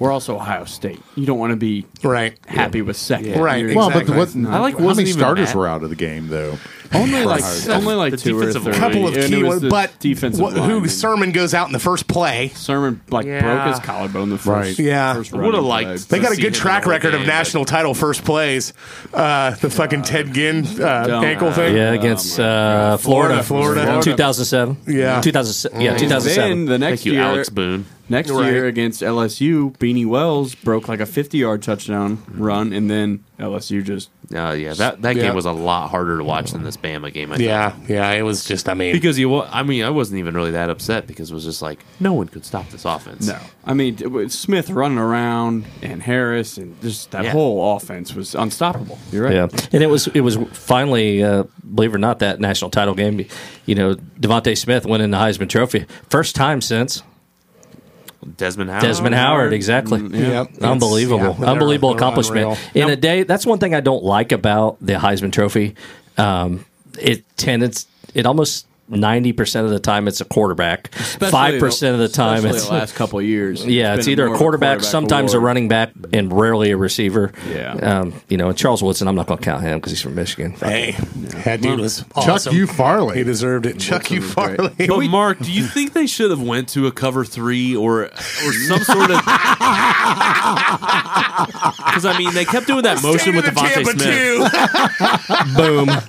S7: we're also Ohio State. You don't want to be
S2: right.
S7: happy with second.
S2: Right.
S7: You're-
S4: well,
S2: Exactly.
S4: but what,
S7: I
S6: like
S4: how
S6: wasn't
S4: many
S6: even
S4: starters
S6: that.
S4: were out of the game though.
S7: only like
S4: Ohio
S7: only like
S6: The
S7: two or
S6: defensive
S7: three.
S2: Couple of
S7: And it
S2: key
S7: was
S2: ones,
S7: the
S2: but
S7: defensive
S2: wh- who
S7: lineman.
S2: Sermon goes out in the first play.
S7: Sermon like
S2: Yeah.
S7: broke his collarbone the
S4: Right.
S7: first.
S2: Yeah.
S7: first
S6: I would've
S7: running
S6: liked
S7: play.
S6: to
S2: They got a
S6: see him in
S2: good
S6: the
S2: track
S6: whole
S2: record
S6: game,
S2: of
S6: but-
S2: national title first plays. Uh, the fucking Ted Ginn uh,
S7: Dumb.
S2: ankle thing.
S8: Yeah, against uh, Florida,
S2: Oh, Florida. Florida.
S8: 2007.
S2: Yeah. Mm-hmm.
S8: 2007. Yeah,
S7: Then
S8: 2007.
S7: the next
S6: Thank you,
S7: year,
S6: Alex Boone.
S7: next
S2: Right.
S7: year against LSU, Beanie Wells broke like a 50-yard touchdown run, and then LSU just
S6: Uh, yeah, that that
S2: Yeah.
S6: game was a lot harder to watch than this Bama game. I think.
S2: Yeah, yeah. It was just, I mean,
S6: Because you, wa- I mean, I wasn't even really that upset because it was just like no one could stop this offense.
S7: No, I mean it was Smith running around and Harris and just that
S6: Yeah.
S7: whole offense was unstoppable. You're right.
S8: Yeah, and it was it was finally, uh, believe it or not, that national title game. You know, Devonte Smith winning the Heisman Trophy, first time since
S6: Desmond Howard.
S8: Desmond Howard. Exactly.
S2: yeah.
S8: Unbelievable,
S2: Yeah,
S8: unbelievable
S2: they're- they're
S8: accomplishment
S2: unreal.
S8: in a day. That's one thing I don't like about the Heisman Trophy. Um, it tends, it almost ninety percent of the time it's a quarterback, five percent of the time
S7: especially
S8: it's
S7: the last couple of years.
S8: Yeah, it's
S7: been
S8: either
S7: more
S8: a
S7: of
S8: quarterback, sometimes
S7: award.
S8: a running back, and rarely a receiver.
S7: Yeah.
S8: Um, you know, and Charles Woodson, I'm not going to count him because he's from Michigan.
S2: hey, that dude was
S4: Chuck
S2: awesome.
S4: U. Farley.
S2: He deserved it. Chuck U.
S7: Woodson was
S2: Farley.
S6: But Mark,
S7: [LAUGHS]
S6: do you think they should have went to a cover three or or some sort of? Because I mean, they kept doing that motion with Devontae Smith.
S2: Boom. I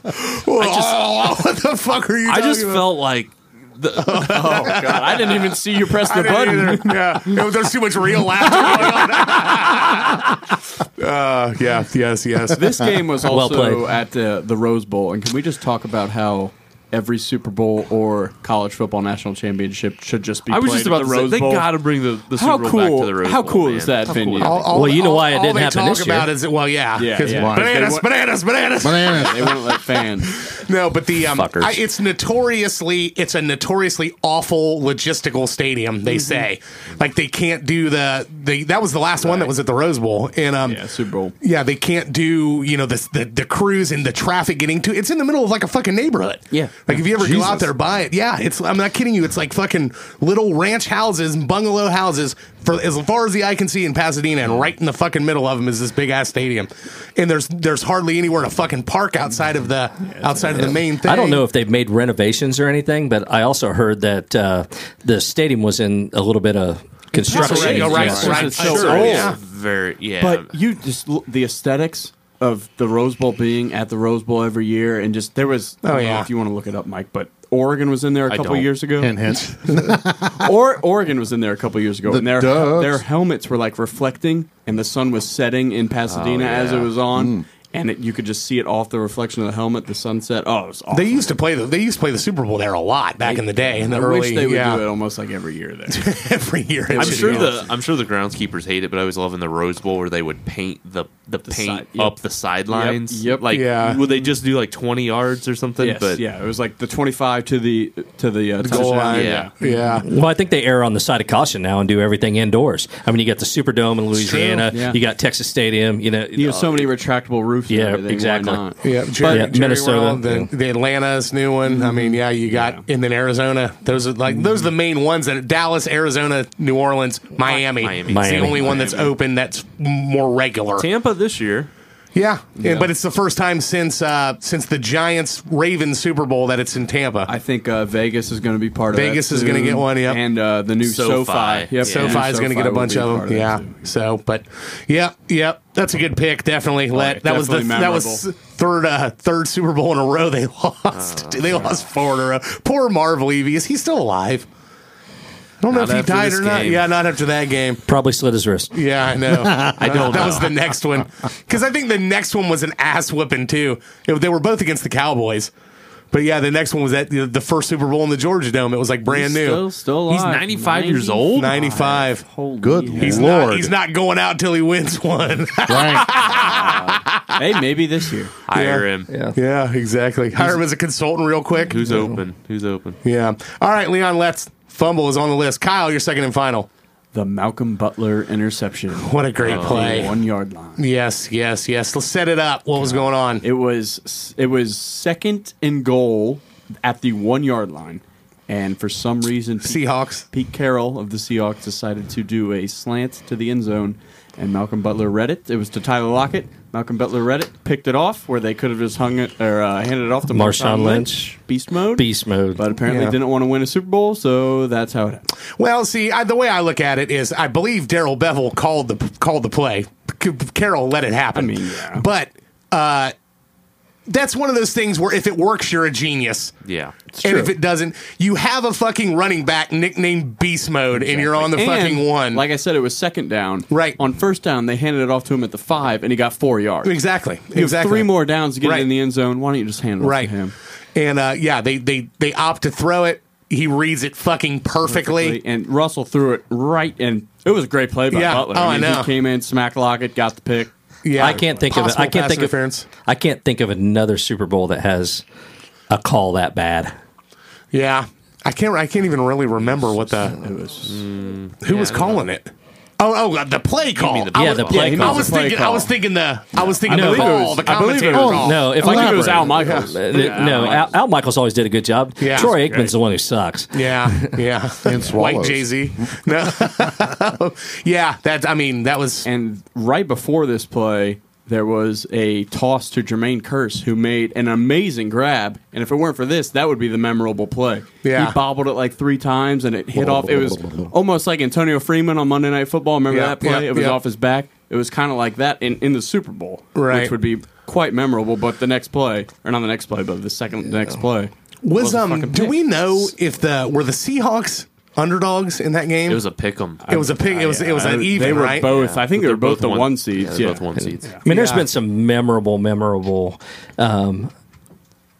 S2: just, what the fuck are you
S6: I
S2: talking
S6: just
S2: about?
S6: felt like The, [LAUGHS] oh God! I didn't even see
S5: [LAUGHS]
S6: you press the button.
S2: Yeah, No, there's too much real laughter going on. [LAUGHS] uh, yeah, yes, yes.
S7: This game was
S8: [LAUGHS] Well
S7: also
S8: played.
S7: at the the Rose Bowl, and can we just talk about how every Super Bowl or college football national championship should just be?
S5: I was just about
S7: played
S5: to
S7: at the
S5: say
S7: Rose
S5: they
S7: Bowl.
S5: got to bring the, the Super
S7: How
S5: Bowl
S7: cool-
S5: back to the Rose
S7: how
S5: Bowl,
S7: cool
S5: man.
S7: is that
S5: How cool
S7: venue?
S5: is that?
S8: Well, you know why it didn't
S2: they
S8: happen
S2: talk
S8: this year.
S2: about is well, yeah,
S7: Yeah,
S2: 'cause
S7: yeah.
S2: bananas,
S7: They-
S2: bananas, bananas,
S4: Bananas.
S7: They wouldn't
S5: [LAUGHS]
S7: let fans.
S2: No, but the um,
S6: Fuckers.
S2: I, it's notoriously it's a notoriously awful logistical stadium.
S7: Mm-hmm.
S2: They say like they can't do the they that was the last one that was at the Rose Bowl and um
S7: Yeah, Super Bowl.
S2: yeah they can't do you know this the the crews and the traffic getting to it's in the middle of like a fucking neighborhood.
S8: Yeah.
S2: like if you ever go out
S4: Jesus.
S2: there buy it, yeah, it's I'm not kidding you. It's like fucking little ranch houses and bungalow houses for as far as the eye can see in Pasadena, and right in the fucking middle of them is this big ass stadium, and there's there's hardly anywhere to fucking park outside of the outside of the main thing.
S8: I don't know if they've made renovations or anything, but I also heard that uh, the stadium was in a little bit of construction.
S2: Right,
S8: Yeah.
S2: right,
S7: Yeah.
S2: right.
S7: It's so
S2: Sure,
S7: old.
S2: yeah.
S6: Very yeah.
S7: But you just l- the aesthetics of the Rose Bowl being at the Rose Bowl every year, and just there was. I
S2: Oh,
S7: don't know
S2: yeah.
S7: if you want to look it up, Mike, but Oregon was in there a
S6: I
S7: couple
S6: don't.
S7: years ago.
S4: And hence,
S7: [LAUGHS] or Oregon was in there a couple years ago,
S4: The
S7: and their
S4: Ducks.
S7: their helmets were like reflecting, and the sun was setting in Pasadena
S6: Oh, yeah.
S7: as it was on,
S2: Mm.
S7: and it, you could just see it off the reflection of the helmet, the sunset. Oh, it was awesome.
S2: They used to play the they used to play the Super Bowl there a lot back in the day in the
S7: I
S2: early
S7: wish they would
S2: yeah
S7: do it almost like every year.
S2: [LAUGHS]
S7: There,
S2: every year.
S6: I'm sure the I'm sure the groundskeepers hate it, but I always love in the Rose Bowl where they would paint the the, paint
S7: side- yep.
S6: up the sidelines.
S7: Yep, yep.
S6: Like
S2: Yeah.
S6: would they just do like 20 yards or something?
S7: yes,
S6: but
S7: yeah, it was like the twenty-five to the to the, uh,
S2: goal
S7: touchdown.
S2: line.
S6: Yeah.
S2: yeah.
S8: Well, I think they err on the side of caution now and do everything indoors. I mean, you got the Superdome in Louisiana,
S7: true, yeah.
S8: you got Texas Stadium, you know,
S7: You have so many
S2: Uh,
S7: retractable roofs. and
S8: Yeah,
S7: everything, why
S8: exactly.
S7: not?
S2: Yeah,
S8: Yeah, Minnesota,
S2: World, the,
S8: yeah.
S2: the Atlanta's new one. I mean, yeah, you got, and then Arizona. Those are like those are the main ones that Dallas, Arizona, New Orleans, Miami.
S6: Miami.
S2: It's
S8: Miami.
S2: the only one that's open that's more regular.
S6: Tampa this year.
S2: Yeah. Yeah, but it's the first time since uh, since the Giants Ravens Super Bowl that it's in Tampa.
S7: I think uh, Vegas is going to be part of
S2: Vegas
S7: that
S2: is gonna
S7: soon,
S2: get one, yep.
S7: and uh, the new
S6: SoFi.
S7: SoFi.
S6: Yeah.
S7: the
S2: SoFi
S7: new
S2: is going to get a
S7: will
S2: bunch
S7: be
S2: of
S7: part
S2: them.
S7: that
S2: Yeah.
S7: too.
S2: So, but yeah, yeah, that's a good pick. Definitely. Let,
S7: right,
S2: that was the
S7: definitely
S2: that was
S7: memorable.
S2: third uh, third Super Bowl in a row they [LAUGHS] lost. Dude, they lost four in a row. Poor Marv Levy. Is he still alive? I don't
S6: Not
S2: know if he
S6: after
S2: died
S6: this
S2: or not.
S6: game.
S2: Yeah, not after that game.
S8: probably slit his wrist.
S2: Yeah, I know. I
S6: don't
S2: That
S6: know.
S2: was the next one because I think the next one was an ass whipping too. It- they were both against the Cowboys. But yeah, the next one was at the the first Super Bowl in the Georgia Dome. It was like brand
S7: He's
S2: new.
S7: Still, still alive.
S6: He's 95 years old.
S2: 95.
S7: Holy
S4: good
S2: He's
S4: lord.
S2: not. He's not going out till he wins one. [LAUGHS]
S4: Right.
S7: [LAUGHS] hey, maybe this year.
S6: Hire him.
S2: yeah, exactly. Hire him as a consultant real quick.
S6: Who's open? Who's open?
S2: Yeah. All right, Leon. Let's fumble is on the list. Kyle, your second and final.
S7: The Malcolm
S2: [LAUGHS]
S7: Butler interception.
S2: What a great
S7: Oh,
S2: play.
S7: One yard line.
S2: Yes, yes, yes. Let's set it up. What was going on?
S7: It was it was second and goal at the one yard line, and for some reason, Pete,
S2: Seahawks.
S7: Pete Carroll of the Seahawks decided to do a slant to the end zone, and Malcolm Butler read it. It was to Tyler Lockett. Malcolm Butler read it, picked it off where they could have just hung it or uh, handed it off to
S8: Marshawn Lynch.
S7: Beast mode.
S8: Beast mode.
S7: But apparently
S2: Yeah.
S7: didn't want to win a Super Bowl, so that's how it happened.
S2: Well, see, I, the way I look at it is, I believe Daryl Bevel called the called the play. C- Carroll let it happen.
S7: I mean, yeah.
S2: but uh, that's one of those things where if it works, you're a genius.
S6: Yeah.
S2: And if it doesn't, you have a fucking running back nicknamed Beast Mode, and you're on the
S7: And,
S2: fucking one.
S7: Like I said, it was second down.
S2: Right.
S7: On first down, they handed it off to him at the five, and he got four yards.
S2: exactly,
S7: You have
S2: exactly.
S7: three more downs to get
S2: Right.
S7: it in the end zone. Why don't you just hand it off
S2: right?
S7: to him?
S2: And uh, yeah, they they they opt to throw it. He reads it fucking perfectly.
S7: And Russell threw it right, and it was a great play by
S2: Yeah.
S7: Butler.
S2: Oh, I
S7: mean,
S2: know.
S7: He came in, smack Lockett, got the pick.
S2: Yeah,
S8: I can't think of it.
S2: Possible
S8: I can't
S2: pass
S8: think of
S2: interference.
S8: I can't think of another Super Bowl that has a call that bad.
S2: Yeah, I can't. I can't even really remember what the
S7: It was
S2: who was calling it. Oh, oh, the play call.
S6: the-
S2: I
S8: yeah,
S2: was,
S8: the play
S2: I
S8: call.
S2: was
S7: The play
S2: thinking. I
S7: call.
S2: was thinking the. I was thinking the
S8: believe it
S2: call.
S7: was-
S2: the
S7: I believe it
S2: commentator
S7: was-
S2: call.
S8: No, if
S7: I think it
S8: could-
S7: was Al Michaels.
S8: Uh, no, Al, Al Michaels always did a good job.
S2: Yeah.
S8: Troy Aikman's the one who sucks.
S2: Yeah, yeah, [LAUGHS] and white
S4: swallows.
S2: Jay Z. No, [LAUGHS] yeah, that. I mean, that was
S7: And right before this play, there was a toss to Jermaine Curse, who made an amazing grab. And if it weren't for this, that would be the memorable play.
S2: Yeah.
S7: He bobbled it like three times and it hit off. It was almost like Antonio Freeman on Monday Night Football. Remember
S2: Yeah,
S7: that play?
S2: yeah,
S7: it was
S2: yeah.
S7: off his back. It was kind of like that in, in the Super Bowl,
S2: Right.
S7: which would be quite memorable. But the next play, or not the next play, but the second next play.
S2: Was
S6: a
S2: um?
S6: fucking
S2: Do
S6: pick.
S2: we know if the were the Seahawks underdogs in that game?
S6: It was a pick 'em.
S2: It was a pig. It was it was an even.
S7: They were
S2: right?
S7: both. I think they were both, the one,
S6: Yeah,
S7: seeds.
S6: they're
S7: Yeah,
S6: both one seeds.
S8: I mean, there's
S2: Yeah.
S8: been some memorable, memorable um,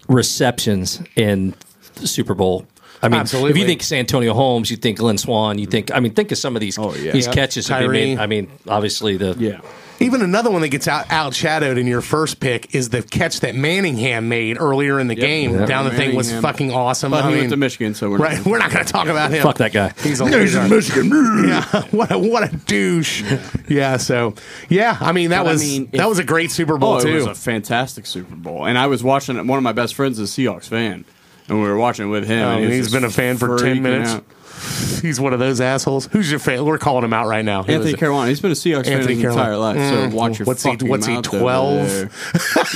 S8: receptions in the Super Bowl. I mean, if
S2: Absolutely.
S8: you think San Antonio Holmes, you think Glenn Swan, you think, I mean, think of some of these
S7: Oh, yeah.
S8: these
S7: Yeah.
S8: catches that have been made.
S2: Tyree.
S8: I mean, obviously the
S7: Yeah.
S2: Even another one that gets out outshadowed in your first pick is the catch that Manningham made earlier in the game.
S8: Yeah.
S2: Down the thing was
S7: Manningham.
S2: fucking awesome.
S7: but
S2: I
S7: he
S2: mean,
S7: went to Michigan, so we're
S2: right? [LAUGHS] We're not going to talk about him.
S8: fuck that guy.
S2: He's a loser.
S4: Michigan.
S2: [LAUGHS] Yeah, what a what a
S7: [LAUGHS]
S2: douche. Yeah, so yeah, I mean that
S7: But I
S2: was
S7: mean,
S2: that
S7: if-
S2: was a great Super Bowl
S7: Oh,
S2: too.
S7: it was a fantastic Super Bowl, and I was watching it. One of my best friends is a Seahawks fan, and we were watching it with him.
S2: Oh,
S7: and he was
S2: he's
S7: just
S2: been a fan for 10
S7: freaking
S2: minutes.
S7: out.
S2: He's one of those assholes. Who's your fan? We're calling him out right now. Who is
S7: Anthony
S2: it?
S7: Carolina. He's been a Seahawks fan his
S2: Anthony
S7: entire
S2: Carolina. Mm.
S7: life. So watch your
S2: What's he-
S7: fucking
S2: what's he,
S7: mouth over
S2: 12?
S7: there.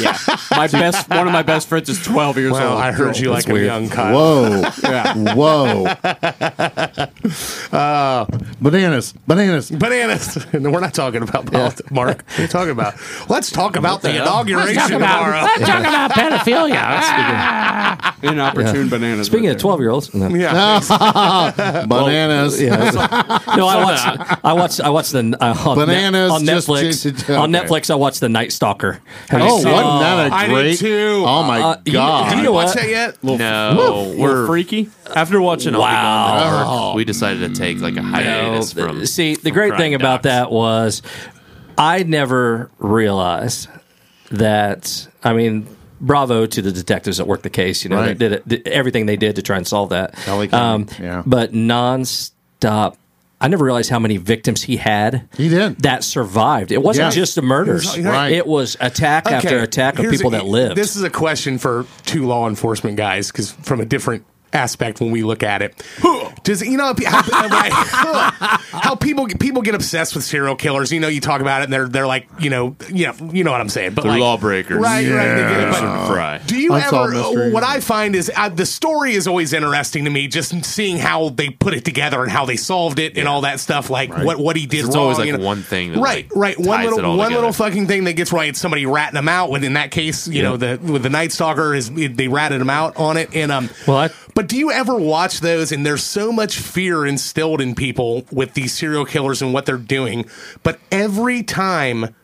S7: yeah,
S2: [LAUGHS]
S7: my best. One of my best friends is twelve years
S2: Well,
S7: old.
S2: I heard you like a young cut.
S4: Whoa. [LAUGHS]
S7: Yeah.
S4: Whoa. Uh, bananas. Bananas.
S2: Bananas. [LAUGHS] No, we're not talking about politics, Mark. What are you talking about? Let's talk about the inauguration tomorrow.
S7: Inopportune bananas.
S8: [LAUGHS] Speaking
S7: right
S8: of
S7: there.
S8: 12 year olds, no,
S2: [LAUGHS] yeah.
S4: [LAUGHS] Bananas.
S8: No, I watched, I watched, I watched the uh, on,
S4: Bananas
S8: on
S4: just
S8: Netflix.
S4: jinxed it.
S8: on
S4: Okay.
S8: Netflix, I watched the Night Stalker. Have you
S4: Oh,
S8: seen-
S4: wasn't
S2: I
S4: that a
S2: did
S4: great?
S2: too.
S4: Oh my
S8: Uh, you-
S4: god!
S8: do you know
S2: Watch
S8: what?
S2: that yet?
S6: No,
S7: We're
S6: we're
S7: freaky.
S6: after watching wow.
S8: Wow.
S6: Dark, we decided to take like a hiatus
S8: No,
S6: from.
S8: see the great
S6: Crime
S8: thing
S6: Docs.
S8: about that was i never realized that i mean bravo to the detectives that worked the case you know
S4: Right.
S8: they did, it, did everything they did to try and solve that Um,
S4: Kelly King, yeah.
S8: but nonstop I never realized how many victims he had.
S4: He did.
S8: that survived. It wasn't
S4: Yeah.
S8: just the murders;
S4: Right.
S8: it was attack after
S2: Okay,
S8: attack of
S2: here's
S8: people
S2: a-
S8: that lived.
S2: This is a question for two law enforcement guys because from a different aspect when we look at it, does you know how, right, how people people get obsessed with serial killers? You know, you talk about it and they're they're like you know you know, you know what I'm saying, but
S6: They're
S2: like,
S6: lawbreakers.
S2: right? right they get it, but
S6: Vincent Fry.
S2: do you
S4: Unsolved
S2: ever?
S4: mysteries.
S2: What I find is uh, the story is always interesting to me, just seeing how they put it together and how they solved it and all that stuff. Like what what he did.
S6: It's
S2: wrong,
S6: always, like,
S2: you know?
S6: one thing that,
S2: right,
S6: like,
S2: right. One
S6: ties it
S2: little
S6: all
S2: one
S6: together.
S2: little fucking thing that gets right. Somebody ratting them out. When in that case, you know, the with the Night Stalker is they ratted him out on it. And um,
S8: Well, I-
S2: but do you ever watch those and there's so much fear instilled in people with these serial killers and what they're doing, but every time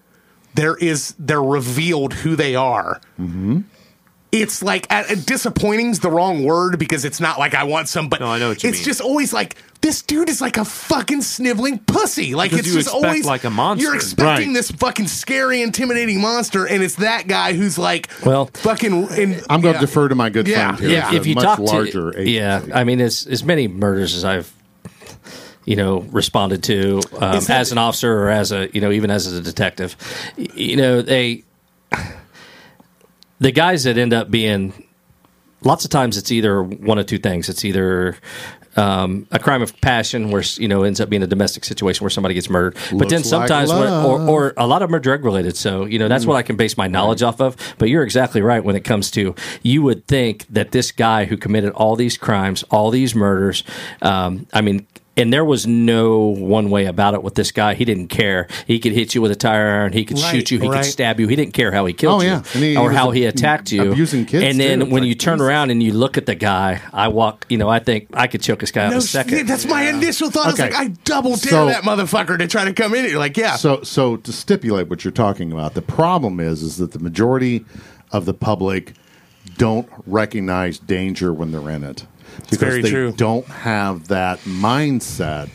S2: there is they're revealed who they are
S6: Mm-hmm.
S2: it's like uh, disappointing's the wrong word because it's not like I want some, but
S6: No, I know what you
S2: it's
S6: mean.
S2: just always like this dude is like a fucking sniveling pussy. Like
S6: Because
S2: it's
S6: you
S2: just
S6: expect,
S2: always
S6: like, a monster.
S2: You're expecting
S7: Right.
S2: this fucking scary, intimidating monster, and it's that guy who's like,
S8: Well-
S2: fucking. And,
S4: I'm going to
S2: yeah.
S4: defer to my good
S2: Yeah,
S4: friend here.
S2: yeah.
S4: It's a much larger
S8: to,
S4: agency.
S8: yeah, I mean, as as many murders as I've you know responded to um,
S2: Is that-
S8: as an officer or as a you know even as a detective, y- you know they the guys that end up being lots of times it's either one of two things. It's either um, a crime of passion, where you know ends up being a domestic situation where somebody gets murdered, but then
S4: Looks like
S8: sometimes, when, or,
S4: love.
S8: or a lot of them are drug related. So you know
S4: Mm.
S8: that's what I can base my knowledge off of. But you're exactly right when it comes to you would think that this guy who committed all these crimes, all these murders, um, I mean. And there was no one way about it with this guy. He didn't care. He could hit you with a tire iron. He could
S2: Right,
S8: shoot you. He
S2: right.
S8: could stab you. He didn't care how he killed
S4: Oh,
S8: you
S4: yeah. And he- he
S8: or
S4: was
S8: how
S4: ab-
S8: he attacked you.
S4: abusing kids,
S8: And then
S4: too. It's
S8: when
S4: like,
S8: you turn
S4: Jesus.
S8: around and you look at the guy, I walk. You know, I think I could choke this guy out in
S2: No,
S8: a
S2: yeah,
S8: second.
S2: that's my initial thought.
S4: Okay.
S2: It's like I double dare
S4: So-
S2: that motherfucker to try to come in. here. like, yeah,
S4: So, so to stipulate what you're talking about, the problem is is that the majority of the public don't recognize danger when they're in it because
S2: very
S4: they
S2: true.
S4: don't have that mindset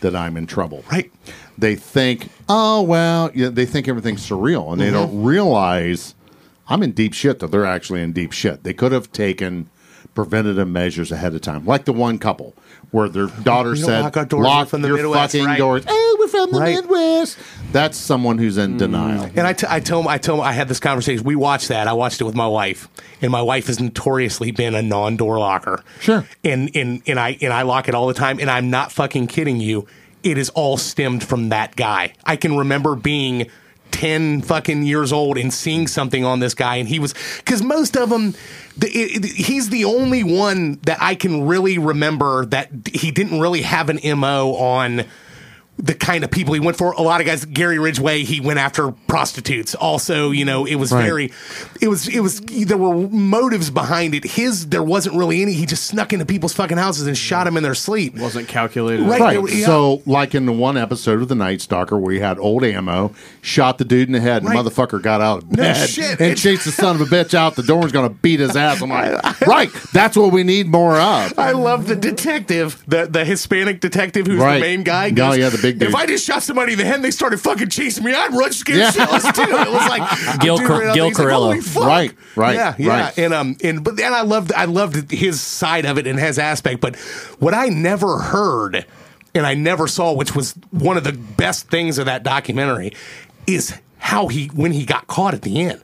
S4: that I'm in trouble.
S2: Right.
S4: They think, oh well, yeah, they think everything's surreal, and they
S2: Mm-hmm.
S4: don't realize I'm in deep shit. That they're actually in deep shit. They could have taken preventative measures ahead of time, like the one couple
S2: [LAUGHS]
S4: where their daughter
S2: don't
S4: said,
S2: lock our doors
S4: "Lock
S2: from the
S4: your
S2: Midwest,"
S4: fucking
S2: right.
S4: doors." Oh, we're from the
S2: Right. Mm.
S4: Midwest. That's someone who's in denial.
S2: And I, t- I tell him, I tell him, I had this conversation. We watched that. I watched it with my wife, and my wife has notoriously been a non-door locker.
S4: Sure.
S2: And and and I and I lock it all the time. And I'm not fucking kidding you. It is all stemmed from that guy. I can remember being. 10 fucking years old and seeing something on this guy and he was because most of them the, it, it- he's the only one that i can really remember that he didn't really have an mo on the kind of people he went for. A lot of guys, Gary Ridgway, he went after prostitutes. Also, you know, it was
S4: Right.
S2: very, it was, it was, there were motives behind it. His, there wasn't really any. He just snuck into people's fucking houses and shot them in their sleep.
S7: wasn't calculated.
S2: Right.
S4: Right.
S2: there were- yeah.
S4: So, like in the one episode of The Night Stalker where he had old ammo, shot the dude in the head, and
S2: Right.
S4: the motherfucker got out of bed
S2: shit.
S4: and
S2: It's-
S4: chased the son of a bitch out the door and was going to beat his ass.
S2: [LAUGHS]
S4: I'm like, right. That's what we need more of.
S2: I love the detective, the the Hispanic detective who's the
S4: Right.
S2: main guy.
S4: No, yeah, the big
S2: If
S4: dude."
S2: I just shot somebody in the head, and they started fucking chasing me. I'd run scared
S4: Yeah.
S2: shitless too. It was
S4: [LAUGHS]
S2: like
S8: Gil
S2: dude
S8: Cor-
S2: ran out there,
S8: Gil
S2: he's like, "Holy
S8: Carrillo."
S2: fuck."
S4: Right, right,
S2: yeah, yeah.
S4: right.
S2: And um, and but then I loved I loved his side of it and his aspect. But what I never heard and I never saw, which was one of the best things of that documentary, is how he when he got caught at the end.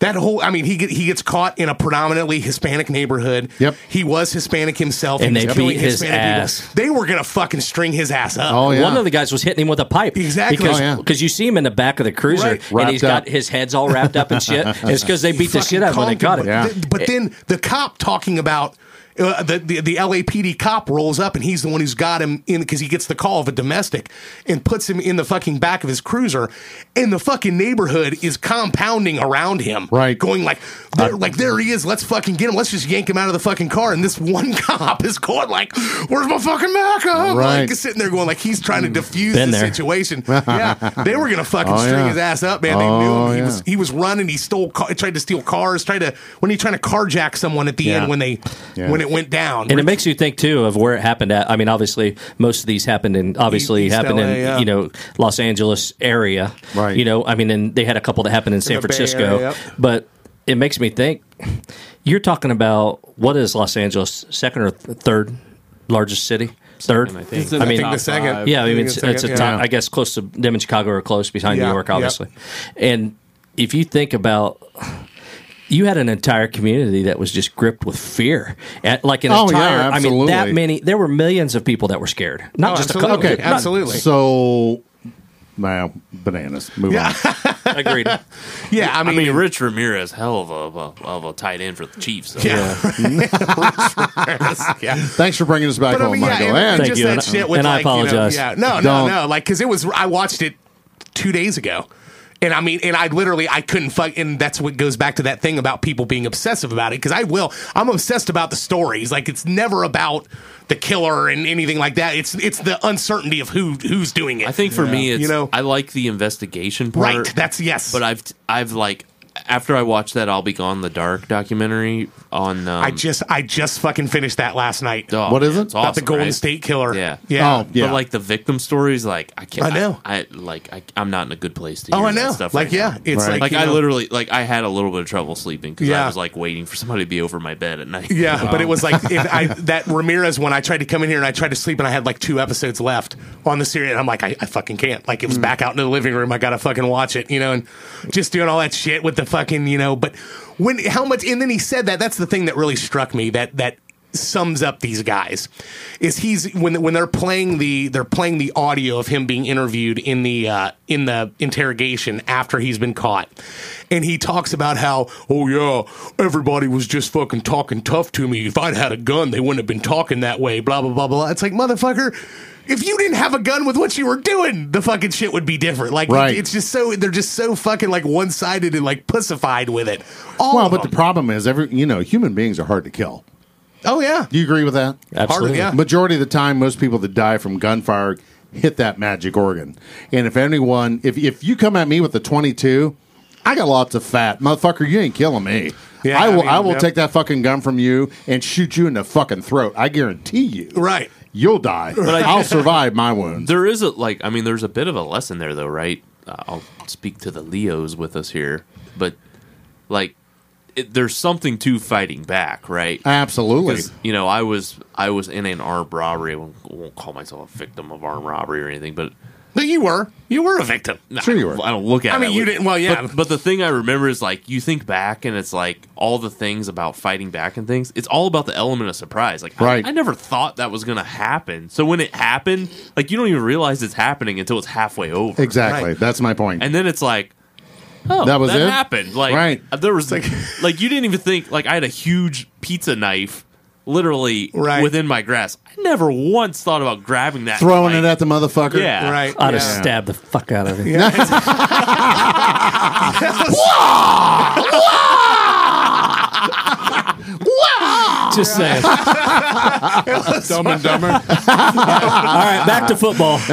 S2: That whole, I mean, he get, he gets caught in a predominantly Hispanic neighborhood.
S4: Yep.
S2: he was Hispanic himself,
S8: And
S2: he was
S8: they
S2: killing
S8: beat his
S2: people.
S8: ass.
S2: They were gonna fucking string his ass up.
S4: Oh, yeah.
S8: One of the guys was hitting him with a pipe.
S2: Exactly.
S8: Because
S4: Oh, yeah.
S8: 'cause you see him in the back of the cruiser
S2: Right.
S8: and he's
S4: Wrapped
S8: got his heads all wrapped up
S4: [LAUGHS]
S8: and shit. It's because they beat the shit out of him when they caught
S2: Fucking
S8: him.
S2: called him. But, then the cop talking about uh, the, the the LAPD cop rolls up and he's the one who's got him in because he gets the call of a domestic and puts him in the fucking back of his cruiser, and the fucking neighborhood is compounding around him,
S4: Right.
S2: Going like,
S8: Uh,
S2: there, like there he is. Let's fucking get him. Let's just yank him out of the fucking car. And this one [LAUGHS] cop is going like, "Where's my fucking backup?"
S4: Right.
S2: Like sitting there going like he's trying to defuse the
S8: Mm. Been there. [LAUGHS]
S2: situation. yeah, they were gonna fucking
S4: Oh,
S2: string
S4: yeah.
S2: his ass up, man. They
S4: Oh,
S2: knew him. He
S4: yeah.
S2: was he was running. He stole, ca- tried to steal cars. Tried to when he trying to carjack someone at the
S4: Yeah.
S2: end when they
S4: Yeah.
S2: when it went down.
S8: And it makes you think too of where it happened at. I mean, obviously, most of these happened in obviously
S2: East
S8: happened
S2: LA,
S8: in
S2: yeah.
S8: you know Los Angeles area,
S4: Right.
S8: You know, I mean, and they had a couple that happened in San
S2: the Bay
S8: Francisco,
S2: Area, yep.
S8: but it makes me think. You're talking about what is Los Angeles second or th- third largest city? Third,
S6: I think.
S2: I think the second.
S8: yeah, I mean,
S2: think
S8: it's,
S2: the
S8: it's a
S2: second,
S8: top,
S2: yeah.
S8: I guess close to them in Chicago are close behind
S2: Yeah,
S8: New York,
S2: yeah.
S8: obviously. And if you think about, you had an entire community that was just gripped with fear, At, like an
S4: Oh, yeah,
S8: entire. I mean, that
S4: absolutely.
S8: many. There were millions of people that were scared, not
S2: Oh,
S8: just a
S2: absolutely.
S8: couple.
S2: Okay, absolutely.
S4: So, now, bananas. Move on.
S8: Not, agreed.
S2: yeah, I
S6: I
S2: mean,
S6: mean, Rich Ramirez, hell of a of a, of a tight end for the Chiefs.
S2: [LAUGHS]
S6: So.
S2: yeah. yeah.
S4: Thanks for bringing us back
S2: But I
S4: home,
S2: mean,
S4: Michael.
S2: yeah, and,
S4: and
S8: Thank
S2: just
S8: you,
S2: that
S8: and-
S2: shit with
S8: and I
S2: like, you know,
S8: apologize.
S2: yeah, no, no,
S4: Don't.
S2: no, like because it was I watched it two days ago, and I mean, and I literally I couldn't fuck, and that's what goes back to that thing about people being obsessive about it because I will I'm obsessed about the stories, like it's never about the killer and anything like that. It's it's the uncertainty of who who's doing it.
S6: I think for me, it's
S2: You know-
S6: I like the investigation part.
S2: right. That's yes,
S6: but I've I've like after I watched that I'll Be Gone in the Dark documentary on um,
S2: I just I just fucking finished that last night.
S6: oh,
S4: What is
S6: man,
S4: it?
S6: it's
S2: about the
S6: awesome,
S2: Golden
S6: right?
S2: State Killer.
S6: Yeah.
S2: yeah.
S4: Oh, yeah.
S6: But like the victim stories, like I can't.
S2: I
S6: I
S2: know.
S6: know. I, like I, I'm not in a good place to.
S2: Oh,
S6: Hear
S2: I
S6: that
S2: know.
S6: Stuff
S2: like,
S6: right
S2: yeah,
S6: now.
S2: it's
S4: Right.
S2: like,
S6: Like
S2: you
S6: I
S2: know-
S6: literally like I had a little bit of trouble sleeping because
S2: Yeah.
S6: I was like waiting for somebody to be over my bed at night. [LAUGHS]
S2: Yeah, but it was like if I, that Ramirez one. I tried to come in here and I tried to sleep, and I had like two episodes left on the series, and I'm like, I, I fucking can't. Like it was back out into the living room. I gotta fucking watch it, you know, and just doing all that shit with the fucking, you know. But when how much? And then he said that. That's the thing that really struck me. That that sums up these guys is he's when when they're playing the they're playing the audio of him being interviewed in the uh, in the interrogation after he's been caught, and he talks about how oh yeah everybody was just fucking talking tough to me. If I'd had a gun, they wouldn't have been talking that way. Blah blah blah blah. It's like motherfucker. If you didn't have a gun with what you were doing, the fucking shit would be different. Like,
S4: Right.
S2: it's just so they're just so fucking like one sided and like pussified with it. All
S4: well,
S2: of
S4: but the
S2: them.
S4: problem is, every you know, human beings are hard to kill.
S2: oh yeah,
S4: Do you agree with that?
S2: Part of-
S8: Absolutely.
S2: yeah.
S4: Majority of the time, most people that die from gunfire hit that magic organ. And if anyone, if if you come at me with a twenty two, I got lots of fat, motherfucker. You ain't killing me.
S2: Yeah,
S4: I
S2: I
S4: will. I,
S2: mean,
S4: will
S2: yeah.
S4: take that fucking gun from you and shoot you in the fucking throat. I guarantee you.
S2: right.
S4: You'll die. But
S6: I-
S4: I'll survive my wounds.
S6: there is a like I mean there's a bit of a lesson there though, right? Uh, I'll speak to the Leos with us here, but like it, there's something to fighting back, right?
S4: Absolutely.
S6: Because, you know, I was I was in an armed robbery. I won't, won't call myself a victim of armed robbery or anything, but
S2: No, you were. You were a victim.
S6: nah,
S4: Sure you were.
S6: I don't look at.
S2: I
S6: it
S2: mean,
S6: that
S2: you
S6: way.
S2: didn't- well, yeah.
S6: But, but the thing I remember is like you think back, and it's like all the things about fighting back and things. It's all about the element of surprise. Like, I-
S4: Right.
S6: I, never thought that was gonna happen. So when it happened, like you don't even realize it's happening until it's halfway over.
S4: Exactly.
S2: Right.
S4: That's my point.
S6: And then it's like, oh,
S4: That
S6: that
S4: was
S6: was that
S4: it?
S6: happened. Like uh,
S4: Right.
S6: [LAUGHS] there was like like you didn't even think like I had a huge pizza knife literally
S2: Right.
S6: within my grasp. I never once thought about grabbing that,
S4: Throwing it
S6: like,
S4: at the motherfucker. [LAUGHS]
S6: Yeah, [LAUGHS]
S2: Right.
S8: I'd have
S2: yeah.
S8: stabbed the fuck out of him. [LAUGHS] Just saying. All
S5: Dumb and Dumber.
S8: right, back
S2: [LAUGHS]
S8: to football.
S2: He's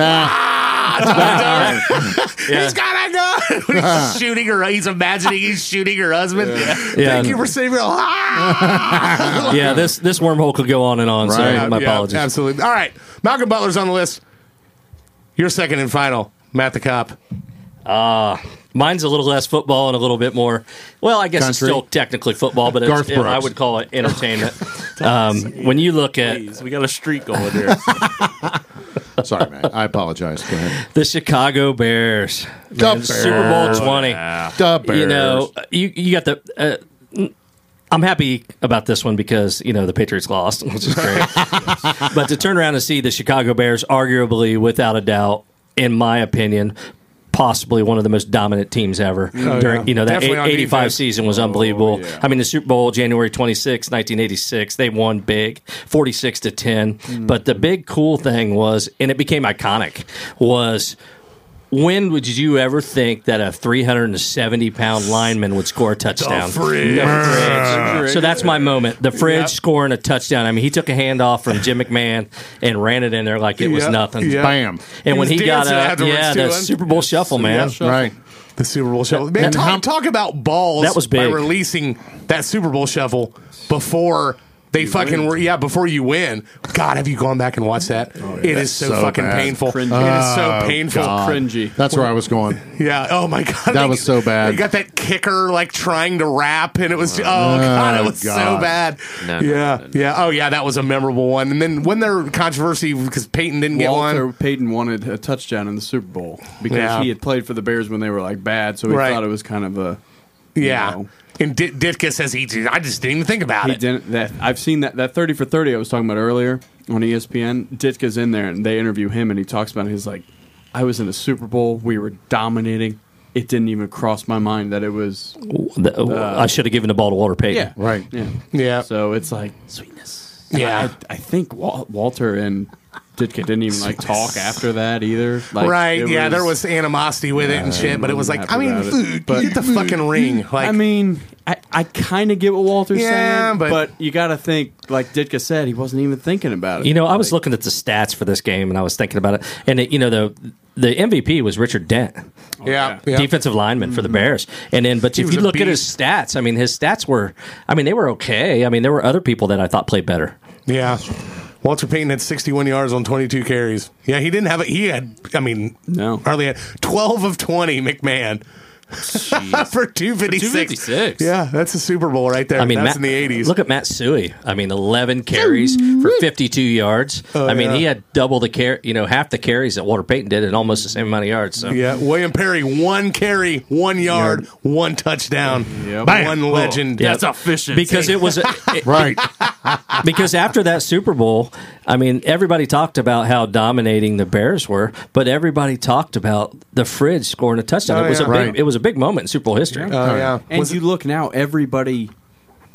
S2: got a gun. he's shooting her. He's imagining he's shooting her husband.
S8: Yeah,
S2: Thank you for saving. Ah!
S8: [LAUGHS] yeah. This this wormhole could go on and on. So
S4: Right.
S8: my
S2: Yeah,
S8: apologies.
S2: absolutely. All right. Malcolm Butler's on the list. Your second and final. Matt the cop.
S8: Mine's a little less football and a little bit more. Well, I guess it's
S4: Country.
S8: still technically football, but it's,
S4: Garth Brooks.
S8: I would call it entertainment. um, when you look at
S6: Jeez, we got a streak going here.
S4: Sorry, man. I apologize. Go ahead.
S8: the Chicago Bears, man, Super Bowl twenty.
S4: Da Bears.
S8: You know, you you got the. Uh, I'm happy about this one because you know the Patriots lost, [LAUGHS] which is
S2: [LAUGHS]
S8: great. but to turn around and see the Chicago Bears, arguably without a doubt, in my opinion. Possibly one of the most dominant teams ever. During you know that
S2: Oh, Definitely
S8: eight-
S2: on
S8: 85
S2: defense. Oh,
S8: season was unbelievable. I mean the Super Bowl January 26, 1986, they won big, 46 to 10.
S2: Hmm.
S8: But the big cool thing was and it became iconic was when would you ever think that a 370 pound lineman would score a touchdown?
S2: Uh,
S8: So that's my moment. The fridge scoring a touchdown. I mean, he took a handoff from Jim McMahon and ran it in there like it was
S2: Yeah,
S8: nothing.
S2: yeah.
S4: Bam.
S8: And
S2: He
S8: when he
S2: was
S8: got
S2: dancing
S8: up,
S2: afterwards,
S8: yeah,
S2: too,
S8: the
S2: wasn't he?
S8: Super Bowl shuffle, man.
S4: Right.
S2: The Super Bowl shuffle. Man, talk, talk about balls
S8: That was
S2: by
S8: big.
S2: releasing that Super Bowl shuffle before they fucking were yeah, before you win. God, have you gone back and watched that?
S8: Oh,
S2: It is so,
S4: So
S2: fucking
S4: bad.
S2: painful.
S7: Cringy.
S2: it is so painful.
S7: Cringy.
S4: That's where I was going.
S2: Yeah. Oh my god.
S4: That
S2: They-
S4: was so bad.
S2: They got that kicker like trying to rap, and it was oh god, it
S4: Oh,
S2: was so
S4: God.
S2: bad.
S6: No, no,
S2: yeah.
S6: no, no.
S2: Yeah. Oh yeah, that was a memorable one. And then when their controversy because Peyton didn't get
S7: Walter
S2: one.
S7: Payton wanted a touchdown in the Super Bowl because
S2: Yeah.
S7: he had played for the Bears when they were like bad, so he
S2: Right.
S7: thought it was kind of a
S2: Yeah.
S7: know.
S2: And D- Ditka says he. I just didn't even think about
S7: he
S2: it.
S7: didn't. That I've seen that that thirty for thirty I was talking about earlier on E ESPN. Ditka's in there and they interview him and he talks about it, he's like, I was in a Super Bowl, we were dominating. It didn't even cross my mind that it was
S8: The- I
S2: Uh,
S8: should have given the ball to Walter Payton.
S7: yeah
S4: Right.
S7: yeah.
S2: Yeah.
S7: So it's like
S2: yeah.
S7: I, I think Wal- Walter and Ditka didn't even like talk after that either. Like,
S2: right.
S7: it
S2: Yeah, there was animosity with it and shit, but it was like, I
S7: happy
S2: mean,
S7: about it.
S2: dude,
S7: But-
S2: get the fucking ring. Like,
S7: I mean, I, I kind of get what Walter's
S2: Yeah,
S7: saying,
S2: but-
S7: but, you got to think, like Ditka said, he wasn't even thinking about it.
S8: You know, I was looking at the stats for this game and I was thinking about it. And it, you know, the the MVP was Richard Dent,
S2: yeah, yeah. Mm-hmm.
S8: defensive lineman for the Bears. And then, but if
S2: was a
S8: you look at his
S2: beast.
S8: stats, I mean, his stats were, I mean, they were okay. I mean, there were other people that I thought played better.
S2: yeah. Walter Payton had 61 yards on 22 carries. Yeah, he didn't have it. He had, I mean,
S7: No.
S2: hardly had 12 of 20. McMahon
S6: Jeez.
S2: [LAUGHS] for 256.
S6: 256.
S2: Yeah, that's a Super Bowl right there.
S8: I mean,
S2: that's
S8: Matt-
S2: in the 80s.
S8: Look at Matt Suey. I mean, 11 carries for 52 yards. I mean,
S2: Oh, yeah.
S8: he had double the carry, you know, half the carries that Walter Payton did and almost the same amount of yards. So
S2: yeah, William Perry, one carry, one yard, one touchdown, one legend.
S8: Yeah.
S6: That's efficient.
S8: because it was
S4: [LAUGHS]
S8: it-
S4: Right.
S8: because after that Super Bowl, I mean, everybody talked about how dominating the Bears were, but everybody talked about the fridge scoring a touchdown.
S2: Oh,
S8: it was
S2: yeah.
S8: a big,
S4: Right.
S8: it was a big moment in Super Bowl history.
S2: Oh, yeah.
S7: and
S2: Was
S7: you look now, everybody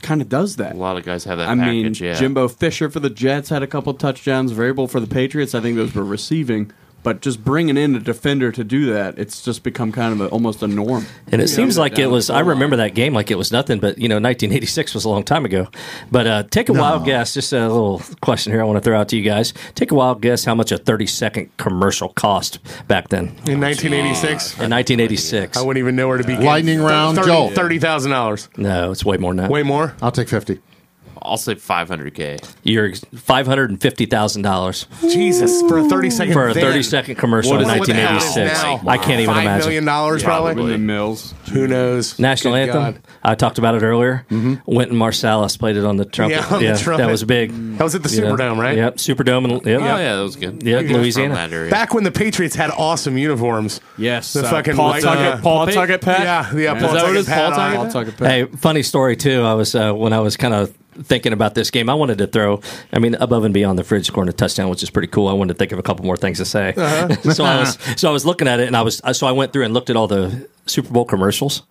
S7: kind of does that.
S6: a lot of guys have that
S7: I mean,
S6: package. yeah.
S7: Jimbo Fisher for the Jets had a couple touchdowns. Variable for the Patriots. I think those were receiving. But just bringing in a defender to do that, it's just become kind of a, almost a norm.
S8: And it seems like it
S7: down
S8: was.
S7: the
S8: I
S7: goal
S8: remember that game like it was nothing, but you know, 1986 was a long time ago. But uh, take a wild guess. Just a little question here. I want to throw out to you guys. Take a wild guess how much a 30 second commercial cost back then
S2: in 1986.
S8: in 1986.
S2: I wouldn't even know where to begin.
S4: Lightning round, Joel.
S2: thirty thousand dollars.
S8: No, it's way more than that.
S2: Way more.
S4: I'll take 50.
S6: I'll say 500k.
S8: You're 550 thousand dollars
S2: Jesus, for a thirty second
S8: for a 30 second commercial in
S2: What is it now?
S8: 1986.
S2: Now,
S8: I can't even
S2: Five
S8: imagine.
S2: million dollars, probably.
S6: Probably.
S7: The Mills.
S2: Who knows?
S8: National
S2: Good
S8: anthem.
S2: God. Mm-hmm.
S8: I talked about it earlier. Wenton Marsalis played it on the trumpet.
S2: Yeah, on the trumpet.
S8: that was big.
S2: That was at the
S8: You know?
S2: Superdome, right?
S8: Yep, Superdome. And, yep.
S6: Oh yeah, that was good.
S8: Yeah,
S6: He was from
S8: Louisiana.
S6: that area.
S2: Back when the Patriots had awesome uniforms.
S7: Yes.
S2: The
S7: uh,
S2: fucking
S7: Paul
S2: white-
S7: Tuckett,
S2: uh,
S7: Paul Tuckett Pat.
S2: Yeah, yeah. Paul
S6: Is that what
S2: Tuckett
S6: it is,
S2: had
S6: Paul
S2: on.
S7: Paul Tuckett Pat.
S8: Hey, funny story too. I was uh, when I was kind of thinking about this game, I wanted to throw. I mean, above and beyond the fridge scoring a touchdown, which is pretty cool. I wanted to think of a couple more things to say. Uh-huh. [LAUGHS] so I was so I was looking at it, and I was so I went through and looked at all the Super Bowl commercials.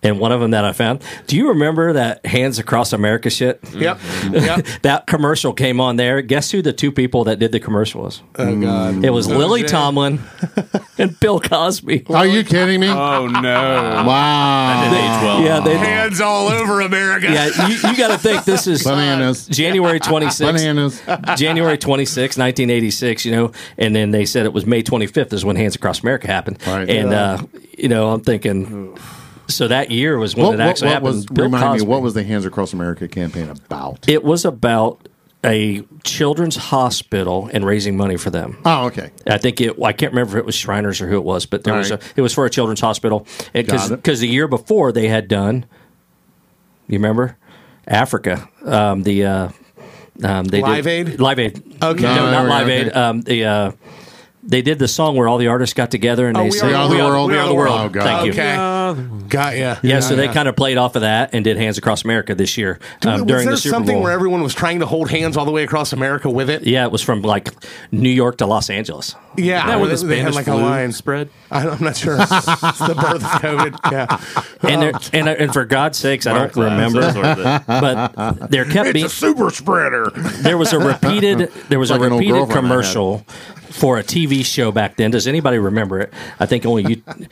S8: and one of them that I found. Do you remember that Hands Across America shit?
S2: Yep. yep.
S8: [LAUGHS] that commercial came on there. Guess who the two people that did the commercial was? Oh God! It was Lily
S2: shit.
S8: [LAUGHS] Tomlin and Bill Cosby.
S4: Are you kidding me?
S5: Oh
S2: [LAUGHS]
S5: no!
S4: Wow.
S6: Age well.
S8: Yeah, they. [LAUGHS]
S2: Hands all over America.
S8: Yeah, you, you got to think this is
S4: Bananas. [LAUGHS]
S8: January 26th,
S4: Bananas.
S8: January 26, 1986, you know, and then they said it was May 25th is when Hands Across America happened.
S4: Right.
S8: And, uh, you know, I'm thinking, so that year was when
S4: What,
S8: it
S4: what,
S8: actually
S4: what
S8: happened.
S4: was,
S8: Bill
S4: remind me,
S8: Cosby.
S4: what was the Hands Across America campaign about?
S8: it was about a children's hospital and raising money for them.
S4: Oh, okay.
S8: I think it. I can't remember if it was Shriners or who it was, but there was a.
S4: Right.
S8: It was for a children's hospital because
S4: Got it.
S8: because the year before they had done. You remember, Africa, um, the uh, um, they
S2: Live
S8: did,
S2: Aid?
S8: Live Aid. Okay, no,
S4: No,
S8: not
S4: right,
S8: Live
S4: okay.
S8: Aid. Um, the uh, they did the song where all the artists got together and they
S2: We
S8: sang.
S2: Are
S4: the
S2: We Are-
S4: World.
S2: We Are the World.
S4: Oh, God.
S8: Thank you.
S2: Okay. Got ya.
S8: Yeah, so they kind of played off of that and did Hands Across America this year um,
S2: was
S8: during
S2: there
S8: the Super
S2: something
S8: Bowl.
S2: where everyone was trying to hold hands all the way across America with it?
S8: yeah, it was from like New York to Los Angeles.
S2: Yeah,
S6: That where
S2: they-
S6: the
S2: they had
S6: Spanish
S2: like a
S6: flu
S2: line.
S6: spread.
S2: I- I'm not sure. it's the birth of COVID. Yeah,
S8: And there, and uh, and for God's sakes, I don't remember, but there kept being
S2: super spreader.
S8: there
S4: [LAUGHS]
S8: was a repeated there was
S4: Like
S8: a
S4: an old
S8: repeated
S4: girlfriend I had.
S8: commercial for a TV show back then. Does anybody remember it? I think only you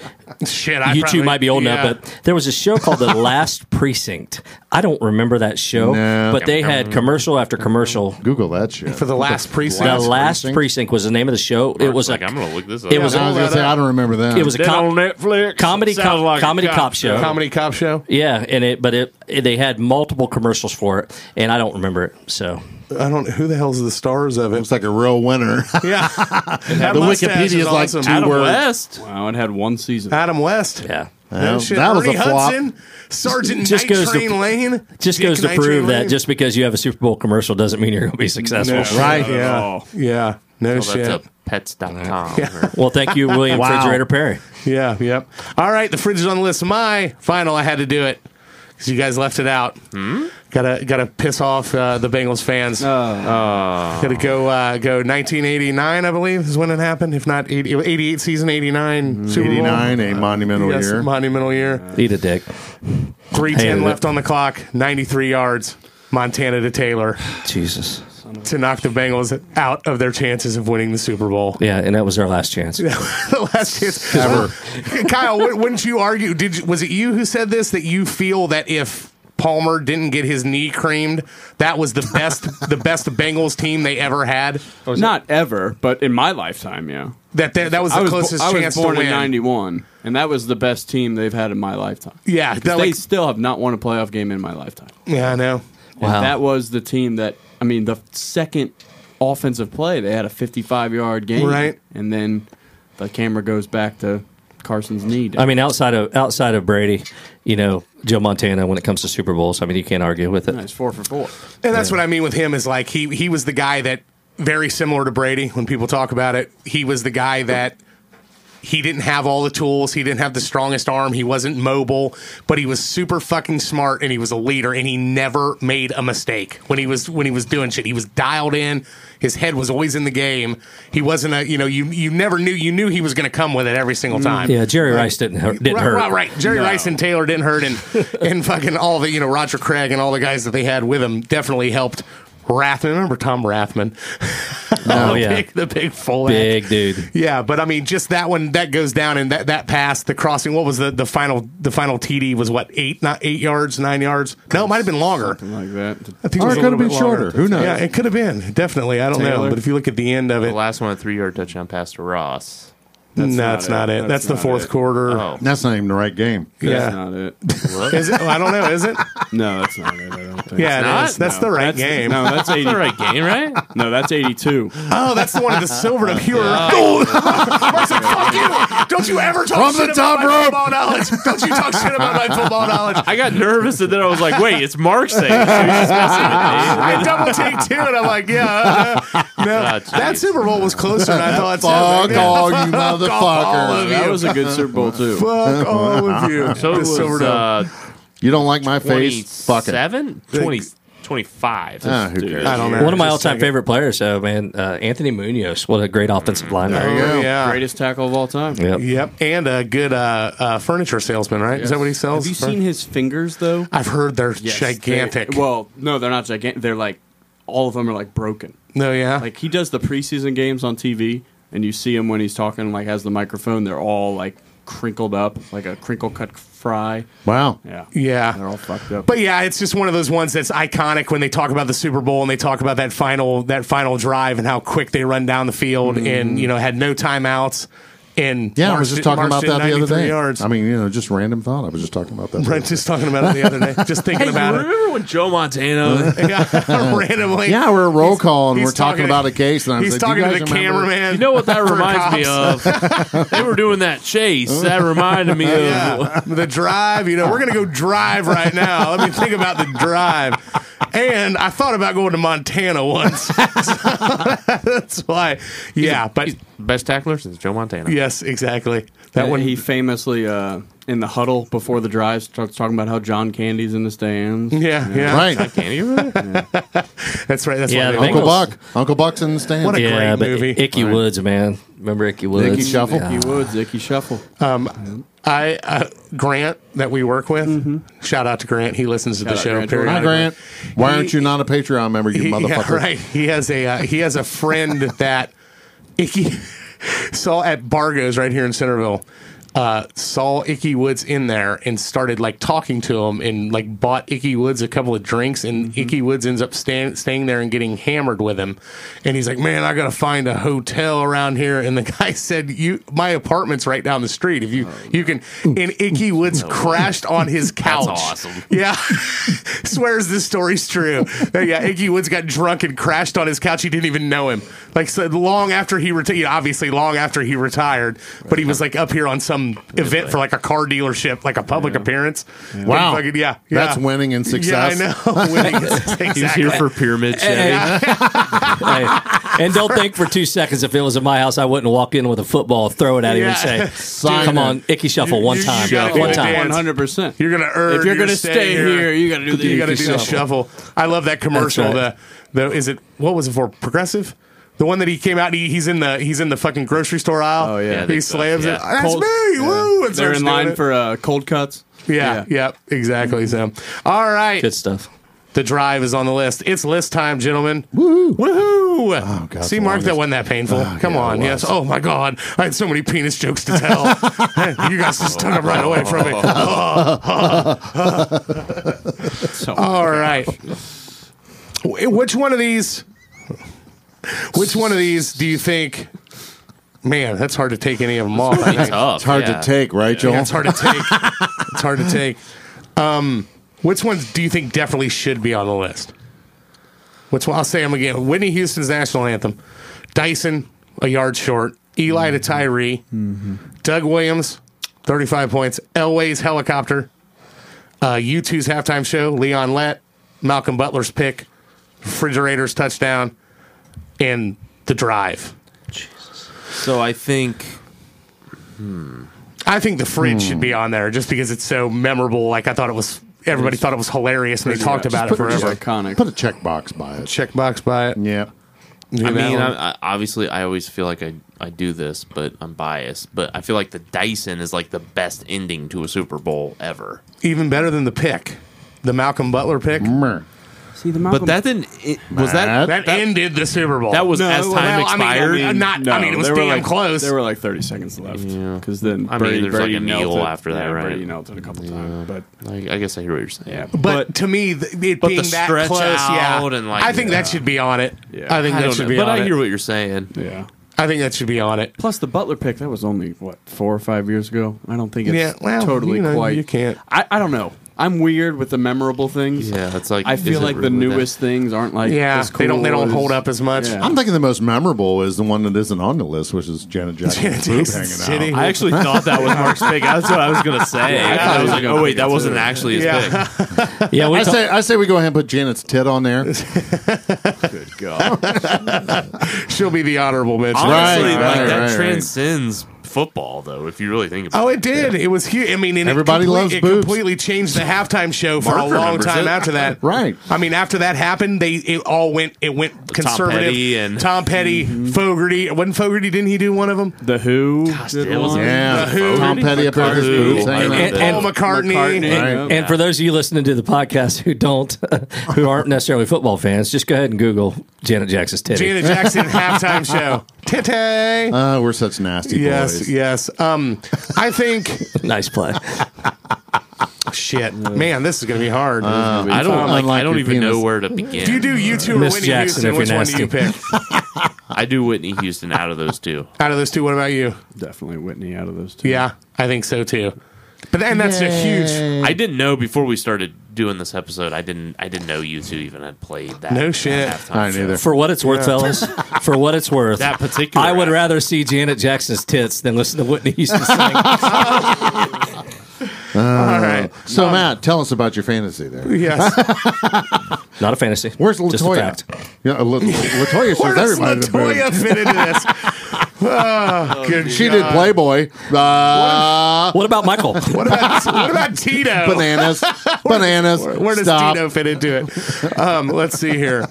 S2: Shit, I
S8: you
S2: probably-
S8: two might be old
S2: yeah.
S8: enough, but there was a show called The Last Precinct. I don't remember that show,
S4: No.
S8: but they had commercial after commercial.
S4: Google that shit.
S2: for the last precinct.
S8: The
S4: Last
S8: Last
S4: Precinct?
S8: Precinct? was the name of the show.
S6: [LAUGHS]
S8: It was
S6: like
S8: a
S6: I'm gonna look this up.
S8: it was
S4: I was
S8: a,
S4: going to say, I don't remember that.
S8: it was a com-
S5: Netflix
S8: comedy cop, comedy cop, show.
S2: comedy cop show.
S8: Yeah, and it but it, it they had multiple commercials for it, and I don't remember it. So
S2: I don't. Who the hell's the stars of it?
S4: It's like a real winner. [LAUGHS]
S2: Yeah,
S4: The
S2: the
S4: Wikipedia is like two
S2: Adam,
S4: words.
S6: West.
S7: Wow, it had one season.
S2: Adam West.
S8: yeah.
S4: Yeah,
S2: That, shit.
S4: that was a
S2: Ernie
S4: flop.
S2: Hudson, Sergeant
S8: Just
S2: Night
S8: goes to-
S2: Train Lane.
S8: just
S2: Dick
S8: goes to
S2: Night
S8: prove
S2: Train
S8: that
S2: Lane.
S8: just because you have a Super Bowl commercial doesn't mean you're going to be successful.
S2: no,
S4: Right.
S2: Yeah,
S5: all.
S2: yeah. No
S6: Oh,
S2: shit.
S6: that's a pets.com.
S8: Well,
S2: [LAUGHS]
S8: thank you, William
S4: Wow.
S8: Refrigerator Perry.
S2: Yeah, yep. All right, the fridge is on the list. My final, I had to do it because you guys left it out. Gotta gotta piss off uh, the Bengals fans. Gotta go uh, go 1989, I believe is when it happened. If not 80, 88 season, 89 Super Bowl.
S4: 89, a monumental
S2: Yes,
S4: year.
S2: monumental year.
S8: Eat a dick.
S2: Three
S8: Hated
S2: ten
S8: it.
S2: left on the clock. 93 yards. Montana to Taylor
S8: Jesus.
S2: to knock the Bengals out of their chances of winning the Super Bowl. [LAUGHS]
S8: Yeah, and that was our last chance.
S2: the last chance ever. [LAUGHS] Kyle, wou- wouldn't you argue? Did you- was it you who said this that you feel that if Palmer didn't get his knee creamed, that was the best [LAUGHS] the best Bengals team they ever had?
S7: Not ever, but in my lifetime, yeah.
S2: That that, that was the
S7: I was, bo-
S2: closest
S7: I was
S2: chance
S7: born
S2: to
S7: in
S2: win.
S7: '91, and that was the best team they've had in my lifetime.
S2: Yeah,
S7: Because
S2: that,
S7: they
S2: like-
S7: still have not won a playoff game in my lifetime.
S2: yeah, I know.
S7: And
S8: Wow.
S7: that was the team that I mean, the second offensive play they had a 55 yard game,
S2: Right.
S7: And then the camera goes back to Carson's knee.
S8: I mean, outside of outside of Brady, you know, Joe Montana. When it comes to Super Bowls, I mean, you can't argue with it.
S7: it's four for four.
S2: And that's what I mean with him is like he he was the guy that very similar to Brady when people talk about it. He was the guy that he didn't have all the tools, he didn't have the strongest arm, he wasn't mobile, but he was super fucking smart and he was a leader and he never made a mistake when he was when he was doing shit. He was dialed in. His head was always in the game. He wasn't a you know you you never knew you knew he was going to come with it every single time.
S8: Yeah, Jerry Rice didn't hurt, didn't
S2: right,
S8: hurt.
S2: Right, right. Jerry Rice and Taylor didn't hurt, and and fucking all the you know Roger Craig and all the guys that they had with them definitely helped. Rathman, remember Tom Rathman? [LAUGHS]
S8: Oh
S2: the,
S8: yeah,
S2: big, the big fullback.
S8: big dude.
S2: Yeah, but I mean, just that one that goes down, and that that pass, the crossing. What was the the final the final TD was what eight not eight yards, nine yards? No, it might have been longer.
S7: Like that.
S2: I think
S4: Or
S2: was
S4: it
S2: a
S4: could have
S2: little
S4: been
S2: bit longer.
S4: shorter. Who knows?
S2: Yeah, it could have been definitely. I don't know,
S7: Taylor.
S2: but if you look at the end of it,
S6: The last one, a three yard touchdown pass to Ross.
S2: no, that's not it. That's, the
S7: not
S2: fourth
S7: it.
S2: quarter.
S6: Oh,
S4: That's not even the right game.
S7: That's
S2: yeah,
S7: not it.
S2: is it? I don't know. Is it?
S7: No, that's not it. I don't think.
S2: Yeah, it
S6: not?
S2: is. [LAUGHS] That's
S7: No,
S2: the right
S7: that's-
S2: game.
S7: No, that's 80.
S6: the right game, right?
S4: [LAUGHS]
S7: No,
S2: [LAUGHS]
S7: that's 82.
S2: Oh, that's the one with the silver
S7: [LAUGHS]
S2: up here. Oh. [LAUGHS] I was like, fuck you. Don't you ever talk
S4: From
S2: shit
S4: the
S2: about
S4: top
S2: my
S4: rope.
S2: football knowledge. Don't you talk shit about my football knowledge.
S6: I got nervous, and then I was like, "Wait, it's Mark saying." it. So he's just
S4: [LAUGHS]
S6: messing with me.
S2: I double take two, and I'm like, yeah. uh, uh, no,
S6: Ah, jeez.
S2: that Super Bowl was closer than I thought. it was.
S4: Fuck all you
S2: all of
S4: motherfuckers.
S7: That was a good Super Bowl too.
S2: Fuck oh, all of you.
S6: [LAUGHS] So it
S2: The
S6: was
S2: Silverdome.
S6: uh,
S4: You don't like my face? Fuck it.
S6: twenty-seven, twenty. 25.
S4: Ah, who cares?
S2: I don't know.
S8: One of my
S2: Just
S8: all-time
S2: second.
S8: favorite players, though, man, uh, Anthony Munoz. What a great offensive lineman.
S2: Oh, yeah.
S7: Greatest tackle of all time.
S8: Yep.
S2: Yep. And a good uh, uh, furniture salesman, right? Is that what he sells?
S7: Have you seen his fingers though?
S2: I've heard they're
S7: they-
S2: gigantic.
S7: well, no, they're not gigantic. They're like all of them are like broken.
S2: no, yeah.
S7: Like he does the preseason games on TV, and you see him when he's talking, like has the microphone. They're all like crinkled up, like a crinkle cut fry.
S4: Wow.
S7: Yeah,
S2: yeah.
S7: they're all fucked up.
S2: But yeah, it's just one of those ones that's iconic when they talk about the Super Bowl and they talk about that final that final drive and how quick they run down the field and you know had no timeouts and
S4: Mm. Yeah, I was
S2: marched
S4: just
S2: it-
S4: talking about
S2: marched it
S4: that the other
S2: 93
S4: day.
S2: Yards. [LAUGHS]
S4: I mean, you know, just random thought. I was just talking about that. the
S2: Brent
S4: other day.
S2: just talking about it the other day, just thinking about it
S6: Remember when Joe Montana
S2: [LAUGHS]
S4: [LAUGHS]
S2: yeah, [LAUGHS] randomly.
S4: Yeah, we're a roll call and
S2: he's
S4: we're talking,
S2: talking-
S4: about a case, and I'm
S2: he's
S4: like,
S2: talking
S4: Do you
S2: to
S4: guys
S2: the
S4: remember?
S2: cameraman.
S6: You know what that
S2: for
S6: reminds me of? they were doing that
S4: [LAUGHS]
S6: chase. That reminded me of. [LAUGHS]
S2: Yeah, the drive. You know, we're gonna go drive right now. Let me think about the drive. And I thought about going to Montana once. [LAUGHS] that's why. Yeah, but
S6: Best tackler since Joe Montana.
S2: yes, exactly. That
S7: And
S2: one.
S7: he famously uh, in the huddle before the drive starts talking about how John Candy's in the stands.
S2: Yeah, yeah. [LAUGHS]
S4: Right.
S6: Can't you really?
S2: That's right. That's
S8: Yeah,
S2: why
S8: the
S2: they-
S4: Uncle
S8: Bengals.
S4: Buck. Uncle Buck's in the stand.
S2: What a
S8: Yeah,
S2: great
S8: but
S2: movie.
S8: Icky Woods, man. Remember Icky Woods?
S4: Icky Shuffle.
S8: Yeah.
S7: He would Zicky Shuffle.
S2: Uh, I uh, Grant that we work with. Shout out to Grant. He listens to the
S7: out
S2: show.
S7: Grant.
S4: Hi,
S2: periodically.
S4: Grant. Why aren't
S2: He-
S4: you not a Patreon member, you
S2: He- [LAUGHS]
S4: motherfucker?
S2: Yeah, right. He has a uh, he has a
S4: [LAUGHS]
S2: friend that Icky saw at Bargo's right here in Centerville. Uh, saw Icky Woods in there and started like talking to him and like bought Icky Woods a couple of drinks and
S4: Mm-hmm.
S2: Icky Woods ends up stand, staying there and getting hammered with him and he's like man I gotta find a hotel around here and the [LAUGHS] guy said you my apartment's right down the street if you
S4: Oh,
S2: you can and Icky
S4: [LAUGHS]
S2: Woods crashed on his couch
S6: awesome.
S2: yeah. [LAUGHS] Swears this story's true. Uh, yeah, Iggy Woods got drunk and crashed on his couch. He didn't even know him. Like, so long after he retired, obviously, long after he retired, but he was like up here on some event for like a car dealership, like a public appearance.
S4: Wow.
S2: And fucking- yeah, yeah.
S4: That's winning and success.
S2: Yeah, I know. [LAUGHS] Winning is exactly.
S4: [LAUGHS]
S6: He was here for pyramid Chevy.
S8: Hey, and don't think for two seconds if it was in my house, I wouldn't walk in with a football, throw it at him,
S2: Yeah.
S8: and say, "Come
S4: it.
S8: on, Icky Shuffle,
S2: You-
S8: one
S2: you
S8: time,
S2: gotta
S8: one
S2: do the
S8: time."
S2: dance.
S7: One hundred percent.
S2: You're gonna earn.
S7: If you're
S2: your
S7: gonna stay here, you gotta do the
S2: You gotta
S7: Icky
S2: do the shuffle. I love that commercial.
S8: right.
S2: The the is it what was it for? Progressive. The one that he came out, he, he's in the he's in the fucking grocery store aisle.
S7: Oh, yeah. Yeah, I
S2: he
S6: think so,
S2: slams
S6: yeah.
S2: it. That's
S7: Cold-
S2: me.
S7: yeah.
S2: Woo! And
S7: They're
S2: starts
S7: in
S2: doing
S7: line
S2: it.
S7: for uh, cold cuts.
S2: Yeah, yeah, exactly. So, all right,
S8: Good stuff.
S2: the drive is on the list. It's list time, gentlemen. Woo! Woohoo! Oh,
S4: God,
S2: See,
S4: the
S2: Mark, that
S4: longest-
S2: wasn't that painful.
S7: Ah,
S2: Come
S4: yeah, it
S2: on, yes. Oh my God, I had so many penis jokes to
S7: [LAUGHS]
S2: tell. you guys just took them right away from me. [LAUGHS]
S7: So
S2: All right. Wh- Which one of these? Which one of these do you think? Man, that's hard to take any of them [LAUGHS] off. I think.
S6: Tough,
S4: It's hard
S6: yeah.
S4: to take, right, Joel?
S2: Yeah, it's hard to take. It's hard to take. Um, which ones do you think definitely should be on the list? Which one? I'll say them again. Whitney Houston's national anthem. Dyson, a yard short. Eli to Tyree. Doug Williams, 35 points. Elway's helicopter. Uh, U2's halftime show. Leon Lett. Malcolm Butler's pick. Refrigerator's touchdown. And the drive.
S6: So I think
S2: I think the fridge should be on there just because it's so memorable. Like I thought it was, everybody thought Hmm. it was hilarious and they talked about it
S7: Just put- just
S2: forever.
S7: Iconic.
S4: Put a checkbox by it.
S2: Checkbox by it.
S4: Yeah.
S6: Mm-hmm. I mean, I, I, obviously, I always feel like I, I do this, but I'm biased. But I feel like the Dyson is like the best ending to a Super Bowl ever.
S2: even better than the pick, the Malcolm Butler pick.
S6: Mm.
S4: Mer.
S7: See the
S6: But that didn't. It, was that?
S4: Matt?
S2: That, ended the Super Bowl.
S6: That was as time
S2: I mean,
S6: expired?
S2: I mean, not, I mean, it was
S7: there were
S2: damn
S7: like-
S2: close.
S7: There were like 30 seconds left. Because then
S6: I mean,
S7: Brady,
S6: there's
S7: Brady
S6: like a
S7: knelt
S6: kneel
S7: it.
S6: after that,
S7: yeah,
S6: right?
S7: Brady knelt it a couple times. But
S6: I, I guess I hear what you're saying.
S7: yeah,
S2: but, to me, th- it being
S6: the
S2: that
S6: stretch
S2: close,
S6: out
S2: yeah,
S6: and, like,
S2: I think
S6: yeah.
S2: that should be on it.
S7: Yeah.
S2: I think
S6: I
S2: that
S6: don't
S2: should
S6: know,
S2: be
S6: but
S2: on
S6: I hear
S2: it.
S6: what you're saying.
S7: yeah.
S2: I think that should be on it.
S7: Plus the Butler pick that was only what four or five years ago. I don't think it's
S2: Yeah, well,
S7: totally
S2: you know,
S7: quite.
S2: you can't-
S7: I, I don't know. I'm weird with the memorable things.
S6: Yeah, it's like-
S7: I
S6: is
S7: feel
S6: it
S7: like the
S6: really that-
S7: newest things aren't like
S2: Yeah,
S7: as
S2: they don't they
S7: cool
S2: don't
S7: as-
S2: hold up as much. [LAUGHS]
S7: Yeah.
S4: I'm thinking the most memorable is the one that isn't on the list, which
S2: [LAUGHS]
S4: is Janet
S2: Janet
S4: Jackson's boob
S2: Jackson's
S4: hanging
S2: shitty.
S4: out.
S6: [LAUGHS] I actually thought that was Mark's pick. That's what I was gonna say.
S7: I thought he
S6: I, was
S7: was
S6: like,
S7: gonna
S6: oh
S7: pick
S6: wait,
S7: it
S6: that wasn't
S7: too.
S6: actually his
S2: Yeah.
S6: pick.
S8: Yeah, we
S4: I
S8: talk-
S4: say, I say we go ahead and put Janet's tit
S2: [LAUGHS]
S4: on there. Good God.
S2: She'll be the honorable mention.
S6: Honestly,
S4: Right,
S6: like
S4: right,
S6: that
S4: right, right.
S6: transcends football, though, if you really think about
S2: Oh, it did. It was huge. I mean, and
S4: Everybody
S2: it complete-
S4: loves
S2: it
S4: boobs.
S2: completely changed the halftime show for
S6: Mark
S2: a long
S6: remembers
S2: time
S6: it.
S2: after that.
S4: Right.
S2: I mean, after that happened, they it all went it went conservative.
S6: Petty and-
S2: Tom Petty, Fogerty. Wasn't Fogerty? Didn't he do one of them?
S7: The Who. did
S6: it was
S7: one.
S4: Yeah,
S2: Who?
S4: Tom Petty up there with his
S6: Who?
S4: boots hanging
S6: I
S4: out.
S6: don't
S8: And-
S2: Paul
S6: know.
S2: McCartney.
S8: And, and for those of you listening to the podcast who don't, [LAUGHS] who aren't necessarily football fans, just go ahead and Google Janet Jackson's titty.
S2: Janet Jackson halftime show. Tete.
S4: Uh, we're such nasty
S2: yes,
S4: boys.
S2: yes. Um, I think.
S8: nice play.
S2: shit, man, this is gonna be hard.
S6: I don't. Like, I
S4: Unlike
S6: don't
S4: your
S6: even know
S4: penis.
S6: where to begin.
S2: do you do you two or
S8: Miss
S2: Whitney
S8: Jackson,
S2: Houston?
S8: if
S2: Which one
S8: you're
S2: do you pick?
S6: I do Whitney Houston out of those two.
S2: Out of those two, what about you?
S7: Definitely Whitney out of those two.
S2: Yeah, I think so too. But and that's a huge.
S6: I didn't know before we started doing this episode. I didn't. I didn't know you two even had played that.
S2: No shit.
S6: halftime
S4: I
S6: show.
S4: neither.
S8: For what it's worth, fellas. For what it's worth.
S6: That particular.
S8: I would
S6: act-
S8: rather see Janet Jackson's tits than listen to Whitney Houston sing.
S2: All right.
S4: Um, So Matt, tell us about your fantasy there.
S2: Yes.
S8: Not a fantasy.
S4: Where's
S8: Just a
S4: Latoya?
S8: fact.
S4: Yeah, uh, La- Latoya
S2: Where
S4: shows
S2: does
S4: everybody the
S2: Latoya
S4: boobs.
S2: fit into this? Oh, good
S4: She did
S2: God.
S4: Playboy. Uh,
S8: What about Michael?
S2: What about [LAUGHS] what about Tito?
S4: bananas, bananas.
S2: Where, where does
S4: Stop.
S2: Tito fit into it? Um, let's see here.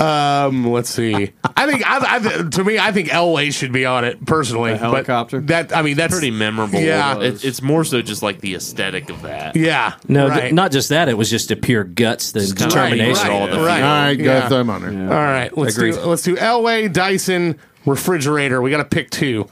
S2: Um, let's see. I think I, I, to me, I think Elway should be on it personally. but
S7: helicopter?
S2: that I mean, that's
S6: Pretty memorable.
S2: Yeah.
S6: It, it's more so just like the aesthetic of that.
S2: Yeah.
S8: No, th-
S2: Right.
S8: not just that. It was just the pure guts, the
S6: kinda
S8: determination.
S6: right,
S2: All
S6: all the
S4: All right, go
S2: Yeah.
S4: throw him on her.
S2: right. Let's
S8: Agreed.
S2: do let's do Elway, Dyson, refrigerator. We got to pick two.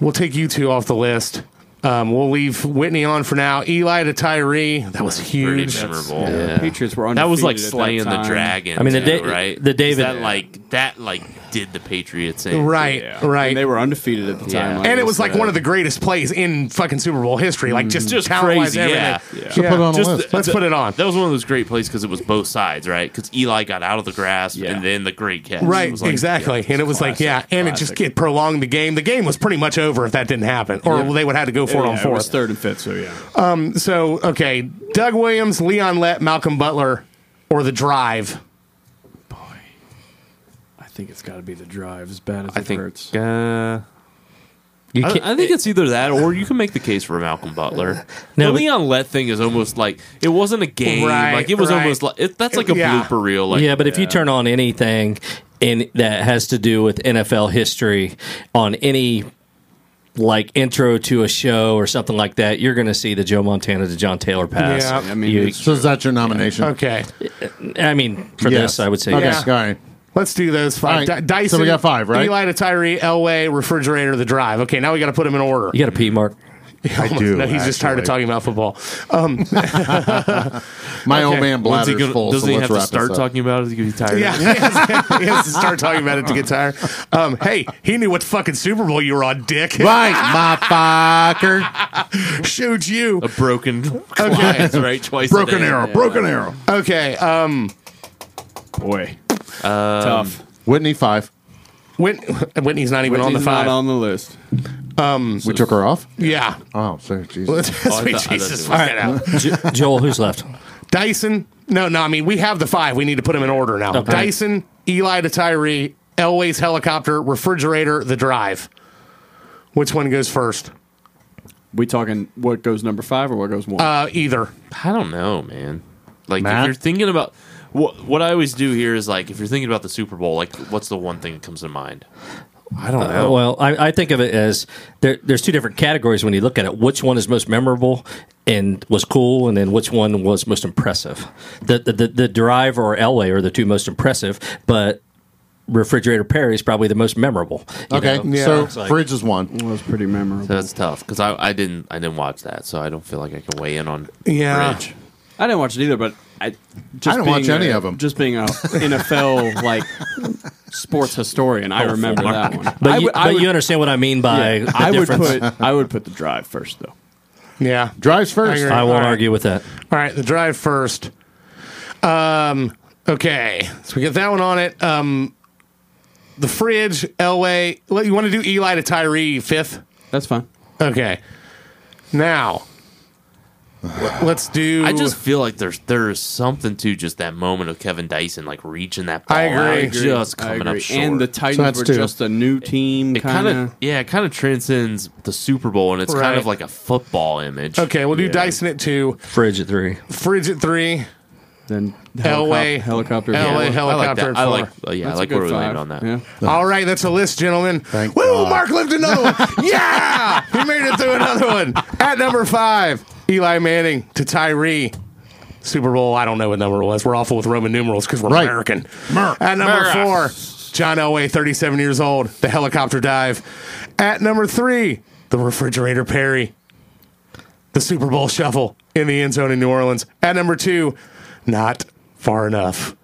S2: We'll take you two off the list. Um, we'll leave Whitney on for now. Eli to Tyree. That was
S6: Pretty
S2: huge.
S6: memorable.
S7: Patriots were undefeated
S6: That was like
S7: at that
S6: slaying the
S7: time.
S6: dragon.
S8: I mean, the
S6: too,
S8: Da-
S6: right?
S8: the David-
S6: that like that like did the Patriots in.
S2: Right.
S7: Yeah.
S2: Right.
S7: And they were undefeated at the
S6: Yeah.
S7: time.
S2: and it was like
S7: obviously.
S2: one of the greatest plays in fucking Super Bowl history. Like just
S6: Just
S2: talent-wise,
S6: crazy,
S2: everything.
S6: yeah.
S2: Yeah.
S4: Should put it on the
S6: Just
S4: list.
S6: the-
S2: Let's put it on.
S6: That was one of those great plays because it was both sides, right? Because Eli got out of the grasp
S7: Yeah.
S6: and then the great catch. It
S2: Right,
S6: was like-
S2: exactly. and it was like, yeah, and it just get prolonged the game. The game was pretty much over if that didn't happen, or they would have to go for it
S7: Yeah,
S2: on
S7: it was
S2: fourth.
S7: third and fifth. So yeah,
S2: So, okay, Doug Williams, Leon Lett, Malcolm Butler, or the drive.
S7: I think it's got to be the drive. As bad as
S6: I
S7: it
S6: think.
S7: hurts.
S6: uh,
S8: You
S6: I,
S8: can't-
S6: I think it's either that or you can make the case for Malcolm Butler.
S8: No,
S6: the
S8: but-
S6: Leon Lett thing is almost like it wasn't a game.
S2: Right,
S6: like it was
S2: right.
S6: almost like it, that's like a
S2: Yeah.
S6: blooper reel. Like uh,
S8: yeah, but if you turn on anything in that has to do with NFL history on any like intro to a show or something like that, you're going to see the Joe Montana to John Taylor pass.
S2: Yeah.
S7: I mean,
S8: You-
S7: it's-
S4: So is that your nomination?
S2: Okay,
S8: I mean, for
S4: Yes.
S8: this, I would say
S4: Okay,
S8: yes.
S4: all right.
S2: let's do those
S4: All
S2: five.
S4: right,
S2: Dy-
S4: so we
S2: Dyson,
S4: got five, right?
S2: Eli to Tyree, Elway, refrigerator, the drive. Okay, now we got to put them in order.
S8: You got a P mark.
S2: [LAUGHS]
S4: I do.
S2: no, he's just tired of talking
S4: actually.
S2: about football.
S4: [LAUGHS]
S2: Okay.
S4: My old man
S6: when's he
S4: bladder's
S6: gonna-
S4: full.
S6: doesn't
S4: so
S6: he
S4: let's
S6: have to
S4: wrap
S6: start
S4: this up.
S6: talking about it? He gets tired.
S2: Yeah, he has, [LAUGHS] he has to start talking about it to get tired. Um, hey, he knew what fucking Super Bowl you were on, dick.
S4: Right, my fucker.
S2: [LAUGHS] Showed you.
S6: a
S2: [LAUGHS]
S6: broken glass, right? Twice a
S4: Broken
S6: day.
S4: arrow. Broken arrow.
S2: Okay, um,
S7: boy, tough.
S4: Whitney five.
S2: Whit- Whitney's not even on the
S7: Whitney's not
S2: five.
S7: on the list.
S4: We took her off.
S2: yeah. [LAUGHS]
S4: Oh, sorry, Jesus.
S2: Let's
S6: I thought- I
S2: Jesus,
S6: thought
S2: fuck it out.
S8: Jo- Joel, who's left?
S2: Dyson. No, no. I mean, we have the five. We need to put them in order now.
S8: Okay.
S2: Dyson, Eli to Tyree, Elway's helicopter, refrigerator, the drive. Which one goes first?
S7: We talking what goes number five or what goes one?
S2: Uh, either.
S6: I don't know, man. Like
S4: Matt?
S6: if you're thinking about what what I always do here is like if you're thinking about the Super Bowl, like what's the one thing that comes to mind? I don't know.
S8: Uh, Well, I, I think of it as there, there's two different categories when you look at it. Which one is most memorable and was cool, and then which one was most impressive? The the, the, the Drive or Elway are the two most impressive, but Refrigerator Perry is probably the most memorable. you
S4: Okay,
S8: know?
S4: so
S8: It's like-
S4: fridge is one.
S7: That was pretty memorable.
S6: That's tough because I, I didn't I didn't watch that, so I don't feel like I can weigh in on
S2: Yeah.
S6: Bridge.
S7: I didn't watch it either, but I just
S4: I didn't
S7: being
S4: watch any
S7: a-
S4: of 'em.
S7: Just being a NFL like sports historian, I remember that one.
S8: But,
S7: I
S8: you,
S7: would- I
S8: but
S7: would-
S8: you understand what I mean by
S7: yeah,
S8: the
S7: I would
S8: difference.
S7: put I would put the drive first though.
S2: Yeah.
S4: Drives
S2: I
S4: first.
S2: agree.
S8: I
S2: All
S8: won't
S2: right.
S8: argue with that.
S2: All right, the drive first. Um, okay, so we got that one on it. Um, the fridge, Elway. Well, You want to do Eli to Tyree fifth?
S7: That's fine.
S6: [SIGHS]
S2: Okay. Now, Let's do.
S6: I just feel like there's there's something to just that moment of Kevin Dyson like reaching that ball
S2: I agree.
S6: out, just coming up short.
S7: And the Titans
S4: that's
S7: were
S4: two.
S7: just a new team,
S6: it
S7: kind of.
S6: yeah, it kind of transcends the Super Bowl, and it's
S2: Right.
S6: kind of like a football image.
S2: Okay, we'll do Dyson at two,
S8: Fridge at three.
S2: Fridge at three,
S7: Then
S2: Elway.
S7: helicop- helicopter,
S2: Elway,
S6: I like
S2: helicopter
S6: that.
S2: at
S6: I
S2: four.
S6: like, uh, yeah,
S7: That's
S6: I
S7: a
S6: like
S7: good
S6: where we
S7: five.
S6: landed on that.
S7: Yeah.
S2: All right, that's a list, gentlemen.
S4: Thank
S2: Woo,
S4: God.
S2: Mark lived another one.
S4: [LAUGHS]
S2: yeah, he made it through another one. At number five, Eli Manning to Tyree. Super Bowl, I don't know what number it was. We're awful with Roman numerals because we're
S4: Right.
S2: American. At number
S6: Mer.
S2: four, John Elway, 37 years old, the helicopter dive. At number three, the refrigerator Perry, the Super Bowl shuffle in the end zone in New Orleans. At number two, not far enough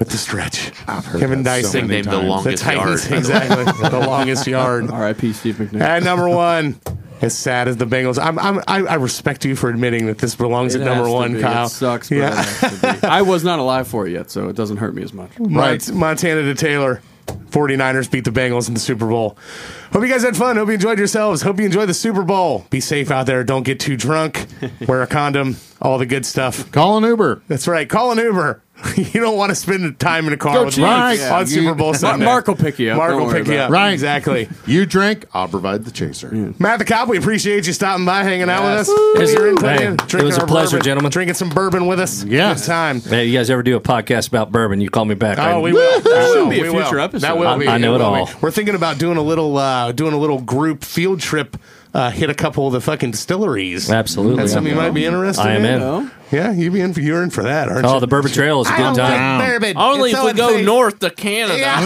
S2: with the stretch. Kevin
S4: that so
S2: Dyson.
S4: many
S6: Nicknamed the
S4: times.
S2: The
S6: longest yard.
S2: Titans,
S7: [LAUGHS]
S2: exactly. the longest yard.
S7: R.I.P. Steve McNair.
S2: At number one, as sad as the Bengals, I'm, I'm, I, I respect you for admitting that this belongs
S7: It
S2: at number
S7: has to
S2: one,
S7: be.
S2: Kyle.
S7: It sucks, but it
S2: Yeah.
S7: has to be. I was not alive for it yet, so it doesn't hurt me as much.
S2: Mont- Montana to Taylor. 49ers beat the Bengals in the Super Bowl. Hope you guys had fun. Hope you enjoyed yourselves. Hope you enjoyed the Super Bowl. Be safe out there. Don't get too
S7: [LAUGHS]
S2: drunk. Wear a condom. All the good stuff.
S4: Call an Uber.
S2: That's right. Call an Uber. [LAUGHS] you don't want to spend time in a car
S4: Go
S2: with
S4: Chiefs.
S2: Mark
S4: Yeah,
S2: on
S4: you-
S2: Super Bowl Sunday.
S7: Mark will pick you up.
S2: Mark
S7: Don't
S2: will
S7: worry
S2: pick you
S7: about
S2: up.
S4: it. Right.
S2: Exactly.
S4: You drink, I'll provide the chaser. [LAUGHS]
S2: Matt the Cop, we appreciate you stopping by, hanging out with us. Thanks for your input
S8: Hey,
S2: in,
S8: it was
S2: drinking
S8: a
S2: our
S8: pleasure,
S2: bourbon,
S8: gentlemen.
S2: Drinking some bourbon with us.
S4: Yeah.
S2: Good time.
S8: Hey, you guys ever do a podcast about bourbon? You call me back.
S2: Oh,
S8: I-
S2: we will. That
S7: should be a future episode.
S2: That will
S8: I-
S2: be.
S8: I know it
S2: will
S8: all.
S2: be. We're thinking about doing a little, uh, doing a little group field trip. Uh, hit a couple of the fucking distilleries.
S8: Absolutely.
S2: That's something you might be interested.
S8: I am in.
S7: know?
S2: Yeah, you be in. For, you're in for that, aren't you?
S8: Oh, the Bourbon Trail is a good time.
S2: bourbon.
S6: Only
S2: It's
S6: if we
S2: so
S6: go
S2: unsafe.
S6: north to Canada.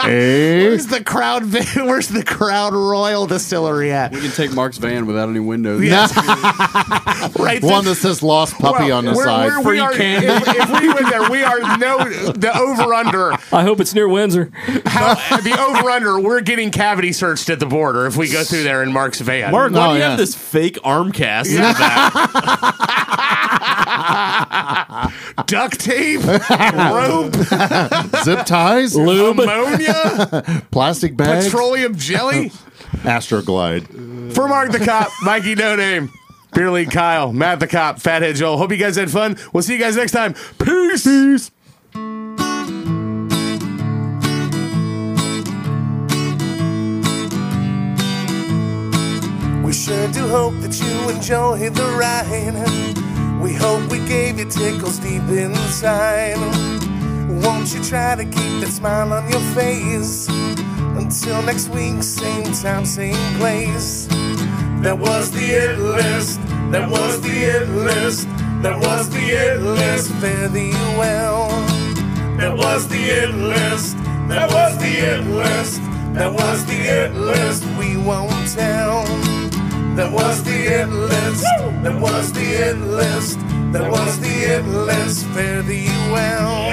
S4: Hey.
S2: Where's the crowd? [LAUGHS] Where's the crowd Royal Distillery at?
S7: You can take Mark's van without any windows.
S2: Right.
S4: One
S2: there.
S4: that says lost puppy
S2: Well,
S4: on the
S2: we're-
S4: side.
S2: we're- we are- If, if we went there, we are no the over under.
S8: I hope it's near Windsor.
S2: How, the over under. We're getting cavity searched at the border if we go through there in Mark's van.
S6: Mark,
S4: No,
S6: why do you
S4: yeah.
S6: have this fake arm cast?
S2: duct
S4: [LAUGHS]
S2: tape, rope,
S4: Zip ties,
S2: ammonia,
S4: plastic bags,
S2: petroleum jelly.
S4: Astroglide.
S2: For Mark the Cop, Mikey No Name, Beer League Kyle, Matt the Cop, Fathead Joel. Hope you guys had fun. We'll see you guys next time. Peace. Peace.
S3: We sure do hope that you enjoyed the ride. We hope we gave you tickles deep inside. Won't you try to keep that smile on your face? Until next week, same time, same place. That was the it list. That was the it list. That was the it list. Fare thee well. That was the it list. That was the it list. That was the it list. We won't tell. That was the end list. That was the end list. That was the end list. Fare thee well.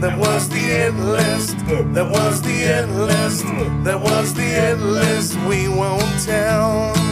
S3: That was the end list. That was the end list. That was the end list. We won't tell.